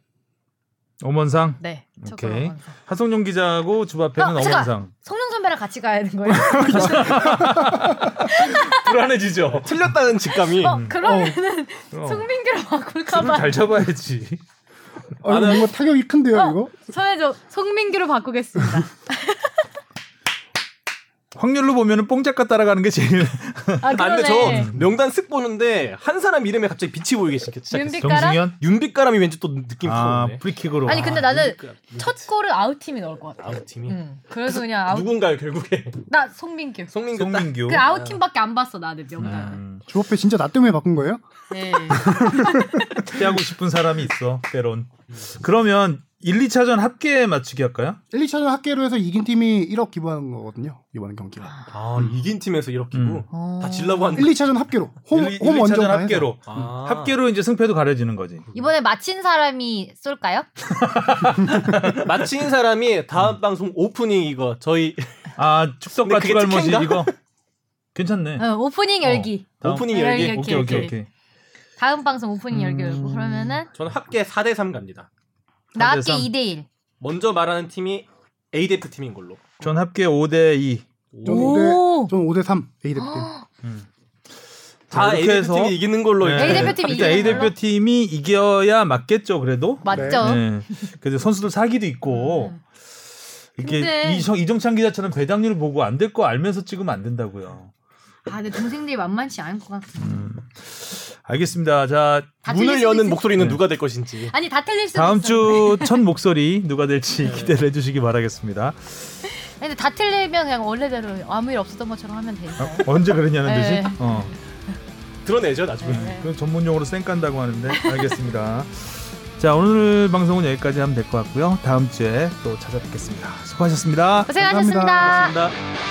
S2: 엄원상
S5: 네, 저
S2: 오케이.
S5: 그럼 엄원상.
S2: 하성룡 기자하고 주바페는
S5: 아, 잠깐!
S2: 엄원상.
S5: 성룡 선배랑 같이 가야 되는 거예요? (laughs)
S2: 불안해지죠.
S3: 틀렸다는 직감이.
S5: 어, 그러면은
S2: 어.
S5: 송민규랑 바꿀까봐.
S2: 잘 잡아야지.
S4: 아, 이거 뭔가 타격이 큰데요, 이거?
S5: 저는 저 송민규로 바꾸겠습니다.
S2: 확률로 보면은 뽕짝가 따라가는 게 제일
S5: 아,
S3: 아, 근데
S5: 그러네.
S3: 저 명단 쓱 보는데 한 사람 이름에 갑자기 빛이 보이게 시작- 시작했어요.
S5: 윤빛가람?
S2: 정승현.
S3: 윤빛가람이 왠지 또 느낌
S2: 아
S3: 풀어오네.
S2: 프리킥으로.
S5: 아니 근데 나는 첫
S3: 첫
S5: 골은 아웃팀이 넣을 것 같아.
S2: 음.
S3: 아웃팀이
S5: 응. 그래서 그냥 음, 아웃.
S3: 누군가요 결국에
S5: 나 송민규.
S3: 송민규 딱
S2: 아, 송민규.
S5: 그 아웃팀밖에 안 봤어 나는 명단.
S2: 음,
S4: 주호페 진짜 나 때문에 바꾼 거예요?
S5: 네.
S2: 피하고 싶은 사람이 있어 때론. 그러면 1, 2차전 합계 맞추기 할까요?
S4: 1, 2차전 합계로 해서 이긴 팀이 1억 기부하는 거거든요. 이번 경기가.
S3: 아 이긴 팀에서 이렇게
S2: 음.
S5: 어.
S3: 다 질라고 한
S4: 1, 2차전 합계로. 홈,
S2: 1,
S4: 홈
S2: 2차전
S4: 원정 다 해서.
S2: 합계로.
S3: 아.
S2: 합계로 이제 승패도 가려지는 거지.
S5: 이번에 맞힌 사람이 쏠까요?
S3: 마친 사람이 다음 방송 오프닝 이거 저희
S2: 아 축덕과
S3: 근데 그게
S2: 추갈모시
S3: 특혜인가?
S2: 이거
S3: (laughs)
S2: 괜찮네.
S5: 응, 오프닝
S2: 어.
S5: 열기.
S2: 다음.
S3: 오프닝
S5: 열기,
S3: 열기
S5: 열기.
S2: 오케이 오케이
S5: 오케이.
S2: 오케이.
S5: 다음 방송 오프닝 열기 열고
S2: 음.
S5: 그러면은
S3: 저는 합계 4대 3 갑니다
S5: 나
S2: 삼대
S5: 합계
S2: 삼.
S5: 2대 1.
S3: 먼저 말하는 팀이 A 대표 팀인 걸로
S2: 전 합계 5대 2.
S4: 저는
S5: 오.
S4: 5대, 저는 5대 3 A 대표팀.
S3: 다
S2: 자,
S3: 아, A
S2: 이렇게
S3: 대표
S2: 해서- 네.
S3: 팀이 이기는 걸로
S5: A
S3: 이제
S5: 대표팀이
S2: 일단 A
S5: 이기는 걸로? 어?
S2: 대표팀이 이겨야 맞겠죠 그래도.
S5: 맞죠?
S2: 네. 그래서 선수들 사기도 있고
S5: 음.
S2: 이렇게
S5: 근데-
S2: 이정, 이정찬 기자처럼 배당률 보고 안 될 거 알면서 찍으면 안 된다고요.
S5: 아, 내 동생들이 만만치 않을 것 같아.
S2: 알겠습니다. 자
S5: 다 틀릴
S3: 문을
S5: 수도
S3: 여는
S5: 있을-
S3: 목소리는
S2: 네.
S3: 누가 될 것인지
S5: 아니 다 틀릴 수도
S2: 다음
S5: 있어.
S2: 주 첫 목소리 누가
S3: 네.
S2: 될지 기대를 해주시기 바라겠습니다.
S5: 근데 다 틀리면 그냥 원래대로 아무 일 없었던 것처럼 하면 되니까.
S2: 어, 언제 그랬냐는 듯이.
S5: 네.
S2: 어.
S3: 드러내죠 나중에
S5: 네.
S2: 그건 전문 용어로 쌩 깐다고 하는데 알겠습니다. (laughs) 자 오늘 방송은 여기까지 하면 될 것 같고요. 다음 주에 또 찾아뵙겠습니다. 수고하셨습니다.
S5: 고생하셨습니다.
S3: 감사합니다.